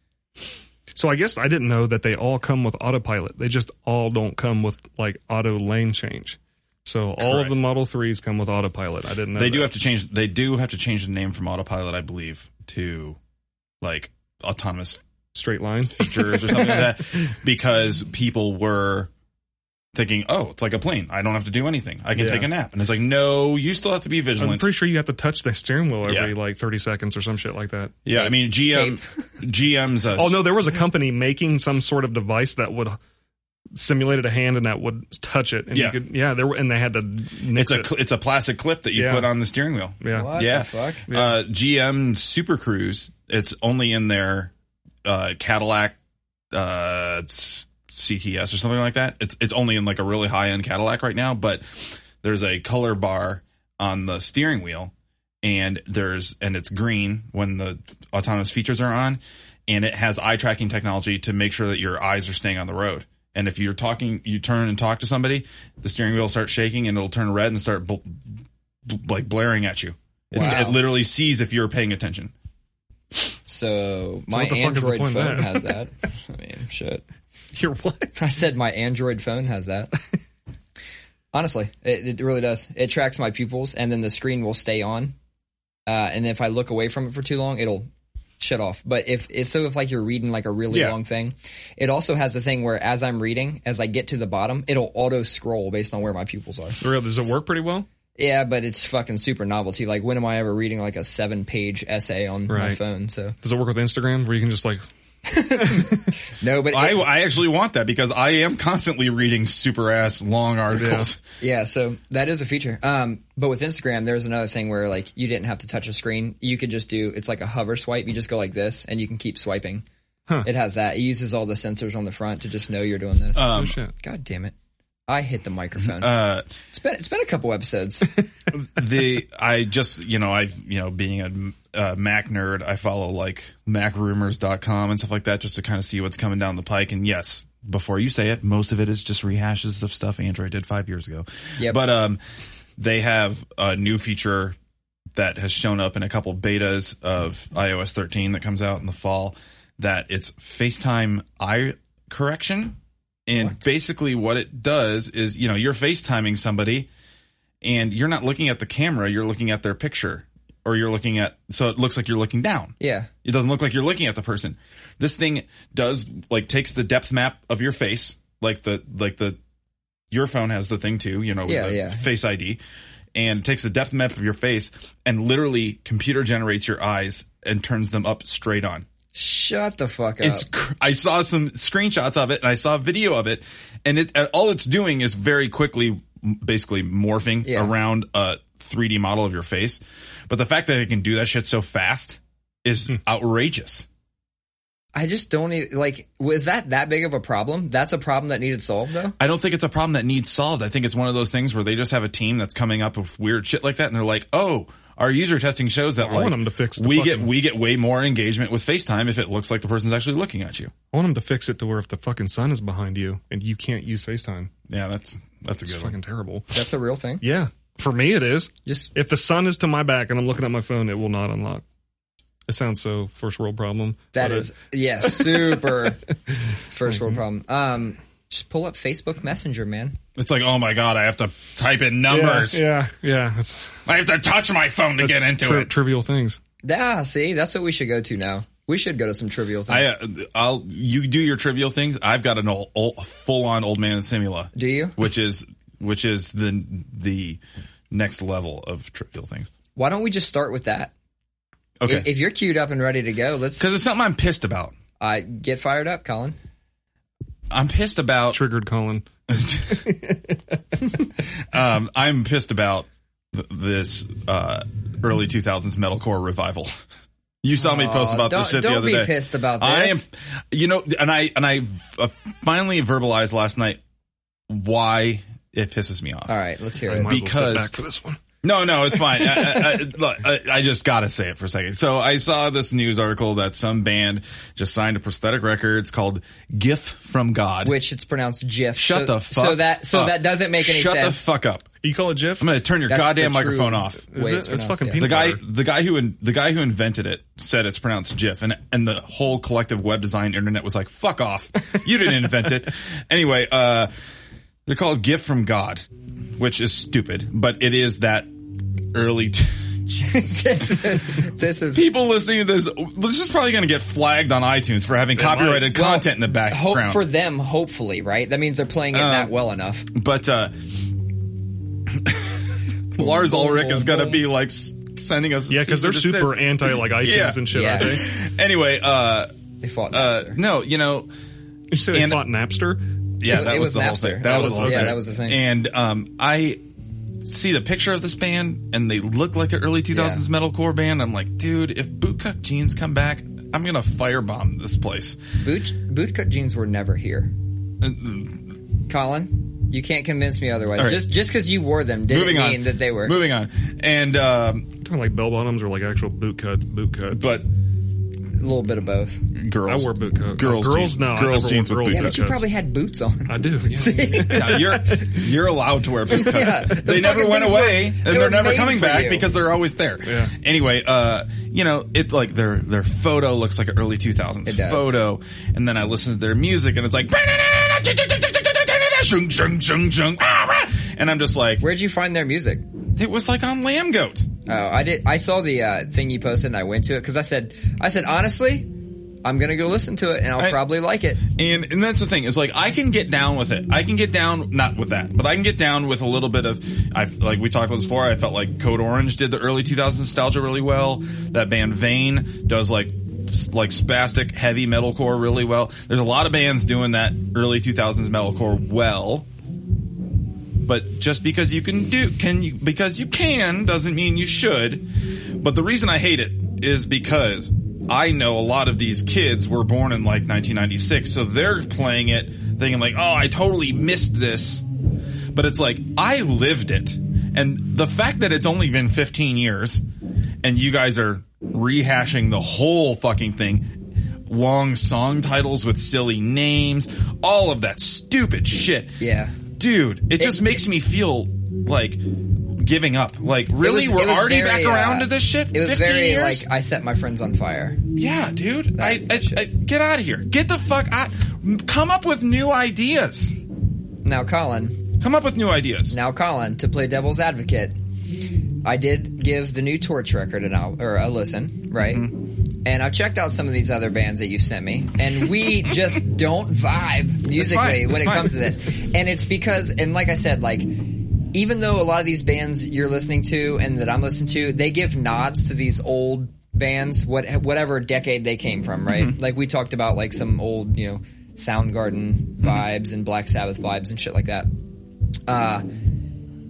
Speaker 3: So I guess I didn't know that they all come with autopilot. They just all don't come with like auto lane change. So all of
Speaker 2: Correct.
Speaker 3: the Model Threes come with autopilot. I didn't know
Speaker 2: They do
Speaker 3: that.
Speaker 2: have to change. They do have to change the name from autopilot, I believe, to like autonomous
Speaker 3: straight line.
Speaker 2: features or something
Speaker 3: (laughs)
Speaker 2: like that, because people were thinking, "Oh, it's like a plane. I don't have to do anything. I can
Speaker 3: Yeah.
Speaker 2: take a nap." And it's like, no, you still have to be
Speaker 3: I'm
Speaker 2: vigilant.
Speaker 3: pretty sure you have to touch the steering wheel every
Speaker 2: Yeah.
Speaker 3: like 30 seconds or some shit like that.
Speaker 2: yeah, I mean, GM, GM's. A,
Speaker 3: (laughs) Oh no, there was a company making some sort of device that would simulated a hand and that would touch it. And
Speaker 2: Yeah.
Speaker 3: you could, yeah, there were, and they had to
Speaker 2: It's
Speaker 3: nix
Speaker 2: a
Speaker 3: it.
Speaker 2: cl- it's a plastic clip that you
Speaker 3: Yeah.
Speaker 2: put on the steering wheel.
Speaker 3: yeah.
Speaker 1: What
Speaker 2: yeah.
Speaker 1: the fuck?
Speaker 2: Uh, GM Super Cruise. It's only in their uh, Cadillac uh, s- CTS or something like that. It's it's only in like a really high end Cadillac right now. But there's a color bar on the steering wheel, and there's and it's green when the autonomous features are on, and it has eye tracking technology to make sure that your eyes are staying on the road. And if you're talking, you turn and talk to somebody, the steering wheel starts shaking and it'll turn red and start bl- bl- like blaring at you. It's,
Speaker 1: Wow.
Speaker 2: It literally sees if you're paying attention.
Speaker 1: So my
Speaker 3: what the fuck is the
Speaker 1: Android
Speaker 3: point of
Speaker 1: phone
Speaker 3: that?
Speaker 1: has
Speaker 3: (laughs)
Speaker 1: that. I mean, shit.
Speaker 3: (laughs) You're what?
Speaker 1: I said my Android phone has
Speaker 3: (laughs)
Speaker 1: that. Honestly, it, it really does. It tracks my pupils, and then the screen will stay on. Uh, and if I look away from it for too long, it'll shut off. But if it's so, if like you're reading like a really
Speaker 2: Yeah.
Speaker 1: long thing, it also has the thing where as I'm reading, as I get to the bottom, it'll auto scroll based on where my pupils are.
Speaker 3: For real, does it work pretty well?
Speaker 1: Yeah, but it's fucking super novelty. Like, when am I ever reading like a seven page essay on my
Speaker 3: Right.
Speaker 1: phone? So
Speaker 3: Does it work with Instagram where you can just like,
Speaker 1: no, but
Speaker 2: I,
Speaker 1: it-
Speaker 2: I actually want that because I am constantly reading super ass long articles.
Speaker 1: Yeah, so that is a feature. Um, but with Instagram, there's another thing where like you didn't have to touch a screen. You could just do it's like a hover swipe. You just go like this, and you can keep swiping. It has that. It uses all the sensors on the front to just know you're doing this.
Speaker 3: oh shit.
Speaker 1: God damn it! I hit the microphone.
Speaker 2: Uh,
Speaker 1: it's been it's been a couple
Speaker 2: (laughs)
Speaker 1: episodes.
Speaker 2: the I just you know I you know being a uh, Mac nerd, I follow like MacRumors.com and stuff like that just to kind of see what's coming down the pike. And yes, before you say it, most of it is just rehashes of stuff Android did five years ago.
Speaker 1: Yep.
Speaker 2: but um, they have a new feature that has shown up in a couple betas of iOS 13 that comes out in the fall. That it's FaceTime eye correction. And basically, what it does is, you know, you're FaceTiming somebody, and you're not looking at the camera, you're looking at their picture or you're looking at so it looks like you're looking down.
Speaker 1: yeah,
Speaker 2: It doesn't look like you're looking at the person. This thing does like takes the depth map of your face, like the like the your phone has the thing too, you know, with
Speaker 1: Yeah,
Speaker 2: the
Speaker 1: yeah.
Speaker 2: face ID and takes the depth map of your face and literally computer generates your eyes and turns them up straight on.
Speaker 1: shut the fuck up.
Speaker 2: It's cr- I saw some screenshots of it and I saw a video of it, and it uh, all it's doing is very quickly, m- basically morphing
Speaker 1: Yeah.
Speaker 2: around a 3D model of your face. But the fact that it can do that shit so fast
Speaker 1: Hmm.
Speaker 2: is outrageous.
Speaker 1: I just don't even like. Was that that big of a problem? That's a problem that needed solved though.
Speaker 2: I don't think it's a problem that needs solved. I think it's one of those things where they just have a team that's coming up with weird shit like that, and they're like, oh. Our user testing shows that
Speaker 3: I
Speaker 2: like
Speaker 3: want 'em to fix the
Speaker 2: we get
Speaker 3: fucking-
Speaker 2: we get way more engagement with FaceTime if it looks like the person's actually looking at you.
Speaker 3: I want them to fix it to where if the fucking sun is behind you and you can't use FaceTime,
Speaker 2: Yeah, that's that's a
Speaker 3: it's
Speaker 2: good one.
Speaker 3: fucking terrible.
Speaker 1: That's a real thing.
Speaker 3: Yeah. For me, it is.
Speaker 1: Just
Speaker 3: If the sun is to my back and I'm looking at my phone, it will not unlock. It sounds so first world problem.
Speaker 1: That
Speaker 3: but, uh,
Speaker 1: is, yeah, super
Speaker 2: (laughs)
Speaker 1: first
Speaker 2: Mhm.
Speaker 1: world problem. Um, just pull up Facebook Messenger, man.
Speaker 2: It's like, oh my god, I have to type in numbers.
Speaker 3: Yeah, yeah. That's,
Speaker 2: I have to touch my phone to
Speaker 3: that's
Speaker 2: get into
Speaker 3: tri-
Speaker 2: it.
Speaker 3: Trivial things.
Speaker 1: Ah, see, that's what we should go to now. We should go to some trivial
Speaker 2: I,
Speaker 1: things.
Speaker 2: uh, I'll you do your trivial things. I've got an old, old full on old man simula.
Speaker 1: Do you?
Speaker 2: Which is which is the the next level of trivial things.
Speaker 1: Why don't we just start with that?
Speaker 2: Okay,
Speaker 1: If, if you're queued up and ready to go, let's
Speaker 2: because it's something I'm pissed about.
Speaker 1: uh, get fired up, Colin.
Speaker 2: I'm pissed about.
Speaker 3: Triggered Colin.
Speaker 2: (laughs) um, I'm pissed about th- this uh, early 2000s metalcore revival. You saw me post
Speaker 1: Aw,
Speaker 2: about this
Speaker 1: Uh, don't-
Speaker 2: shit the
Speaker 1: don't
Speaker 2: other
Speaker 1: be
Speaker 2: day.
Speaker 1: pissed about
Speaker 2: I am,
Speaker 1: this.
Speaker 2: you know, and I and I uh, finally verbalized last night why it pisses me off.
Speaker 1: All right, let's hear
Speaker 3: I
Speaker 2: Oh
Speaker 1: it.
Speaker 3: might as well sit
Speaker 2: Because-
Speaker 3: back for this one.
Speaker 2: No, no,
Speaker 1: (laughs)
Speaker 2: it's fine. I, I, I, look, I, I just gotta say it for a second. So I saw this news article that some band just signed a prosthetic record. It's called "Gift from God."
Speaker 1: Which it's pronounced GIF.
Speaker 2: Shut
Speaker 1: so,
Speaker 2: the fuck.
Speaker 1: So that so
Speaker 2: up.
Speaker 1: that doesn't make any
Speaker 2: Shut
Speaker 1: sense. (laughs)
Speaker 2: the fuck up.
Speaker 3: You call it GIF?
Speaker 2: I'm gonna turn your
Speaker 1: That's
Speaker 2: goddamn
Speaker 1: the true
Speaker 2: microphone off.
Speaker 1: way
Speaker 3: Is it? It's
Speaker 1: pronounced,
Speaker 3: fucking
Speaker 1: yeah.
Speaker 3: peanut-
Speaker 2: The guy,
Speaker 3: Butter.
Speaker 2: the guy who in, the guy who invented it said it's pronounced GIF, and and the whole collective web design internet was like, "Fuck off, you didn't
Speaker 1: (laughs)
Speaker 2: invent it." Anyway, uh, they're called GIF from God, which is stupid, but it is that early. T-
Speaker 1: this is
Speaker 2: People listening to this, this is probably going to get flagged on iTunes for having copyrighted
Speaker 1: Well,
Speaker 2: content in the
Speaker 1: hope
Speaker 2: background.
Speaker 1: for them. Hopefully, right? That means they're playing
Speaker 2: Uh,
Speaker 1: it not well enough.
Speaker 2: but
Speaker 1: (laughs)
Speaker 2: uh, Lars Ulrich is going to be like s- sending us. a
Speaker 3: Yeah, because they're
Speaker 2: cease and
Speaker 3: super
Speaker 2: desist.
Speaker 3: anti like iTunes
Speaker 2: Yeah.
Speaker 3: and shit,
Speaker 1: Yeah.
Speaker 3: aren't they?
Speaker 2: Anyway, uh,
Speaker 1: They fought.
Speaker 2: uh,
Speaker 1: Napster.
Speaker 2: no, you know.
Speaker 3: You say they
Speaker 2: And-
Speaker 3: fought Napster?
Speaker 2: yeah,
Speaker 1: It-
Speaker 2: that
Speaker 1: it
Speaker 2: was,
Speaker 1: was
Speaker 2: the whole
Speaker 1: Napster.
Speaker 2: thing. That,
Speaker 1: That
Speaker 2: was,
Speaker 1: was-
Speaker 2: the whole
Speaker 1: yeah,
Speaker 2: thing.
Speaker 1: that was the thing.
Speaker 2: And um, I see the picture of this band, and they look like an early 2000s metalcore band. I'm like, dude, if bootcut jeans come back, I'm gonna firebomb this place. Uh,
Speaker 1: Boot bootcut jeans were never here. Colin, you can't convince me otherwise.
Speaker 2: All right.
Speaker 1: Just just because you wore them didn't
Speaker 2: Moving
Speaker 1: mean
Speaker 2: on.
Speaker 1: that they were.
Speaker 2: Moving on. And um,
Speaker 3: Talking like bell bottoms or like actual boot cut, boot cut.
Speaker 2: but
Speaker 1: A little bit of both.
Speaker 2: girls,
Speaker 3: I wore boot cut. Uh,
Speaker 2: Girls,
Speaker 3: girls,
Speaker 2: jeans.
Speaker 3: no, I
Speaker 2: girls
Speaker 3: never
Speaker 2: jeans
Speaker 3: wore
Speaker 2: with
Speaker 3: girls
Speaker 1: Yeah,
Speaker 2: boot
Speaker 1: but you
Speaker 3: cuts.
Speaker 1: probably had boots on.
Speaker 3: I do.
Speaker 2: (laughs)
Speaker 3: yeah.
Speaker 2: Yeah,
Speaker 1: (laughs)
Speaker 2: you're you're allowed to wear boot cuts.
Speaker 1: the
Speaker 2: they never
Speaker 1: fucking
Speaker 2: went
Speaker 1: things were- they
Speaker 2: away, and
Speaker 1: were
Speaker 2: they're never
Speaker 1: made
Speaker 2: coming
Speaker 1: for
Speaker 2: back
Speaker 1: you.
Speaker 2: because they're always there.
Speaker 3: Yeah.
Speaker 2: Anyway, uh, you know, it like their their photo looks like an early two thousands
Speaker 1: It does.
Speaker 2: photo, and then I listen to their music, and it's like. (laughs) shung, shung, shung, shung, ah, rah. And I'm just like,
Speaker 1: Where'd you find their music?
Speaker 2: it was like on Lamb Goat.
Speaker 1: Oh, I did. I saw the uh, thing you posted, and I went to it because I said, I said honestly, I'm gonna go listen to it, and I'll
Speaker 2: I-
Speaker 1: probably like it.
Speaker 2: And and that's the thing. It's like I can get down with it. I can get down not with that, but I can get down with a little bit of I like we talked about this before. I felt like Code Orange did the early 2000s nostalgia really well. That band Vane does like s- like spastic heavy metalcore really well. There's a lot of bands doing that early 2000s metalcore well. But just because you can do can you because you can doesn't mean you should. But the reason I hate it is because I know a lot of these kids were born in like 1996, so they're playing it thinking like, "Oh, I totally missed this." But it's like I lived it. And the fact that it's only been 15 years and you guys are rehashing the whole fucking thing long song titles with silly names, all of that stupid shit
Speaker 1: Yeah.
Speaker 2: dude, it just
Speaker 1: It-
Speaker 2: makes me feel like giving up. Like, really,
Speaker 1: It was- it
Speaker 2: we're
Speaker 1: was
Speaker 2: already
Speaker 1: very,
Speaker 2: back around
Speaker 1: uh,
Speaker 2: to this shit?
Speaker 1: It was
Speaker 2: 15
Speaker 1: very
Speaker 2: years?
Speaker 1: like um, I set my friends on fire.
Speaker 2: yeah, dude. I, I,
Speaker 1: shit.
Speaker 2: I get out of here. Get the fuck out. Come up with new ideas.
Speaker 1: Now, Colin,
Speaker 2: Come up with new ideas.
Speaker 1: Now, Colin, to play devil's advocate, I did give the new Torch record an al- or a listen, right?
Speaker 2: Mm-hmm.
Speaker 1: And I've checked out some of these other bands that you've sent me, and
Speaker 2: (laughs)
Speaker 1: we just don't vibe musically
Speaker 2: fine,
Speaker 1: when
Speaker 2: it's
Speaker 1: it
Speaker 2: fine.
Speaker 1: comes to this. And it's because, and like I said, like even though a lot of these bands you're listening to and that I'm listening to, they give nods to these old bands, what whatever decade they came from, right?
Speaker 2: Mm-hmm.
Speaker 1: Like we talked about, like some old, you know, Soundgarden
Speaker 2: Mm-hmm.
Speaker 1: vibes and Black Sabbath vibes and shit like that. Uh,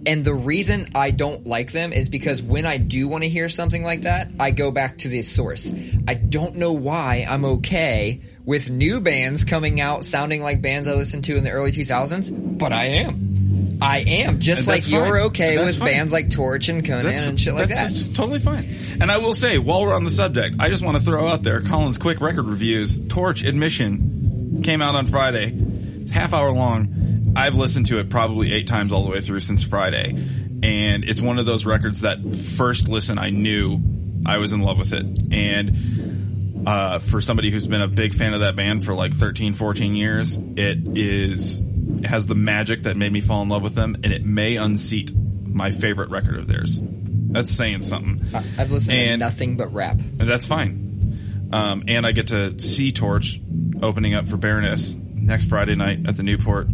Speaker 1: and the reason I don't like them is because when I do want to hear something like that, I go back to the source. I don't know why I'm okay with new bands coming out sounding like bands I listened to in the early 2000s, but I am. I am just
Speaker 2: And
Speaker 1: like
Speaker 2: that's
Speaker 1: you're
Speaker 2: fine.
Speaker 1: okay
Speaker 2: That's
Speaker 1: with
Speaker 2: fine.
Speaker 1: bands like Torch and Conan and shit like that.
Speaker 2: that's just totally fine. And I will say, while we're on the subject, I just want to throw out there Colin's quick record reviews. Torch Admission came out on Friday. It's half hour long. I've listened to it probably eight times all the way through since Friday. And it's one of those records that first listen I knew I was in love with it. And uh, for somebody who's been a big fan of that band for like 13, 14 years, it is it has the magic that made me fall in love with them, and it may unseat my favorite record of theirs. That's saying something.
Speaker 1: I- I've listened to
Speaker 2: And-
Speaker 1: nothing but rap.
Speaker 2: And that's fine. Um, and I get to see Torch opening up for Baroness next Friday night at the Newport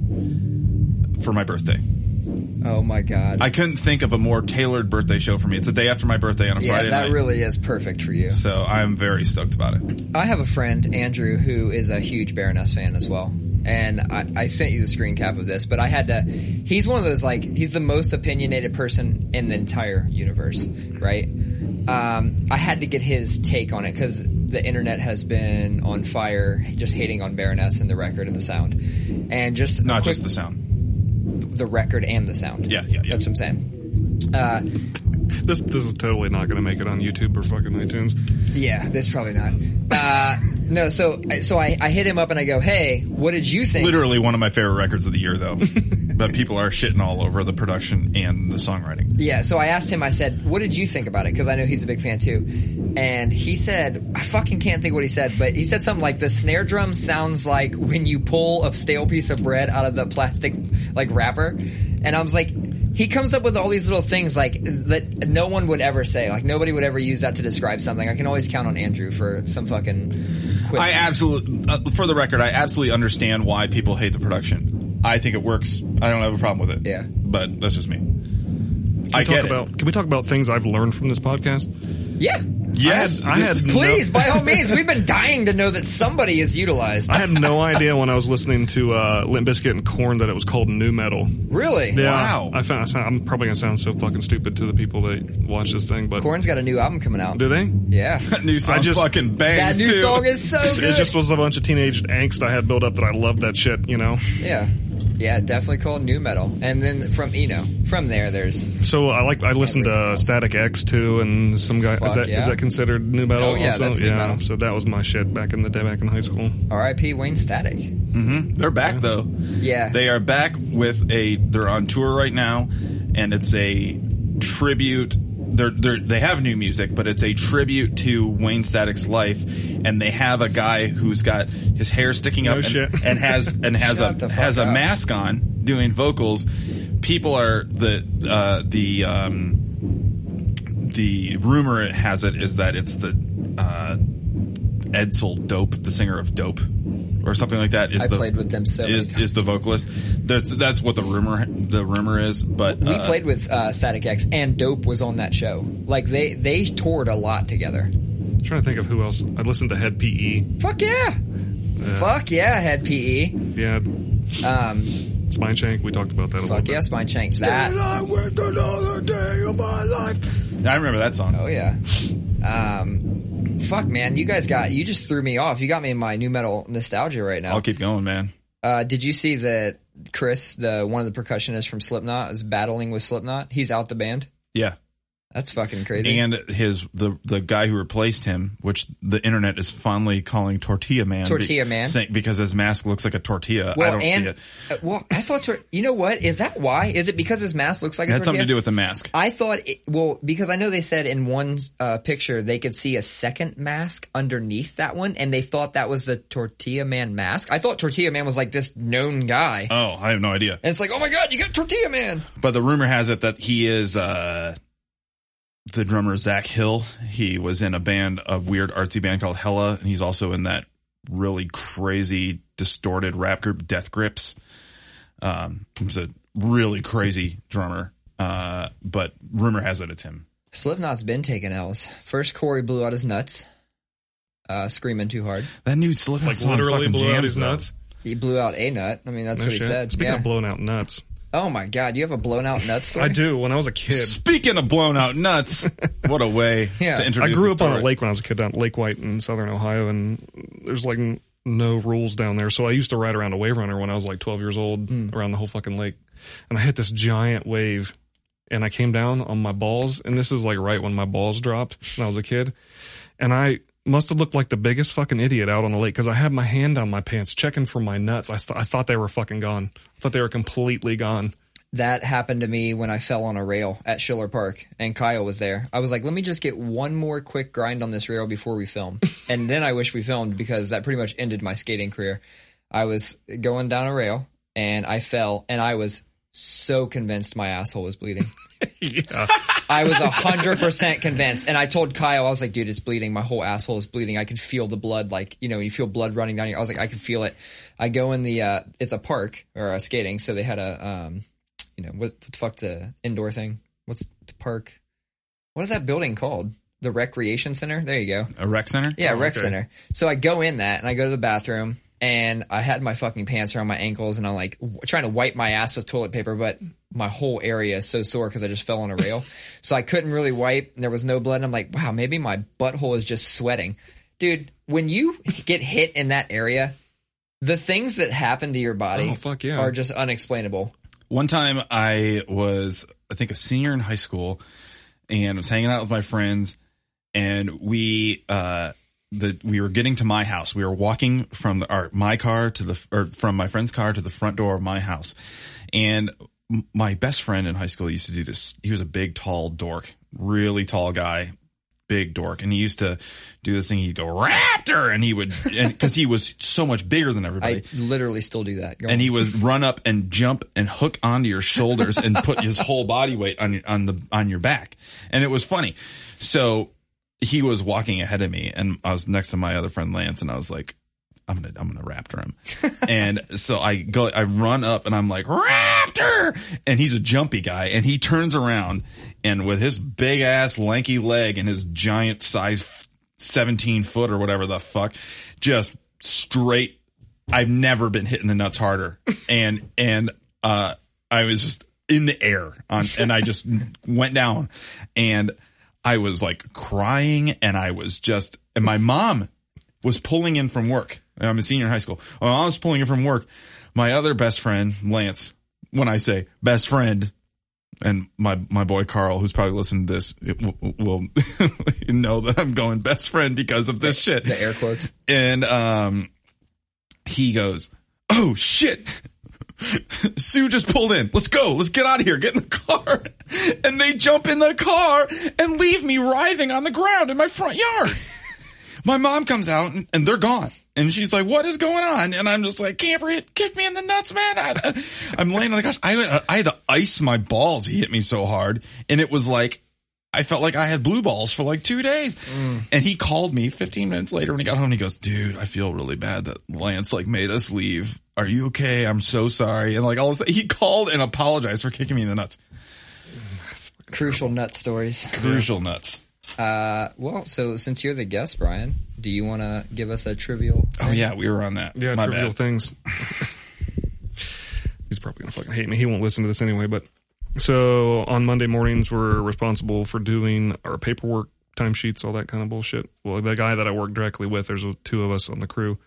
Speaker 2: for my birthday.
Speaker 1: Oh my god.
Speaker 2: I couldn't think of a more tailored birthday show for me. It's the day after my birthday on a
Speaker 1: yeah,
Speaker 2: Friday
Speaker 1: that
Speaker 2: night.
Speaker 1: really is perfect for you.
Speaker 2: so I'm very stoked about it.
Speaker 1: I have a friend, Andrew, who is a huge Baroness fan as well. And I, I sent you the screen cap of this, but I had to. He's one of those, like, he's the most opinionated person in the entire universe, right? Um, I had to get his take on it because the internet has been on fire, just hating on Baroness and the record and the sound. And just. a
Speaker 2: Not
Speaker 1: quick-
Speaker 2: just the sound.
Speaker 1: the record and the sound.
Speaker 2: Yeah, yeah, yeah.
Speaker 1: That's what I'm saying. Uh,
Speaker 3: This this is totally not going to make it on YouTube or fucking iTunes.
Speaker 1: yeah, that's probably not. Uh, no, so so I, I hit him up and I go, hey, what did you think?
Speaker 2: (laughs) Literally one of my favorite records of the year, (laughs) though. but people are shitting all over the production and the songwriting.
Speaker 1: Yeah, so I asked him, I said, what did you think about it? Because I know he's a big fan too. And he said, I fucking can't think what he said, but he said something like, the snare drum sounds like when you pull a stale piece of bread out of the plastic, like, wrapper. And I was like, he comes up with all these little things like that no one would ever say. Like nobody would ever use that to describe something. I can always count on Andrew for some fucking quick
Speaker 2: I absolutely, uh, for the record, I absolutely understand why people hate the production. I think it works. I don't have a problem with it.
Speaker 1: Yeah.
Speaker 2: But that's just me. I
Speaker 3: Can we
Speaker 2: get
Speaker 3: talk
Speaker 2: it.
Speaker 3: about, Can we talk about things I've learned from this podcast?
Speaker 1: Yeah.
Speaker 2: Yes,
Speaker 3: I had, I had no-
Speaker 1: Please, by all means, we've been dying to know that somebody is utilized.
Speaker 3: I
Speaker 2: (laughs)
Speaker 3: had no idea when I was listening to uh, Limp Bizkit and Corn that it was called new metal.
Speaker 1: Really?
Speaker 3: Yeah,
Speaker 2: Wow.
Speaker 3: I found, I sound, I'm probably gonna sound so fucking stupid to the people that watch this thing, but
Speaker 1: Korn's got a new album coming out.
Speaker 3: do they?
Speaker 1: Yeah.
Speaker 2: (laughs) new song
Speaker 3: I just-
Speaker 2: fucking bangs
Speaker 1: That new
Speaker 2: too.
Speaker 1: song is so good.
Speaker 3: It just was a bunch of teenage angst I had built up that I loved that shit, you know.
Speaker 1: yeah. Yeah, definitely called new metal. And then from, you know, from there there's
Speaker 3: So I like I listened
Speaker 1: Everything
Speaker 3: to
Speaker 1: else.
Speaker 3: Static X too, and some guy
Speaker 1: Fuck,
Speaker 3: is that is
Speaker 1: yeah.
Speaker 3: that considered new metal?
Speaker 1: Oh, yeah,
Speaker 3: also?
Speaker 1: that's new
Speaker 3: yeah.
Speaker 1: metal.
Speaker 3: So that was my shit back in the day, back in high school.
Speaker 1: R.I.P. Wayne Static.
Speaker 2: Mm-hmm. They're back though.
Speaker 1: Yeah.
Speaker 2: They are back with a. They're on tour right now, and it's a tribute. They're, they're, they have new music, but it's a tribute to Wayne Static's life, and they have a guy who's got his hair sticking up
Speaker 3: No
Speaker 2: and,
Speaker 3: shit.
Speaker 2: and
Speaker 1: (laughs)
Speaker 2: has and has
Speaker 1: Shut
Speaker 2: a
Speaker 1: the fuck
Speaker 2: has a
Speaker 1: up.
Speaker 2: mask on doing vocals. People are the uh, the um, the rumor it has it is that it's the uh, Edsel Dope, the singer of Dope, or something like that. Is
Speaker 1: I
Speaker 2: the,
Speaker 1: played with them so many
Speaker 2: is is the vocalist. That's, that's what the rumor the rumor is. But
Speaker 1: we
Speaker 2: uh,
Speaker 1: played with uh, Static X and Dope was on that show. Like they they toured a lot together.
Speaker 3: I'm trying to think of who else I listened to Head E. PE.
Speaker 1: Fuck yeah. Fuck yeah, head PE.
Speaker 3: Yeah,
Speaker 1: E. Um,
Speaker 3: Spine Shank. We talked about that. a little
Speaker 1: fuck
Speaker 3: bit.
Speaker 1: yeah, Spine Change. That.
Speaker 2: I wasted another day of my life. I remember that song.
Speaker 1: Oh yeah. Um, fuck man, you guys got you just threw me off. You got me in my new metal nostalgia right now.
Speaker 2: I'll keep going, man.
Speaker 1: Uh, did you see that Chris, the one of the percussionists from Slipknot, is battling with Slipknot? He's out the band.
Speaker 2: Yeah,
Speaker 1: That's fucking crazy.
Speaker 2: and his the the guy who replaced him, which the internet is fondly calling Tortilla Man.
Speaker 1: Tortilla Man.
Speaker 2: saying- because his mask looks like a tortilla. I don't
Speaker 1: and
Speaker 2: see it.
Speaker 1: uh, well, I thought tor- you know what is that? Why is it because his mask looks like
Speaker 2: It
Speaker 1: a
Speaker 2: had something to
Speaker 1: tortilla? Uh,
Speaker 2: do with the mask.
Speaker 1: I thought it, well because I know they said in one uh, picture they could see a second mask underneath that one, and they thought that was the Tortilla Man mask. I thought Tortilla Man was like this known guy,
Speaker 2: Oh, I have no idea.
Speaker 1: and it's like, oh my god, you got Tortilla Man.
Speaker 2: But the rumor has it that he is uh, the drummer Zach Hill. He was in a band, a weird artsy band called Hella, and he's also in that really crazy, distorted rap group Death Grips. Um, he's a really crazy drummer. Uh, but rumor has it it's him.
Speaker 1: Slipknot's been taking L's. First, Corey blew out his nuts, uh, screaming too hard.
Speaker 2: That new Slipknot
Speaker 3: Like
Speaker 2: song
Speaker 3: literally
Speaker 2: fucking
Speaker 3: blew out
Speaker 2: jams,
Speaker 3: his
Speaker 2: though.
Speaker 3: nuts.
Speaker 1: He blew out a nut. I mean, that's
Speaker 3: No
Speaker 1: what he
Speaker 3: shit.
Speaker 1: said.
Speaker 3: Speaking
Speaker 1: yeah.
Speaker 3: of blown out nuts,
Speaker 1: oh my god, you have a blown out nut story.
Speaker 3: I do. When I was a kid,
Speaker 2: Speaking of blown out nuts, what a
Speaker 3: (laughs)
Speaker 2: way
Speaker 1: Yeah.
Speaker 2: to
Speaker 3: I
Speaker 2: introduce.
Speaker 3: grew
Speaker 2: the
Speaker 3: up on a
Speaker 2: story.
Speaker 3: lake when I was a kid down at Lake White in southern Ohio, and there's like n- no rules down there. So I used to ride around a wave runner when I was like 12 years old around the whole fucking lake. And I hit this giant wave, and I came down on my balls. And this is like right when my balls dropped when I was a kid. And I must have looked like the biggest fucking idiot out on the lake because I had my hand down my pants checking for my nuts. I, th- I thought they were fucking gone. I thought they were completely gone.
Speaker 1: That happened to me when I fell on a rail at Schiller Park and Kyle was there. I was like, let me just get one more quick grind on this rail before we film. and then I wish we filmed because that pretty much ended my skating career. I was going down a rail and I fell and I was so convinced my asshole was bleeding. I was 100% convinced. And I told Kyle, I was like, dude, it's bleeding. My whole asshole is bleeding. I can feel the blood. Like, you know, you feel blood running down your, I was like, I can feel it. I go in the, uh, it's a park or a skating. So they had a, um, you know, what, what the fuck the indoor thing? What's the park? What is that building called? The recreation center? There you go.
Speaker 2: a rec center.
Speaker 1: Yeah, rec
Speaker 3: Oh, okay.
Speaker 1: center. So I go in that and I go to the bathroom and I had my fucking pants around my ankles and I'm like w- trying to wipe my ass with toilet paper, but my whole area is so sore because I just fell on a
Speaker 3: (laughs)
Speaker 1: rail. so I couldn't really wipe and there was no blood. And I'm like, wow, maybe my butthole is just sweating. Dude, when you get hit in that area, the things that happen to your body
Speaker 3: Oh, fuck yeah.
Speaker 1: are just unexplainable.
Speaker 2: One time I was, I think, a senior in high school and was hanging out with my friends and we, uh, the, we were getting to my house. We were walking from the, our, my car to the, or from my friend's car to the front door of my house. And m- my best friend in high school used to do this. He was a big, tall dork, really tall guy, big dork. And he used to do this thing. He'd go, Raptor! And he would, and, cause he was so much bigger than everybody
Speaker 1: I literally still do that. Go
Speaker 2: and
Speaker 1: on.
Speaker 2: he would run up and jump and hook onto your shoulders and put his whole body weight on your, on the on your back, and it was funny. So he was walking ahead of me, and I was next to my other friend Lance, and I was like, I'm gonna I'm gonna raptor him.
Speaker 1: (laughs)
Speaker 2: and so I go I run up and I'm like raptor, and he's a jumpy guy, and he turns around and with his big ass lanky leg and his giant size 17 foot or whatever the fuck, just straight. I've never been hitting the nuts harder, and and uh, I was just in the air on, and I just (laughs) went down, and I was like crying, and I was just, and my mom was pulling in from work. I'm a senior in high school. My mom was pulling in from work. My other best friend, Lance, when I say best friend, and my my boy Carl, who's probably listened to this, it w- w- will (laughs) know that I'm going best friend because of this shit.
Speaker 1: (laughs) The air quotes.
Speaker 2: And um, he goes, "Oh shit." (laughs) Sue just pulled in. Let's go. Let's get out of here. Get in the car. (laughs) And they jump in the car and leave me writhing on the ground in my front yard. (laughs) my mom comes out and, and they're gone. And she's like, "What is going on?" And I'm just like, "Camper hit, kicked me in the nuts, man." I, (laughs) am laying on the couch. I had, I had to ice my balls. He hit me so hard, and it was like I felt like I had blue balls for like two days.
Speaker 3: Mm.
Speaker 2: And he called me 15 minutes later when he got home. And he goes, "Dude, I feel really bad that Lance like made us leave. Are you okay? I'm so sorry." And like all of a sudden, he called and apologized for kicking me in the nuts.
Speaker 1: Crucial nut stories.
Speaker 2: Crucial nuts.
Speaker 1: Uh, well, so since you're the guest, Brian, do you want to give us a trivial?
Speaker 2: Oh yeah, we were on that.
Speaker 3: Yeah,
Speaker 2: my
Speaker 3: trivial
Speaker 2: bad.
Speaker 3: things. (laughs) He's probably gonna fucking hate me. He won't listen to this anyway. But so on Monday mornings, we're responsible for doing our paperwork, timesheets, all that kind of bullshit. Well, the guy that I work directly with, there's two of us on the crew.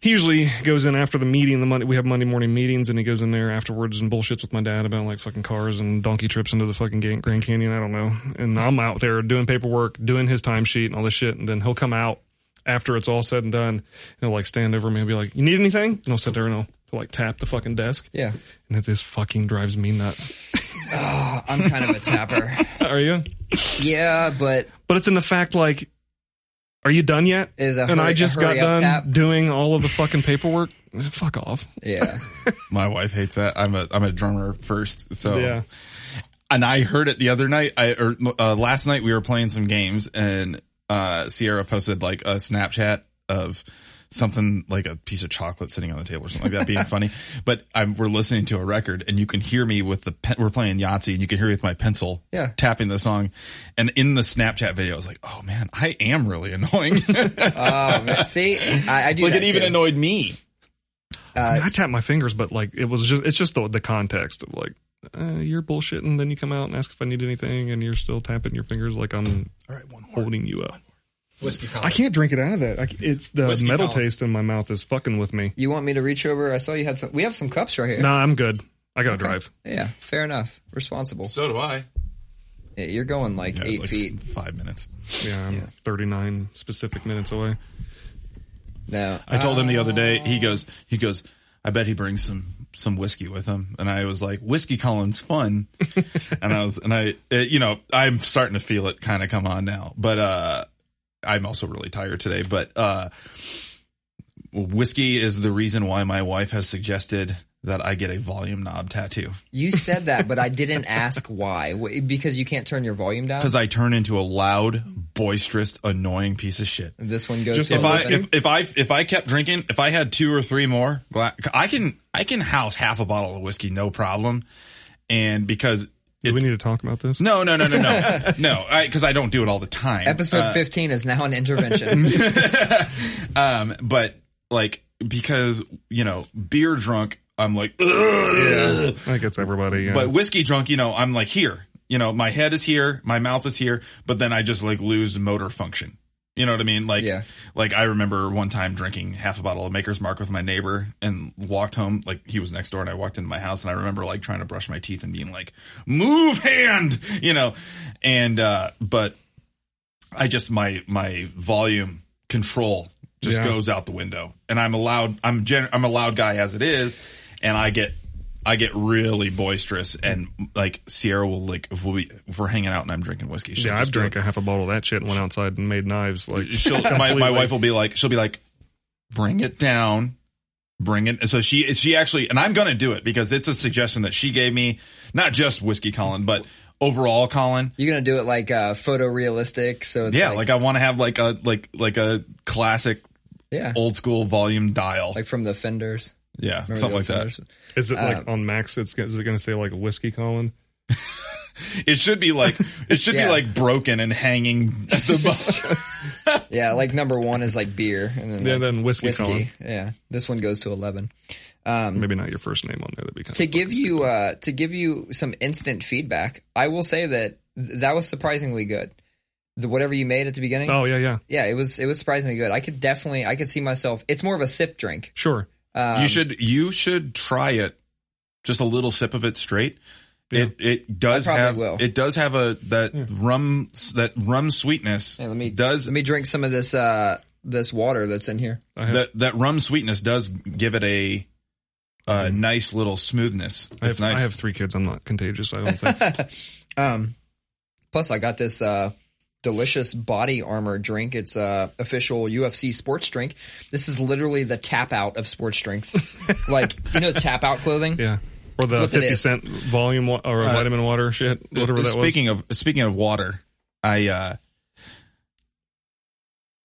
Speaker 3: He usually goes in after the meeting. The Monday we have Monday morning meetings, and he goes in there afterwards and bullshits with my dad about like fucking cars and donkey trips into the fucking Gan- Grand Canyon. I don't know. And I'm out there doing paperwork, doing his timesheet and all this shit, and then he'll come out after it's all said and done, and he'll like stand over me and be like, "You need anything?" And I'll sit there and I'll like tap the fucking desk.
Speaker 1: Yeah,
Speaker 3: And it just fucking drives me nuts.
Speaker 1: Ah, I'm kind of a tapper.
Speaker 2: (laughs)
Speaker 3: (laughs) Are you?
Speaker 1: yeah, but
Speaker 3: But it's in the fact like, are you done yet?
Speaker 1: Is a
Speaker 3: and
Speaker 1: hurry-
Speaker 3: I just
Speaker 1: a
Speaker 3: got
Speaker 1: hurry up
Speaker 3: done
Speaker 1: tap.
Speaker 3: doing all of the fucking paperwork. Fuck off.
Speaker 1: yeah,
Speaker 2: My wife hates that. I'm a I'm a drummer first, so
Speaker 3: Yeah.
Speaker 2: and I heard it the other night. I or uh, last night we were playing some games, and uh, Sierra posted like a Snapchat of something like a piece of chocolate sitting on the table or something like that, (laughs) being funny. But I'm, we're listening to a record, and you can hear me with the pen, we're playing Yahtzee, and you can hear me with my pencil,
Speaker 1: Yeah.
Speaker 2: tapping the song. And in the Snapchat video, I was like, "Oh man, I am really (laughs) annoying." like
Speaker 1: oh man. see, I, I do.
Speaker 2: it
Speaker 1: that
Speaker 2: even
Speaker 1: too.
Speaker 2: annoyed me.
Speaker 1: Uh,
Speaker 3: I tap my fingers, but like it was just it's just the, the context of like uh, you're bullshitting. Then you come out and ask if I need anything, and you're still tapping your fingers like I'm
Speaker 2: All right, one more
Speaker 3: holding you up.
Speaker 2: whiskey.
Speaker 3: I can't drink it out of that. I, c- it's the
Speaker 2: Whiskey
Speaker 3: metal
Speaker 2: column.
Speaker 3: taste in my mouth is fucking with me.
Speaker 1: You want me to reach over? I saw you had some. We have some cups right here.
Speaker 3: Nah, I'm good. I gotta drive.
Speaker 1: Yeah, fair enough. Responsible.
Speaker 2: So do I.
Speaker 1: Yeah, You're going like
Speaker 2: Yeah, it was
Speaker 1: eight
Speaker 2: like
Speaker 1: feet.
Speaker 2: five minutes.
Speaker 3: Yeah, I'm 39 specific minutes away.
Speaker 1: No,
Speaker 2: I told him the other day. He goes, he goes. I bet he brings some some whiskey with him. And I was like, whiskey Colin's fun. and I was, and I, it, you know, I'm starting to feel it kind of come on now. But uh I'm also really tired today. But uh whiskey is the reason why my wife has suggested that I get a volume knob tattoo
Speaker 1: Uh, you said that, but I didn't ask why. W- Because you can't turn your volume down.
Speaker 2: because I turn into a loud, boisterous, annoying piece of shit.
Speaker 1: This one goes.
Speaker 3: Just
Speaker 1: to
Speaker 2: if I
Speaker 1: 11.
Speaker 2: if, if I if I kept drinking, if I had two or three more, gla- I can I can house half a bottle of whiskey no problem. And because
Speaker 3: Do we
Speaker 2: it's
Speaker 3: need to talk about this?
Speaker 2: no no no no no
Speaker 3: (laughs)
Speaker 2: no because I don't do it all the time.
Speaker 1: Episode 15 is now an intervention.
Speaker 2: (laughs) Um, but like because you know beer drunk, I'm like, "Ugh."
Speaker 3: I think it's everybody. Yeah.
Speaker 2: but whiskey drunk, you know, I'm like here. You know, my head is here, my mouth is here, but then I just like lose motor function. You know what I mean? Like,
Speaker 1: Yeah.
Speaker 2: like I remember one time drinking half a bottle of Maker's Mark with my neighbor and walked home. Like he was next door, and I walked into my house, and I remember like trying to brush my teeth and being like, "Move hand," you know. And uh but I just my my volume control just
Speaker 3: Yeah.
Speaker 2: goes out the window, and I'm allowed. I'm gen, I'm a loud guy as it is, and I get I get really boisterous, and like Sierra will like if, we, if we're hanging out and I'm drinking whiskey. She'll
Speaker 3: yeah, I've
Speaker 2: just be
Speaker 3: drank a
Speaker 2: like-
Speaker 3: half a bottle of that shit and went outside and made knives. Like,
Speaker 2: She'll my, my wife will be like she'll be like, bring it down. Bring it. So she she actually, and I'm gonna do it because it's a suggestion that she gave me, not just whiskey, Colin, but overall, Colin.
Speaker 1: You're going to do it like uh, photorealistic. So it's
Speaker 2: Yeah, like, I want to have like a like like a classic
Speaker 1: Yeah.
Speaker 2: old school volume dial.
Speaker 1: Like from the Fenders.
Speaker 2: yeah,
Speaker 1: Remember the
Speaker 2: something like
Speaker 1: old
Speaker 2: that.
Speaker 1: Fenders?
Speaker 3: Is it like on Max? It's is it going to say like whiskey Colin?
Speaker 2: It should be like it
Speaker 1: (laughs)
Speaker 2: should
Speaker 1: Yeah.
Speaker 2: be like broken and hanging at
Speaker 1: (laughs)
Speaker 2: the bottom.
Speaker 1: Yeah, like number one is like beer, and then
Speaker 3: Yeah,
Speaker 1: like
Speaker 3: then whiskey Colin.
Speaker 1: Yeah, this one goes to eleven.
Speaker 3: Maybe not your first name on there. That'd be kind
Speaker 1: To give you uh, to give you some instant feedback, I will say that th- that was surprisingly good. The whatever you made at the beginning,
Speaker 3: Oh yeah, yeah,
Speaker 1: yeah, it was it was surprisingly good. I could definitely I could see myself. It's more of a sip drink.
Speaker 3: sure.
Speaker 1: Um,
Speaker 2: you should you should try it. Just a little sip of it straight. It it does
Speaker 1: I probably
Speaker 2: have
Speaker 1: will.
Speaker 2: it does have a that rum that rum sweetness.
Speaker 1: Hey, let me
Speaker 2: does
Speaker 1: let me drink some of this uh this water that's in here.
Speaker 3: I have,
Speaker 2: that that rum sweetness does give it a uh,
Speaker 1: Mm-hmm.
Speaker 2: nice little smoothness.
Speaker 3: I have,
Speaker 2: It's nice.
Speaker 3: I have three kids. I'm not contagious. I
Speaker 1: (laughs)
Speaker 3: don't think.
Speaker 1: Um, plus I got this uh delicious body armor drink. It's uh official UFC sports drink. This is literally the tap out of sports
Speaker 2: (laughs)
Speaker 1: drinks. like you know tap out clothing.
Speaker 3: yeah. Or the
Speaker 1: what it
Speaker 3: fifty
Speaker 1: is. Uh,
Speaker 3: cent volume wa- or vitamin water shit, whatever that was.
Speaker 2: speaking of speaking of water, I uh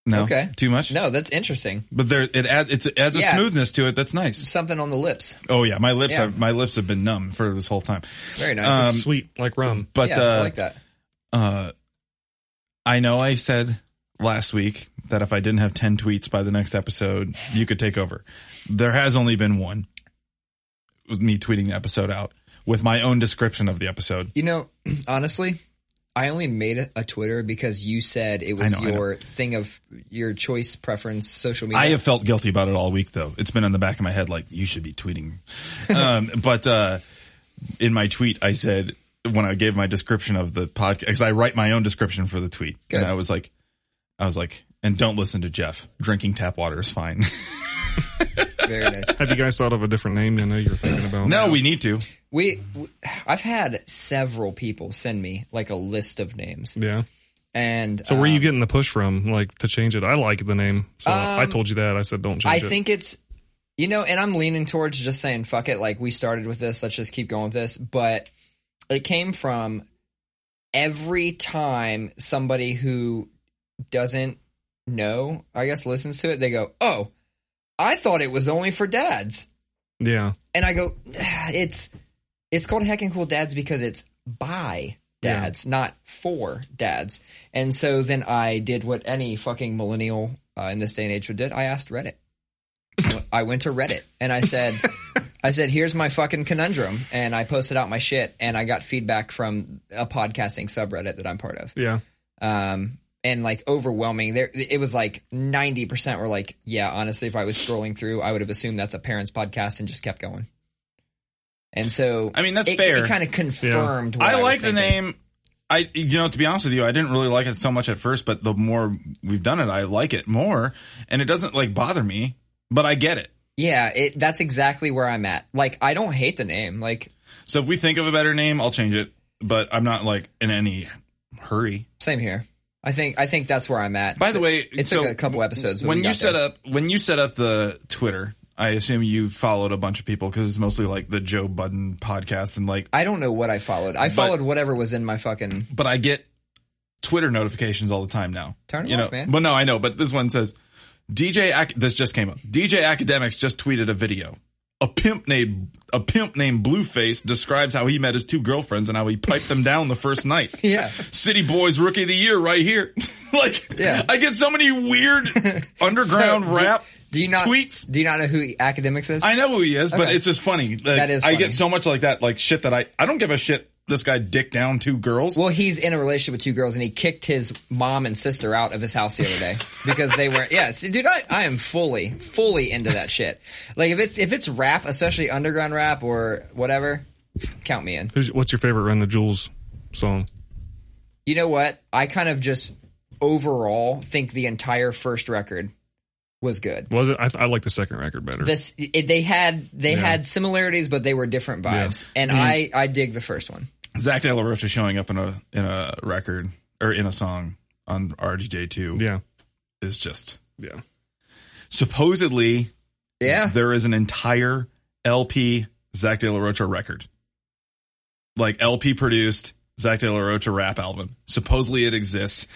Speaker 2: no
Speaker 1: Okay.
Speaker 2: too much.
Speaker 1: No, that's interesting.
Speaker 2: But there it adds it's, it adds
Speaker 1: Yeah.
Speaker 2: a smoothness to it. That's nice.
Speaker 1: Something on the lips.
Speaker 2: Oh yeah, my lips
Speaker 1: Yeah.
Speaker 2: have my lips have been numb for this whole time.
Speaker 1: Very nice.
Speaker 2: Um,
Speaker 3: Sweet like rum.
Speaker 2: But
Speaker 1: yeah,
Speaker 2: uh,
Speaker 1: I like that.
Speaker 2: uh, I know I said last week that if I didn't have ten tweets by the next episode, you could take over. There has only been one. It was me tweeting the episode out with my own description of the episode.
Speaker 1: You know, (clears throat) honestly, I only made a, a Twitter because you said it was
Speaker 2: know, I know.
Speaker 1: your thing of your choice preference social media.
Speaker 2: I have felt guilty about it all week, though. It's been on the back of my head, like you should
Speaker 1: (laughs)
Speaker 2: be tweeting. um, but uh, in my tweet, I said when I gave my description of the podcast, because I write my own description for the tweet,
Speaker 1: Good.
Speaker 2: and I was like, I was like, and don't listen to Jeff. Drinking tap water
Speaker 1: (laughs)
Speaker 2: is fine.
Speaker 1: Very nice.
Speaker 3: Have you guys thought of a different name than I know you were thinking about?
Speaker 2: no, we need to.
Speaker 1: We, w I've had several people send me like a list of names,
Speaker 3: Yeah.
Speaker 1: and
Speaker 3: So where are you
Speaker 1: um,
Speaker 3: getting the push from, like to change it? I like the name, so I told you that. I said don't change
Speaker 1: Um, I
Speaker 3: it.
Speaker 1: think it's, you know, and I'm leaning towards just saying fuck it. Like we started with this, let's just keep going with this. But it came from every time somebody who doesn't know, I guess, listens to it, they go, "Oh, I thought it was only for dads,"
Speaker 3: yeah,
Speaker 1: and I go, (sighs) "It's it's called Heck and Cool Dads because it's by
Speaker 3: Yeah.
Speaker 1: dads, not for dads." And so then I did what any fucking millennial uh, in this day and age would did. I asked Reddit. (laughs) I went to Reddit and I said, I said, here's my fucking conundrum, and I posted out my shit, and I got feedback from a podcasting subreddit that I'm part of,
Speaker 3: yeah.
Speaker 1: um, and like overwhelming. There, it was like ninety percent were like, yeah, honestly, if I was scrolling through, I would have assumed that's a parents' podcast and just kept going. And so,
Speaker 2: I mean, that's
Speaker 1: it,
Speaker 2: fair.
Speaker 1: It kind of confirmed. What
Speaker 2: I,
Speaker 1: I, was
Speaker 2: like the
Speaker 1: thinking.
Speaker 2: name. I you know to be honest with you, I didn't really like it so much at first, but the more we've done it, I like it more, and it doesn't like bother me. But I get it.
Speaker 1: Yeah, it, that's exactly where I'm at. Like, I don't hate the name. Like,
Speaker 2: So if we think of a better name, I'll change it. But I'm not like in any hurry.
Speaker 1: same here. I think I think that's where I'm at.
Speaker 2: By the way,
Speaker 1: it
Speaker 2: so
Speaker 1: took a couple episodes. but
Speaker 2: When
Speaker 1: we
Speaker 2: you
Speaker 1: got
Speaker 2: set
Speaker 1: there.
Speaker 2: up when you set up the Twitter, I assume you followed a bunch of people because it's mostly like the Joe Budden podcast and like.
Speaker 1: I don't know what I followed. I followed whatever was in my
Speaker 2: (laughs)
Speaker 1: fucking.
Speaker 2: But I get Twitter notifications all the time now.
Speaker 1: Turn it
Speaker 2: you
Speaker 1: off,
Speaker 2: know?
Speaker 1: man.
Speaker 2: But no, I know. But this one says DJ. Ac- This just came up. DJ Academics just tweeted a video. A pimp named a pimp named Blueface describes how he met his two girlfriends and how he piped them down the first night.
Speaker 1: (laughs) Yeah.
Speaker 2: City Boys Rookie of the Year right here. (laughs) like,
Speaker 1: Yeah.
Speaker 2: I get so many
Speaker 1: (laughs)
Speaker 2: weird underground
Speaker 1: So, do-
Speaker 2: rap.
Speaker 1: Do you not
Speaker 2: tweets?
Speaker 1: Do you not know who academics is?
Speaker 2: I know who he is, but
Speaker 1: Okay.
Speaker 2: it's just funny. Like,
Speaker 1: That is
Speaker 2: I
Speaker 1: funny.
Speaker 2: get so much like that, like shit that I I don't give a shit. This guy dick down two girls.
Speaker 1: well, he's in a relationship with two girls, and he kicked his mom and sister out of his house the other day because they were. Yeah, see, dude, I, I am fully, fully into that shit. Like if it's if it's rap, especially underground rap or whatever, count me in.
Speaker 3: Who's, what's your favorite Run the Jewels song?
Speaker 1: You know what? I kind of just overall think the entire first record was good.
Speaker 3: Was it? I, I like the second record better.
Speaker 1: This it, they had they had similarities, but they were different vibes, and I I dig the first one.
Speaker 2: Zach De La Rocha showing up in a in a record or in a song on RDJ two
Speaker 3: yeah,
Speaker 2: is just
Speaker 3: yeah.
Speaker 2: supposedly
Speaker 1: Yeah,
Speaker 2: (laughs) there is an entire LP Zach De La Rocha record, like LP produced Zach De La Rocha rap album. Supposedly it exists.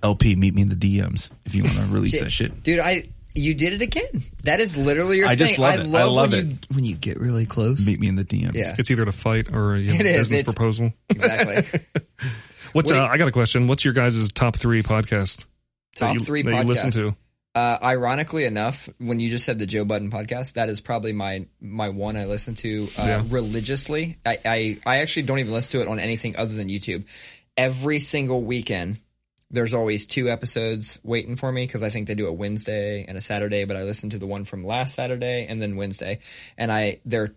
Speaker 2: LP, meet me in the DMs if you want to release that shit.
Speaker 1: dude i you did it again. That is literally your
Speaker 2: I
Speaker 1: thing.
Speaker 2: just love
Speaker 1: I
Speaker 2: it. I
Speaker 1: love,
Speaker 2: love
Speaker 1: when You, when you get really close.
Speaker 2: Meet me in the DMs.
Speaker 1: Yeah.
Speaker 3: It's either to fight or a you know,
Speaker 1: It is,
Speaker 3: business
Speaker 1: it's-
Speaker 3: proposal.
Speaker 2: (laughs)
Speaker 1: Exactly.
Speaker 3: What's
Speaker 1: What do
Speaker 3: uh, I got a question? What's your guys' top three podcast?
Speaker 1: Top
Speaker 3: that you,
Speaker 1: three
Speaker 3: that you listen
Speaker 1: podcasts.
Speaker 3: to.
Speaker 1: Uh, ironically enough, when you just said the Joe Budden podcast, that is probably my my one I listen to uh,
Speaker 3: Yeah.
Speaker 1: religiously. I, I I actually don't even listen to it on anything other than YouTube. Every single weekend, there's always two episodes waiting for me because I think they do a Wednesday and a Saturday. But I listen to the one from last Saturday and then Wednesday, and I they're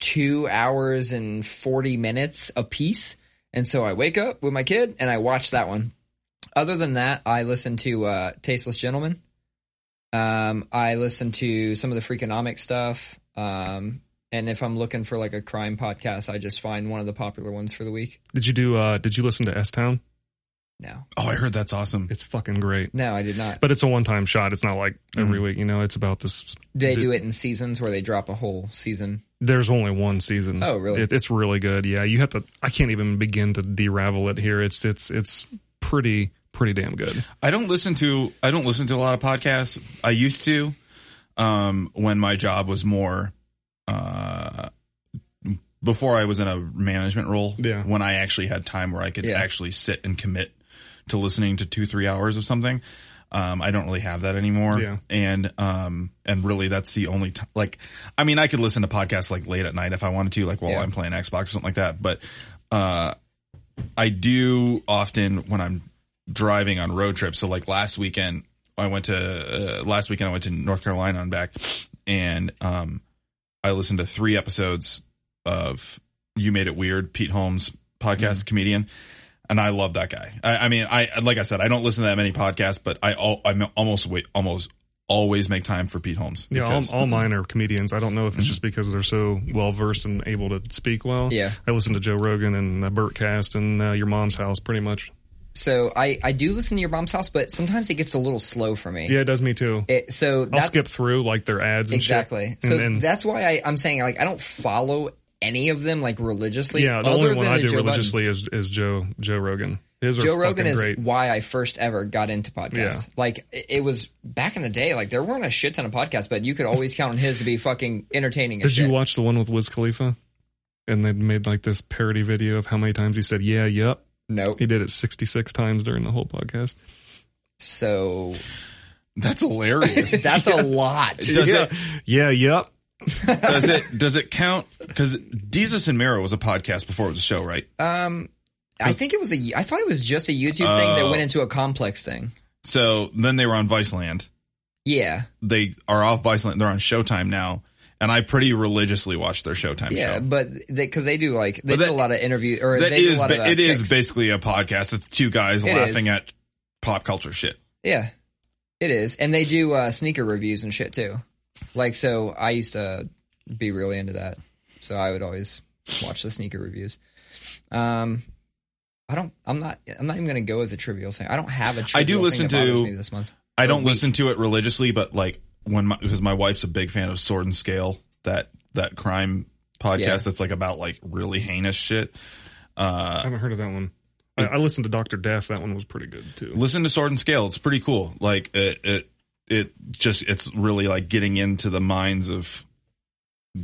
Speaker 1: two hours and forty minutes a piece. And so I wake up with my kid and I watch that one. Other than that, I listen to uh, Tasteless Gentleman. Um, I listen to some of the Freakonomic stuff. Um, and if I'm looking for like a crime podcast, I just find one of the popular ones for the week.
Speaker 3: Did you do? Uh, did you listen to S Town?
Speaker 1: No,
Speaker 2: Oh, I heard that's awesome.
Speaker 3: It's fucking great.
Speaker 1: no, I did not.
Speaker 3: But it's a one-time shot. It's not like every
Speaker 1: Hmm.
Speaker 3: week. You know, it's about this.
Speaker 1: They do it in seasons where they drop a whole season.
Speaker 3: There's only one season.
Speaker 1: Oh, really?
Speaker 3: It, it's really good. Yeah, you have to. I can't even begin to deravel it here. It's it's it's pretty pretty damn good.
Speaker 2: I don't listen to I don't listen to a lot of podcasts. I used to um, when my job was more uh, before I was in a management role.
Speaker 3: Yeah.
Speaker 2: When I actually had time where I could
Speaker 1: Yeah.
Speaker 2: actually sit and commit to listening to two three hours of something. Um, I don't really have that anymore.
Speaker 3: Yeah.
Speaker 2: And um, and really that's the only time. Like, I mean, I could listen to podcasts like late at night if I wanted to, like while
Speaker 1: Yeah.
Speaker 2: I'm playing Xbox or something like that. But uh, I do often when I'm driving on road trips. So like last weekend, I went to uh, last weekend I went to North Carolina and back, and um, I listened to three episodes of You Made It Weird, Pete Holmes podcast comedian, and I love that guy. I, I mean, I like I said, I don't listen to that many podcasts, but I al- I'm almost wait almost always make time for Pete Holmes.
Speaker 3: Yeah, all,
Speaker 2: because-
Speaker 3: all mine are comedians. I don't know if
Speaker 1: Hmm.
Speaker 3: it's just because they're so well versed and able to speak well.
Speaker 1: Yeah.
Speaker 3: I listen to Joe Rogan and uh, Burt Cast and uh, Your Mom's House pretty much.
Speaker 1: So I, I do listen to your mom's house, but sometimes it gets a little slow for me.
Speaker 3: Yeah, it does me too.
Speaker 1: It, so
Speaker 3: I'll
Speaker 1: that's
Speaker 3: skip through like their ads and shit.
Speaker 1: exactly. So
Speaker 3: and, and,
Speaker 1: that's why I, I'm saying like I don't follow any of them like religiously.
Speaker 3: yeah,
Speaker 1: other
Speaker 3: the only one
Speaker 1: than
Speaker 3: I
Speaker 1: the
Speaker 3: do
Speaker 1: Joe Budden.
Speaker 3: religiously is is Joe Joe Rogan. His are
Speaker 1: Joe Rogan
Speaker 3: fucking
Speaker 1: is
Speaker 3: great.
Speaker 1: why I first ever got into podcasts.
Speaker 3: Yeah.
Speaker 1: Like it it was back in the day, like there weren't a shit ton of podcasts, but you could always count on his to be fucking entertaining. As
Speaker 3: Did you
Speaker 1: shit.
Speaker 3: watch the one with Wiz Khalifa? And they made like this parody video of how many times he said yeah, yep.
Speaker 1: No.
Speaker 3: He did it 66 times during the whole podcast.
Speaker 1: So (laughs)
Speaker 2: that's hilarious. (laughs)
Speaker 1: that's a lot.
Speaker 2: Does it
Speaker 3: Yeah, yep.
Speaker 2: does it does it count? Because Jesus and Mero was a podcast before it was a show, right?
Speaker 1: Um, I think it was a. I thought it was just a YouTube thing
Speaker 2: Oh.
Speaker 1: that went into a complex thing.
Speaker 2: So then they were on Viceland.
Speaker 1: Yeah,
Speaker 2: They are off Viceland. They're on Showtime now, and I pretty religiously watch their Showtime
Speaker 1: yeah,
Speaker 2: show.
Speaker 1: but because they, do like they
Speaker 2: But that-
Speaker 1: do a lot of interview or
Speaker 2: That
Speaker 1: they do
Speaker 2: is
Speaker 1: a lot
Speaker 2: ba-
Speaker 1: of uh,
Speaker 2: it is
Speaker 1: kicks.
Speaker 2: basically a podcast. It's two guys
Speaker 1: It
Speaker 2: laughing
Speaker 1: is.
Speaker 2: at pop culture shit.
Speaker 1: Yeah, it is, and they do uh, sneaker reviews and shit too. Like, so I used to be really into that, so I would always watch the sneaker reviews. Um, I don't. I'm not. I'm not even going to go with the trivial thing. I don't have a. Trivial
Speaker 2: I do
Speaker 1: thing
Speaker 2: listen
Speaker 1: that bothers
Speaker 2: to-
Speaker 1: me this month.
Speaker 2: I don't listen to it religiously, but like when my because my wife's a big fan of Sword and Scale, that that crime podcast
Speaker 1: Yeah.
Speaker 2: that's like about like really heinous shit. Uh,
Speaker 3: I haven't heard of that one. I, I listened to Dr. Death. That one was pretty good too.
Speaker 2: listen to Sword and Scale. It's pretty cool. Like it, it, it just it's really like getting into the minds of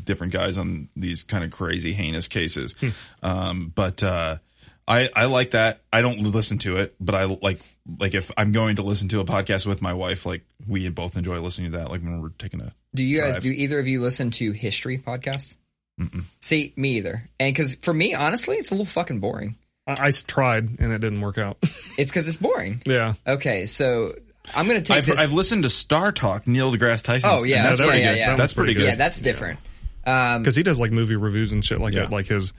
Speaker 2: different guys on these kind of crazy heinous cases. Um, but uh, I I like that. I don't listen to it, but I like like if I'm going to listen to a podcast with my wife, like we both enjoy listening to that. Like when we're taking a
Speaker 1: Do you guys?
Speaker 2: Drive.
Speaker 1: Do either of you listen to history podcasts? See, me either. And because for me, honestly, it's a little fucking boring.
Speaker 3: I, I s- tried and it didn't work out. (laughs)
Speaker 1: It's because it's boring.
Speaker 3: yeah.
Speaker 1: Okay, so I'm going to take
Speaker 2: I've,
Speaker 1: this.
Speaker 2: I've listened to Star Talk, Neil deGrasse Tyson.
Speaker 1: Oh, yeah,
Speaker 2: And that's
Speaker 1: that's-
Speaker 2: pretty
Speaker 1: yeah,
Speaker 2: good.
Speaker 1: yeah, yeah.
Speaker 2: That's pretty good.
Speaker 1: yeah, that's different. Um,
Speaker 3: Cause he does like movie reviews and shit like
Speaker 2: Yeah.
Speaker 3: that. Like his,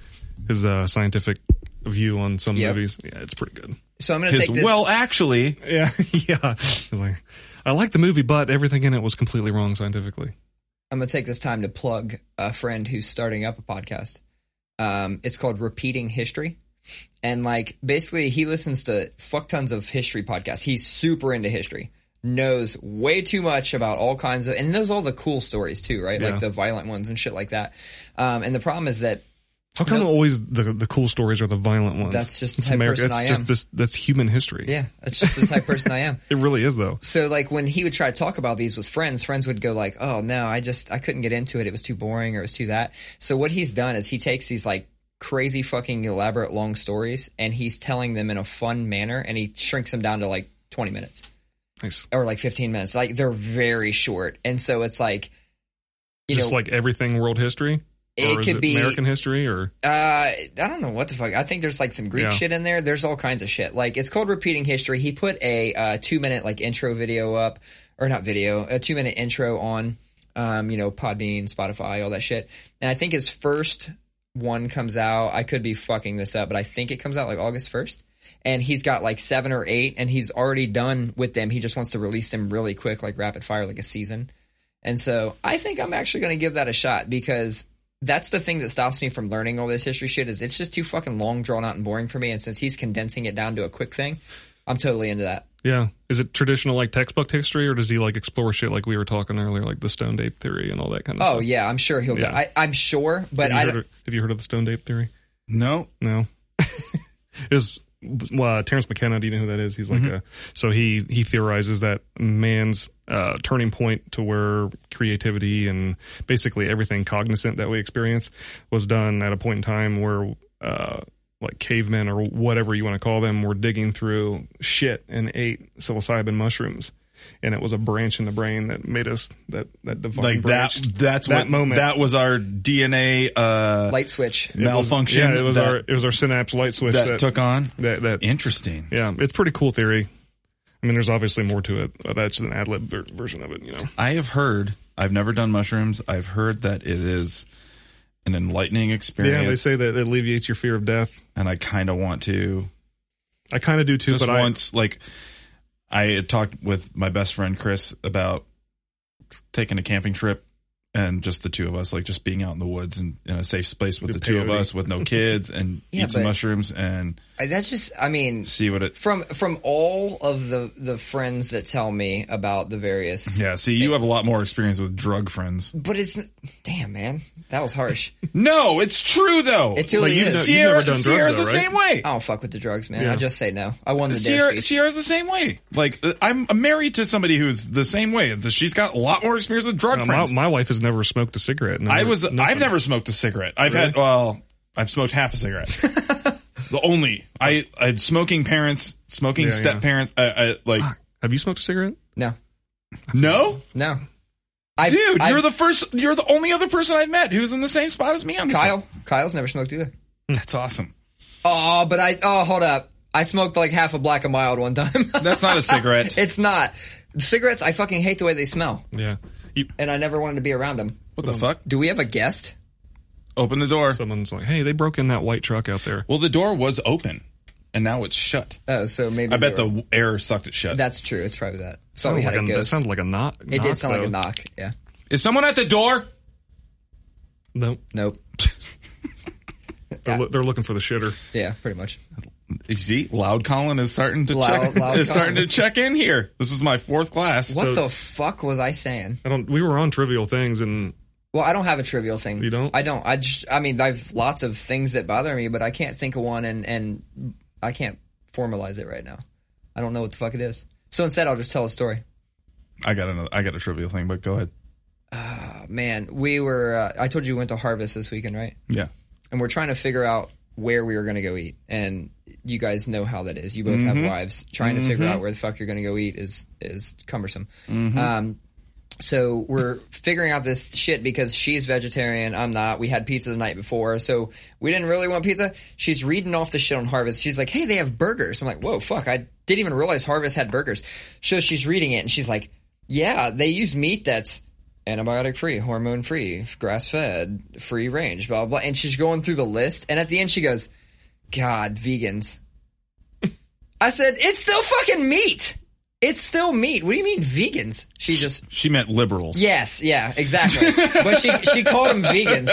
Speaker 3: his, uh, scientific view on some
Speaker 1: Yep.
Speaker 3: movies. Yeah. It's pretty good.
Speaker 1: so I'm going to
Speaker 2: His
Speaker 1: take this.
Speaker 2: well, actually,
Speaker 3: Yeah. (laughs) yeah. He's like, I like the movie, but everything in it was completely wrong scientifically.
Speaker 1: I'm going to take this time to plug a friend who's starting up a podcast. Um, it's called Repeating History. And like basically he listens to fuck tons of history podcasts. He's super into history. Knows way too much about all kinds of and knows all the cool stories too, right?
Speaker 3: Yeah.
Speaker 1: Like the violent ones and shit like that. Um, and the problem is that
Speaker 3: How come
Speaker 1: Nope.
Speaker 3: always the the cool stories are the violent ones?
Speaker 1: That's just the
Speaker 3: it's
Speaker 1: type of
Speaker 3: America.
Speaker 1: person
Speaker 3: That's
Speaker 1: I
Speaker 3: just
Speaker 1: am.
Speaker 3: this. That's human history.
Speaker 1: Yeah, that's just the type of person I am.
Speaker 3: it really is though.
Speaker 1: So like when he would try to talk about these with friends, friends would go like, "Oh no, I just I couldn't get into it. It was too boring or it was too that." So what he's done is he takes these like crazy fucking elaborate long stories and he's telling them in a fun manner and he shrinks them down to like 20 minutes
Speaker 3: Nice.
Speaker 1: or like 15 minutes. Like they're very short. And so it's like you
Speaker 3: just
Speaker 1: know,
Speaker 3: like everything world history.
Speaker 1: It
Speaker 3: or is
Speaker 1: could
Speaker 3: it
Speaker 1: be-
Speaker 3: American history or
Speaker 1: uh, I don't know what the fuck. I think there's like some Greek
Speaker 3: Yeah.
Speaker 1: shit in there. There's all kinds of shit. Like it's called repeating history. He put a uh, two minute like intro video up, or not video, a two minute intro on, um, you know, Podbean, Spotify, all that shit. And I think his first one comes out. I could be fucking this up, but I think it comes out like August first. And he's got like seven or eight, and he's already done with them. He just wants to release them really quick, like rapid fire, like a season. And so I think I'm actually going to give that a shot because that's the thing that stops me from learning all this history shit is it's just too fucking long, drawn out, and boring for me. And since he's condensing it down to a quick thing, I'm totally into that.
Speaker 3: yeah? Is it traditional like textbook history or does he like explore shit like we were talking earlier, like the stone ape theory and all that kind of
Speaker 1: Oh
Speaker 3: stuff?
Speaker 1: yeah, I'm sure he'll.
Speaker 3: Yeah.
Speaker 1: Go, I, I'm sure, but I
Speaker 3: Have you,
Speaker 1: don't,
Speaker 3: heard of, have you heard of the stone ape theory?
Speaker 2: No,
Speaker 3: No. (laughs) is well, uh, Terrence McKenna? Do you know who that is? He's like
Speaker 2: Mm-hmm.
Speaker 3: a so he he theorizes that man's uh, turning point to where creativity and basically everything cognizant that we experience was done at a point in time where. Uh, like cavemen or whatever you want to call them were digging through shit and ate psilocybin mushrooms, and it was a branch in the brain that made us that that divine
Speaker 2: like that.
Speaker 3: branch.
Speaker 2: That's
Speaker 3: That
Speaker 2: what
Speaker 3: moment.
Speaker 2: That was our DNA uh,
Speaker 1: (laughs) light switch.
Speaker 3: It was-
Speaker 2: malfunction.
Speaker 3: yeah, it was
Speaker 2: that,
Speaker 3: our it was our synapse light switch
Speaker 2: that
Speaker 3: that,
Speaker 2: took on.
Speaker 3: that that
Speaker 2: Interesting.
Speaker 3: Yeah, it's pretty cool theory. I mean, there's obviously more to it. But that's an ad lib ver- version of it, you know.
Speaker 2: I have heard. I've never done mushrooms. I've heard that it is an enlightening experience.
Speaker 3: Yeah, they say that it alleviates your fear of death.
Speaker 2: and I kind of want to
Speaker 3: I kind of do too,
Speaker 2: just
Speaker 3: but
Speaker 2: once. like I had talked with my best friend Chris about taking a camping trip and just the two of us, like just being out in the woods and in a safe space with
Speaker 3: The
Speaker 2: the, two of
Speaker 3: peyote.
Speaker 2: us with no kids and
Speaker 1: Yeah,
Speaker 2: eat some
Speaker 1: but-
Speaker 2: mushrooms and
Speaker 1: I- That's just. I mean,
Speaker 2: see what it.
Speaker 1: from from all of the the friends that tell me about the various,
Speaker 3: Mm-hmm.
Speaker 2: Yeah, see, you have a lot more experience with drug friends.
Speaker 1: but it's damn man, that was
Speaker 3: (laughs)
Speaker 1: harsh.
Speaker 2: No, it's true though.
Speaker 1: It really
Speaker 2: you-
Speaker 1: is. You've
Speaker 2: Sierra,
Speaker 3: never done drugs,
Speaker 2: Sierra's
Speaker 3: though,
Speaker 2: the
Speaker 3: right?
Speaker 2: same way.
Speaker 1: I don't fuck with the drugs, man.
Speaker 3: Yeah.
Speaker 1: I just say no. I won the dare
Speaker 2: Sierra,
Speaker 1: speech.
Speaker 2: Sierra's the same way. Like uh, I'm I'm married to somebody who's the same way. It's- She's got a lot more experience with drug
Speaker 3: I, uh, my,
Speaker 2: friends.
Speaker 3: my wife has never smoked a cigarette. and
Speaker 2: I
Speaker 3: never-
Speaker 2: was uh,
Speaker 3: nothing.
Speaker 2: I've never smoked a cigarette. I've had well, I've smoked half
Speaker 1: (laughs)
Speaker 2: a cigarette. the only I I had smoking parents, smoking
Speaker 3: Yeah,
Speaker 2: step
Speaker 3: yeah.
Speaker 2: parents. I, I like
Speaker 3: Have you smoked a cigarette?
Speaker 1: No,
Speaker 2: no,
Speaker 1: no. I,
Speaker 2: dude,
Speaker 1: I-
Speaker 2: you're the first. You're the only other person I've met who's in the same spot as me on this.
Speaker 1: Kyle.
Speaker 2: one.
Speaker 1: Kyle's never smoked either.
Speaker 2: that's awesome.
Speaker 1: Oh, but I oh hold up. I smoked like half a black a mild one time. (laughs)
Speaker 2: That's not a cigarette.
Speaker 1: it's not. Cigarettes, I fucking hate the way they smell.
Speaker 3: Yeah. You,
Speaker 1: And I never wanted to be around them.
Speaker 2: what the fuck?
Speaker 1: Do we have a guest?
Speaker 2: Open the door.
Speaker 3: someone's like, "Hey, they broke in that white truck out there."
Speaker 2: Well, the door was open, and now it's shut.
Speaker 1: Oh, so maybe
Speaker 2: I bet
Speaker 1: they were-
Speaker 2: the air sucked it shut.
Speaker 1: That's true, it's probably that. So we
Speaker 3: Sounds
Speaker 1: had
Speaker 3: like
Speaker 1: a
Speaker 3: a- that
Speaker 1: ghost.
Speaker 3: sounds like a knock.
Speaker 1: it did sound like a knock, yeah.
Speaker 2: Is someone at the door?
Speaker 3: No,
Speaker 1: Nope.
Speaker 3: they're, loo- they're looking for the shitter.
Speaker 1: Yeah, pretty much.
Speaker 2: You see, Loud Colin is starting to
Speaker 1: Loud-
Speaker 2: check.
Speaker 1: Loud
Speaker 2: is starting to
Speaker 1: Colin.
Speaker 2: check in here. This is my fourth class.
Speaker 1: What
Speaker 3: So-
Speaker 1: the fuck was I saying?
Speaker 3: I don't. We were on trivial things, and
Speaker 1: Well, I don't have a trivial thing.
Speaker 3: You don't?
Speaker 1: I don't. I just I mean, I've lots of things that bother me, but I can't think of one and and I can't formalize it right now. I don't know what the fuck it is. So instead, I'll just tell a story.
Speaker 2: I got another. I got a trivial thing, but go ahead.
Speaker 1: Uh, Man, we were. Uh, I told you we went to Harvest this weekend, right?
Speaker 2: Yeah.
Speaker 1: And we're trying to figure out where we were going to go eat. And you guys know how that is. You both
Speaker 3: Mm-hmm.
Speaker 1: have wives. Trying to figure out where the fuck you're going to go eat is is cumbersome.
Speaker 3: Mm-hmm.
Speaker 1: Um, so we're figuring out this shit because she's vegetarian. I'm not. We had pizza the night before, so we didn't really want pizza. She's reading off the shit on Harvest. She's like, "Hey, they have burgers." I'm like, "Whoa, fuck! I didn't even realize Harvest had burgers." So she's reading it and she's like, "Yeah, they use meat that's." antibiotic free, hormone free, grass fed, free range, blah, blah. And she's going through the list. And at the end, she goes, God, vegans. (laughs) I said, it's still fucking meat. It's still meat. What do you mean vegans? She just,
Speaker 2: She meant liberals.
Speaker 1: yes, yeah, exactly. but she, she called them
Speaker 2: (laughs)
Speaker 1: vegans.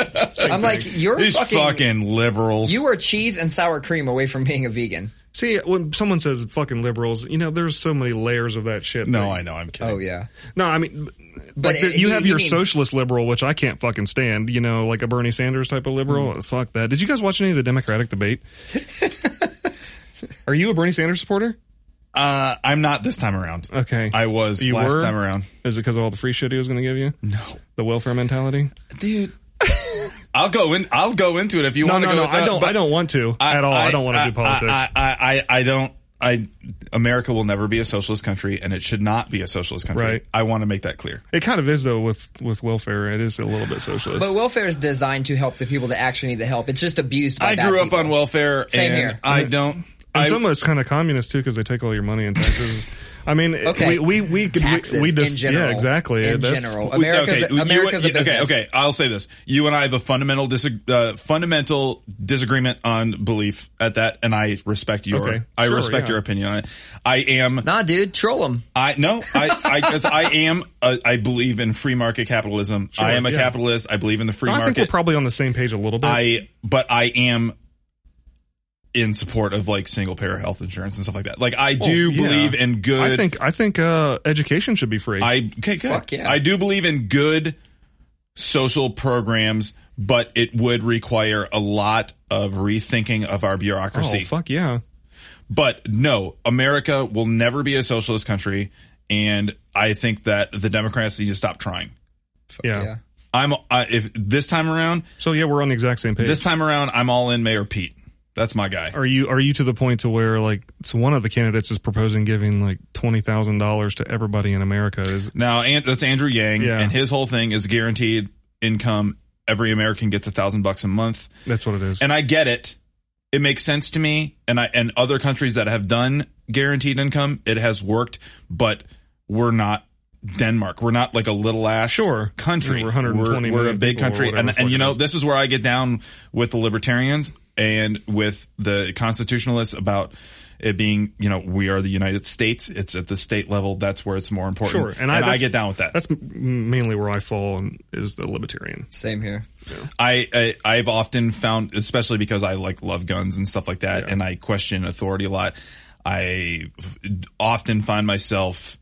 Speaker 1: I'm like, you're
Speaker 2: These
Speaker 1: fucking,
Speaker 2: fucking, liberals.
Speaker 1: you are cheese and sour cream away from being a vegan.
Speaker 3: See, when someone says fucking liberals, you know, there's so many layers of that shit.
Speaker 2: No,
Speaker 3: that-
Speaker 2: I know. I'm kidding.
Speaker 1: Oh yeah.
Speaker 3: No, I mean,
Speaker 1: But
Speaker 3: but
Speaker 1: it-
Speaker 3: you
Speaker 1: he-
Speaker 3: have
Speaker 1: he
Speaker 3: your
Speaker 1: means-
Speaker 3: socialist liberal, which I can't fucking stand. You know, like a Bernie Sanders type of liberal. Fuck that. Did you guys watch any of the Democratic debate? Are you a Bernie Sanders supporter?
Speaker 2: Uh, I'm not this time around.
Speaker 3: Okay.
Speaker 2: I was
Speaker 3: You
Speaker 2: last
Speaker 3: were?
Speaker 2: time around.
Speaker 3: Is it because of all the free shit he was going to give you?
Speaker 2: No,
Speaker 3: The welfare mentality?
Speaker 2: dude. I'll go in. I'll go into it if you
Speaker 3: No,
Speaker 2: want to
Speaker 3: no,
Speaker 2: go.
Speaker 3: no.
Speaker 2: with that,
Speaker 3: I don't.
Speaker 2: but
Speaker 3: I don't want to at all. I, don't want to do politics.
Speaker 2: I, I, I, I don't. I America will never be a socialist country, and it should not be a socialist country.
Speaker 3: Right.
Speaker 2: I want to make that clear.
Speaker 3: it kind of is though with with welfare. It is a little bit socialist.
Speaker 1: But welfare is designed to help the people that actually need the help. It's just abused. By
Speaker 2: I
Speaker 1: bad
Speaker 2: grew up
Speaker 1: people.
Speaker 2: on welfare,
Speaker 1: Same
Speaker 2: and
Speaker 1: here.
Speaker 2: I don't.
Speaker 3: And
Speaker 2: I,
Speaker 3: some of it's kind of communist too because they take all your money and taxes. I mean, it-
Speaker 1: Okay.
Speaker 3: we we we, could-
Speaker 1: Taxes
Speaker 3: we, we just
Speaker 1: in general.
Speaker 3: yeah exactly
Speaker 1: In
Speaker 3: That's-
Speaker 1: general,
Speaker 2: We-
Speaker 1: America's
Speaker 2: okay, you-
Speaker 1: America's
Speaker 2: you-
Speaker 1: a business.
Speaker 2: okay, okay. I'll say this: you and I have a fundamental dis- uh, fundamental disagreement on belief at that, and I respect your
Speaker 3: Okay,
Speaker 2: I
Speaker 3: sure,
Speaker 2: respect
Speaker 3: yeah.
Speaker 2: your opinion on it. I am
Speaker 1: Nah, dude, troll them.
Speaker 2: I no I I, 'cause I am a, I believe in free market capitalism. I am a
Speaker 3: yeah.
Speaker 2: capitalist. I believe in the free
Speaker 3: I think we're
Speaker 2: market.
Speaker 3: probably on the same page a little bit.
Speaker 2: I but I am in support of like single payer health insurance and stuff like that. Like I do
Speaker 3: Oh, yeah.
Speaker 2: believe in good.
Speaker 3: I think I think uh, education should be free.
Speaker 2: I okay, good.
Speaker 1: Fuck yeah.
Speaker 2: I do believe in good social programs, but it would require a lot of rethinking of our
Speaker 3: oh
Speaker 2: bureaucracy.
Speaker 3: fuck yeah!
Speaker 2: But no, America will never be a socialist country, and I think that the Democrats need to stop trying.
Speaker 3: yeah,
Speaker 1: Yeah.
Speaker 2: I'm I, if this time around,
Speaker 3: So yeah, we're on the exact same page.
Speaker 2: this time around, I'm all in Mayor Pete. That's my guy.
Speaker 3: are you are you to the point to where like so one of the candidates is proposing giving like twenty thousand dollars to everybody in America? Is
Speaker 2: Now, and that's Andrew Yang,
Speaker 3: Yeah.
Speaker 2: and his whole thing is guaranteed income. Every American gets a thousand bucks a month.
Speaker 3: that's what it is?
Speaker 2: and I get it. It makes sense to me, and I and other countries that have done guaranteed income, it has worked. But we're not Denmark. We're not like a little ass
Speaker 3: Sure.
Speaker 2: country.
Speaker 3: We're 120
Speaker 2: We're, we're a
Speaker 3: million
Speaker 2: big
Speaker 3: people or
Speaker 2: country,
Speaker 3: whatever
Speaker 2: and
Speaker 3: the fuck
Speaker 2: and you
Speaker 3: it
Speaker 2: know
Speaker 3: is.
Speaker 2: this is where I get down with the libertarians and with the constitutionalists about it being you know we are the United States. It's at the state level. That's where it's more important.
Speaker 3: Sure, and I-
Speaker 2: I
Speaker 3: that's-
Speaker 2: get down with that.
Speaker 3: That's m- mainly where I fall and is the libertarian.
Speaker 1: Same here.
Speaker 2: I, I I've often found, especially because I like love guns and stuff like that, and I question authority a lot. I f- often find myself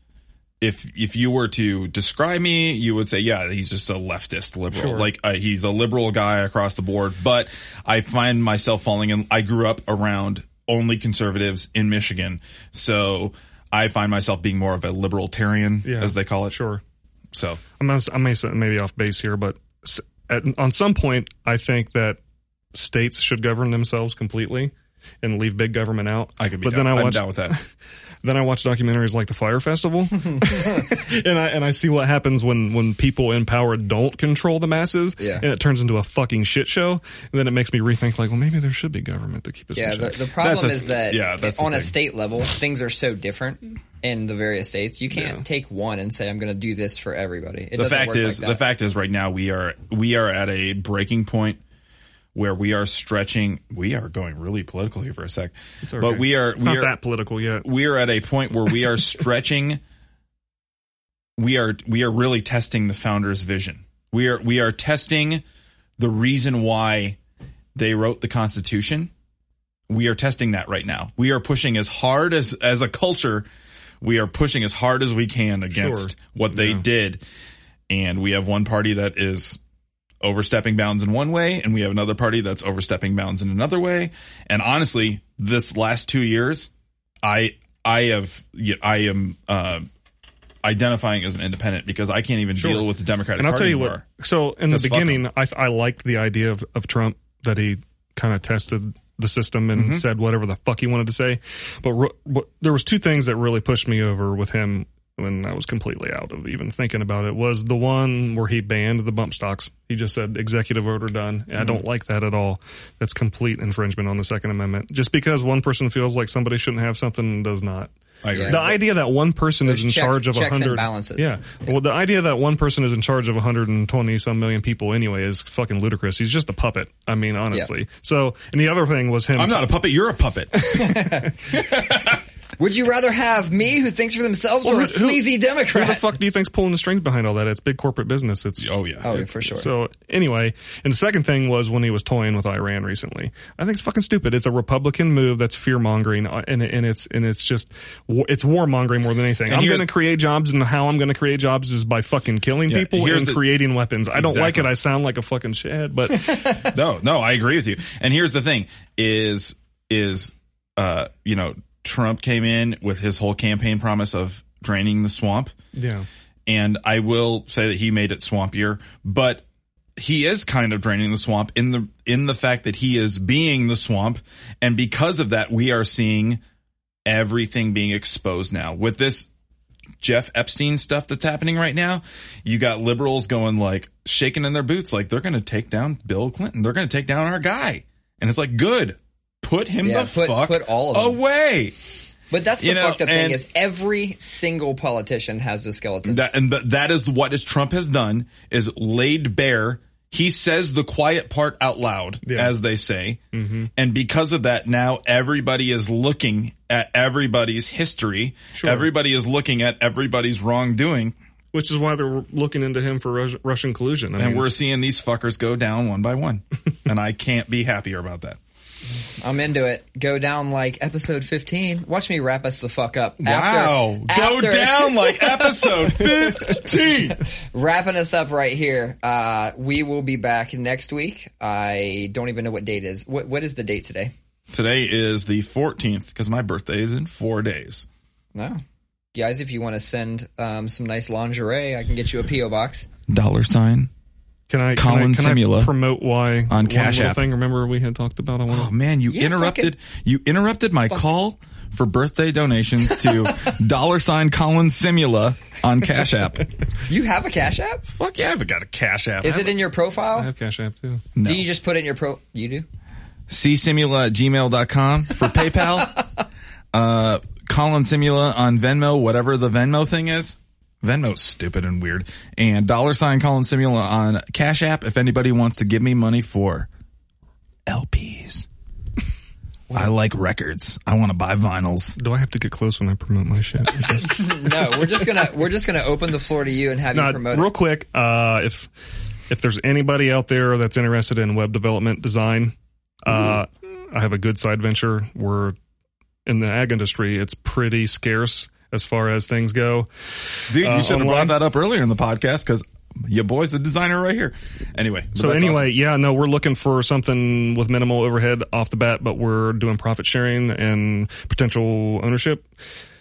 Speaker 2: if if you were to describe me, you would say, yeah, he's just a leftist liberal. Like uh, he's a liberal guy across the board. But I find myself falling in. I grew up around only conservatives in Michigan, so I find myself being more of a libertarian,
Speaker 3: Yeah.
Speaker 2: as they call it.
Speaker 3: Sure.
Speaker 2: So
Speaker 3: I'm not, I may maybe off base here, but s- at, on some point, I think that states should govern themselves completely and leave big government out.
Speaker 2: I could be.
Speaker 3: but
Speaker 2: down.
Speaker 3: then I
Speaker 2: I'm
Speaker 3: watch
Speaker 2: down with that.
Speaker 3: then I watch documentaries like the Fire Festival, (laughs) and I and I see what happens when when people in power don't control the masses,
Speaker 1: Yeah.
Speaker 3: and it turns into a fucking shit show. And then it makes me rethink, like, well, maybe there should be government to keep us.
Speaker 1: Yeah,
Speaker 3: in
Speaker 1: the,
Speaker 3: check.
Speaker 1: the problem
Speaker 2: a-
Speaker 1: is that
Speaker 2: yeah, that's the
Speaker 1: on a
Speaker 2: thing.
Speaker 1: state level, things are so different in the various states. You can't take one and say, I'm going to do this for everybody. It
Speaker 2: the
Speaker 1: doesn't
Speaker 2: fact
Speaker 1: work
Speaker 2: is
Speaker 1: like
Speaker 2: the
Speaker 1: that.
Speaker 2: fact is right now we are we are at a breaking point where we are stretching we are going really political here for a sec but
Speaker 3: Okay.
Speaker 2: we are
Speaker 3: It's
Speaker 2: we
Speaker 3: not
Speaker 2: are
Speaker 3: that political yet.
Speaker 2: we are at a point where we are stretching we are we are really testing the founder's vision we are we are testing the reason why they wrote the constitution we are testing that right now we are pushing as hard as as a culture we are pushing as hard as we can against
Speaker 3: Sure.
Speaker 2: what they did and we have one party that is overstepping bounds in one way and we have another party that's overstepping bounds in another way and honestly this last 2 years I I have yeah, I am uh, identifying as an independent because I can't even deal with the Democratic
Speaker 3: and I'll
Speaker 2: Party
Speaker 3: tell you
Speaker 2: anymore.
Speaker 3: what. So in the
Speaker 2: That's fucked
Speaker 3: beginning, I I liked the idea of, of Trump that he kind of tested the system
Speaker 2: Mm-hmm.
Speaker 3: and said whatever the fuck he wanted to say. But, re- but there was two things that really pushed me over with him when I was completely out of even thinking about it was the one where he banned the bump stocks. He just said executive order done. And I
Speaker 2: Mm-hmm.
Speaker 3: don't like that at all. That's complete infringement on the second amendment. Just because one person feels like somebody shouldn't have something does not.
Speaker 2: I agree.
Speaker 1: Yeah.
Speaker 3: The idea that one person is in
Speaker 1: checks-
Speaker 3: charge of
Speaker 1: checks
Speaker 3: a
Speaker 1: and
Speaker 3: hundred
Speaker 1: balances.
Speaker 3: Yeah. Well, the idea that one person is in charge of 120 some million people anyway is fucking ludicrous. He's just a puppet. I mean, honestly. So, and the other thing was him. (laughs)
Speaker 2: I'm not a puppet. You're a puppet.
Speaker 1: Would you rather have me who thinks for themselves or a sleazy
Speaker 3: Who the
Speaker 1: Democrat?
Speaker 3: fuck do you think's pulling the strings behind all that? It's big corporate business. It's
Speaker 2: Oh yeah.
Speaker 1: Oh, yeah, for sure.
Speaker 3: So anyway, and the second thing was when he was toying with Iran recently. I think it's fucking stupid. It's a Republican move that's fear mongering, and and it's and it's just wa- it's war mongering more than anything. I'm
Speaker 2: here-
Speaker 3: going to create jobs, and how I'm going to create jobs is by fucking killing
Speaker 2: Yeah,
Speaker 3: people
Speaker 2: here's
Speaker 3: and
Speaker 2: the-
Speaker 3: creating weapons. I don't like it.
Speaker 2: Exactly.
Speaker 3: I sound like a fucking shithead,
Speaker 2: (laughs)
Speaker 3: but
Speaker 2: no, no, I agree with you. And here's the thing: is is uh, you know, Trump came in with his whole campaign promise of draining the swamp,
Speaker 3: yeah,
Speaker 2: and I will say that he made it swampier, but he is kind of draining the swamp in the in the fact that he is being the swamp, and because of that, we are seeing everything being exposed now with this Jeff Epstein stuff that's happening right now, you got liberals going like shaking in their boots, like they're going to take down Bill Clinton. They're going to take down our guy. And it's like, good. Put him
Speaker 1: Yeah,
Speaker 2: the
Speaker 1: put-
Speaker 2: fuck
Speaker 1: put all of them.
Speaker 2: away.
Speaker 1: But that's the
Speaker 2: You know,
Speaker 1: fucked up thing
Speaker 2: and-
Speaker 1: is every single politician has the skeletons.
Speaker 2: That, and th- that is what is Trump has done is laid bare. He says the quiet part out loud,
Speaker 3: Yeah.
Speaker 2: as they say. And because of that, now everybody is looking at everybody's history. Everybody is looking at everybody's wrongdoing.
Speaker 3: which is why they're looking into him for Rus- Russian collusion. I
Speaker 2: And
Speaker 3: mean,
Speaker 2: we're seeing these fuckers go down one by (laughs) one. and I can't be happier about that.
Speaker 1: I'm into it. Go down like episode 15. Watch me wrap us the fuck up.
Speaker 2: wow.
Speaker 1: After,
Speaker 2: go
Speaker 1: after
Speaker 2: down like episode 15.
Speaker 1: (laughs) Wrapping us up right here. Uh, we will be back next week. I don't even know what date is. What what is the date today?
Speaker 2: Today is the 14th because my birthday is in four days.
Speaker 1: No. Guys, if you want to send um, some nice lingerie, I can get you a PO box.
Speaker 2: Dollar sign.
Speaker 3: can I
Speaker 2: Colin
Speaker 3: can I, can I
Speaker 2: Simula
Speaker 3: promote why
Speaker 2: on
Speaker 3: one
Speaker 2: Cash
Speaker 3: little
Speaker 2: App.
Speaker 3: thing? Remember we had talked about. I want
Speaker 2: Oh man, you
Speaker 1: Yeah,
Speaker 2: interrupted you interrupted my call for birthday donations (laughs) to dollar sign Colin Simula on Cash App.
Speaker 1: You have a Cash App?
Speaker 2: Fuck yeah, I haven't got a Cash App.
Speaker 1: Is it in your
Speaker 2: Oh,
Speaker 3: I
Speaker 1: profile?
Speaker 3: have Cash App too.
Speaker 2: No.
Speaker 1: Do you just put it in your pro? You do?
Speaker 2: csimula at gmail.com for (laughs) PayPal. uh, Colin Simula on Venmo, whatever the Venmo thing is. Venmo's stupid and weird. And dollar sign Colin Simula on Cash App if anybody wants to give me money for LPs. I like records. I want to buy vinyls.
Speaker 3: Do I have to get close when I promote
Speaker 2: (laughs)
Speaker 3: my shit?
Speaker 1: No, we're just gonna we're just gonna open the floor to you and have you
Speaker 3: Now,
Speaker 1: promote.
Speaker 3: real
Speaker 1: it.
Speaker 3: quick, uh, if if there's anybody out there that's interested in web development design, uh,
Speaker 1: Mm-hmm.
Speaker 3: I have a good side venture. We're in the ag industry; it's pretty scarce as far as things go.
Speaker 2: Dude, you
Speaker 3: Uh,
Speaker 2: should have
Speaker 3: online?
Speaker 2: brought that up earlier in the podcast because your boy's a designer right here. Anyway. but
Speaker 3: So
Speaker 2: that's
Speaker 3: anyway, yeah, no, we're looking for something with minimal overhead off the bat, but we're doing profit sharing and potential ownership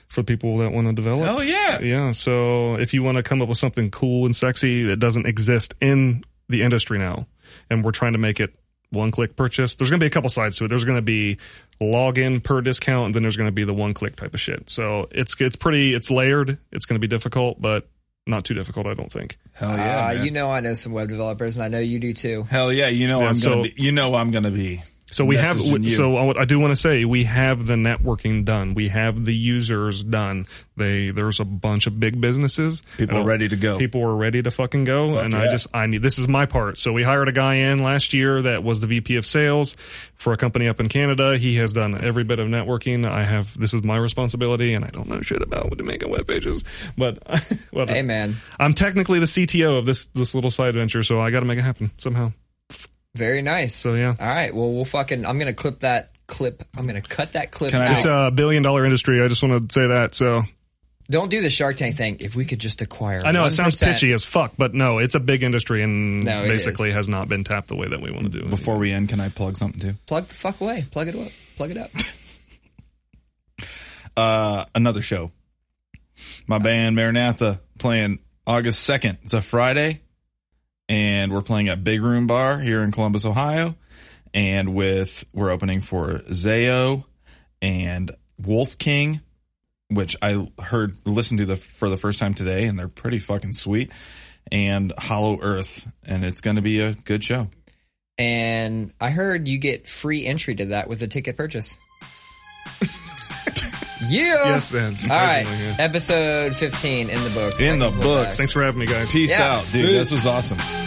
Speaker 3: for people that want to develop.
Speaker 2: awesome. Hell yeah.
Speaker 3: Yeah. So if you want to come up with something cool and sexy that doesn't exist in the industry now, and we're trying to make it one click purchase, there's going to be a couple sides to it. There's going to be login per discount, and then there's going to be the one click type of shit. So it's it's pretty it's layered. It's going to be difficult, but not too difficult, I don't think.
Speaker 2: Hell yeah.
Speaker 1: Uh,
Speaker 2: man.
Speaker 1: you know I know some web developers, and I know you do too.
Speaker 2: Hell yeah. You know I'm
Speaker 3: so-
Speaker 2: gonna be you know I'm gonna be
Speaker 3: So we have.
Speaker 2: messaging
Speaker 3: we-
Speaker 2: you.
Speaker 3: So I w- I do want to say we have the networking done. We have the users done. They there's a bunch of big businesses.
Speaker 2: People
Speaker 3: And
Speaker 2: are ready to
Speaker 1: Oh.
Speaker 2: go.
Speaker 3: Oh, People are ready to fucking go. and I
Speaker 2: yeah.
Speaker 3: just I need this is my part. So we hired a guy in last year that was the VP of sales for a company up in Canada. He has done every bit of networking. I have this is my responsibility, and I don't know shit about what to make on web pages. But (laughs) well,
Speaker 1: Hey man,
Speaker 3: I'm technically the CTO of this this little side venture, so I got to make it happen somehow.
Speaker 1: very nice.
Speaker 3: So yeah.
Speaker 1: All right, well we'll fucking I'm gonna clip that clip. I'm gonna cut that clip
Speaker 2: Can I
Speaker 1: out.
Speaker 3: It's a billion dollar industry. I just want to say that. So
Speaker 1: Don't do the Shark Tank thing. If we could just acquire,
Speaker 3: I know it sounds
Speaker 1: 1%.
Speaker 3: pitchy as fuck, but no, it's a big industry and
Speaker 1: No, it
Speaker 3: basically
Speaker 1: is.
Speaker 3: has not been tapped the way that we want to do. it.
Speaker 2: Before we end, can I plug something too?
Speaker 1: Plug the fuck away. Plug it up. Plug it up. (laughs)
Speaker 2: uh, another show. My band Maranatha playing August 2nd. It's a Friday. And we're playing at Big Room Bar here in Columbus, Ohio. And with, we're opening for Zayo and Wolf King, which I heard, listened to the, for the first time today. And they're pretty fucking sweet. And Hollow Earth. And it's going to be a good show.
Speaker 1: And I heard you get free entry to that with a ticket
Speaker 3: (laughs)
Speaker 1: purchase. yeah.
Speaker 3: Yes, and
Speaker 1: All right.
Speaker 3: surprisingly, yeah.
Speaker 1: Episode 15 in the books.
Speaker 2: In the
Speaker 1: Like, we'll
Speaker 2: books.
Speaker 1: back.
Speaker 3: Thanks for having me, guys.
Speaker 2: Peace
Speaker 1: Yeah.
Speaker 2: out, dude. This was awesome.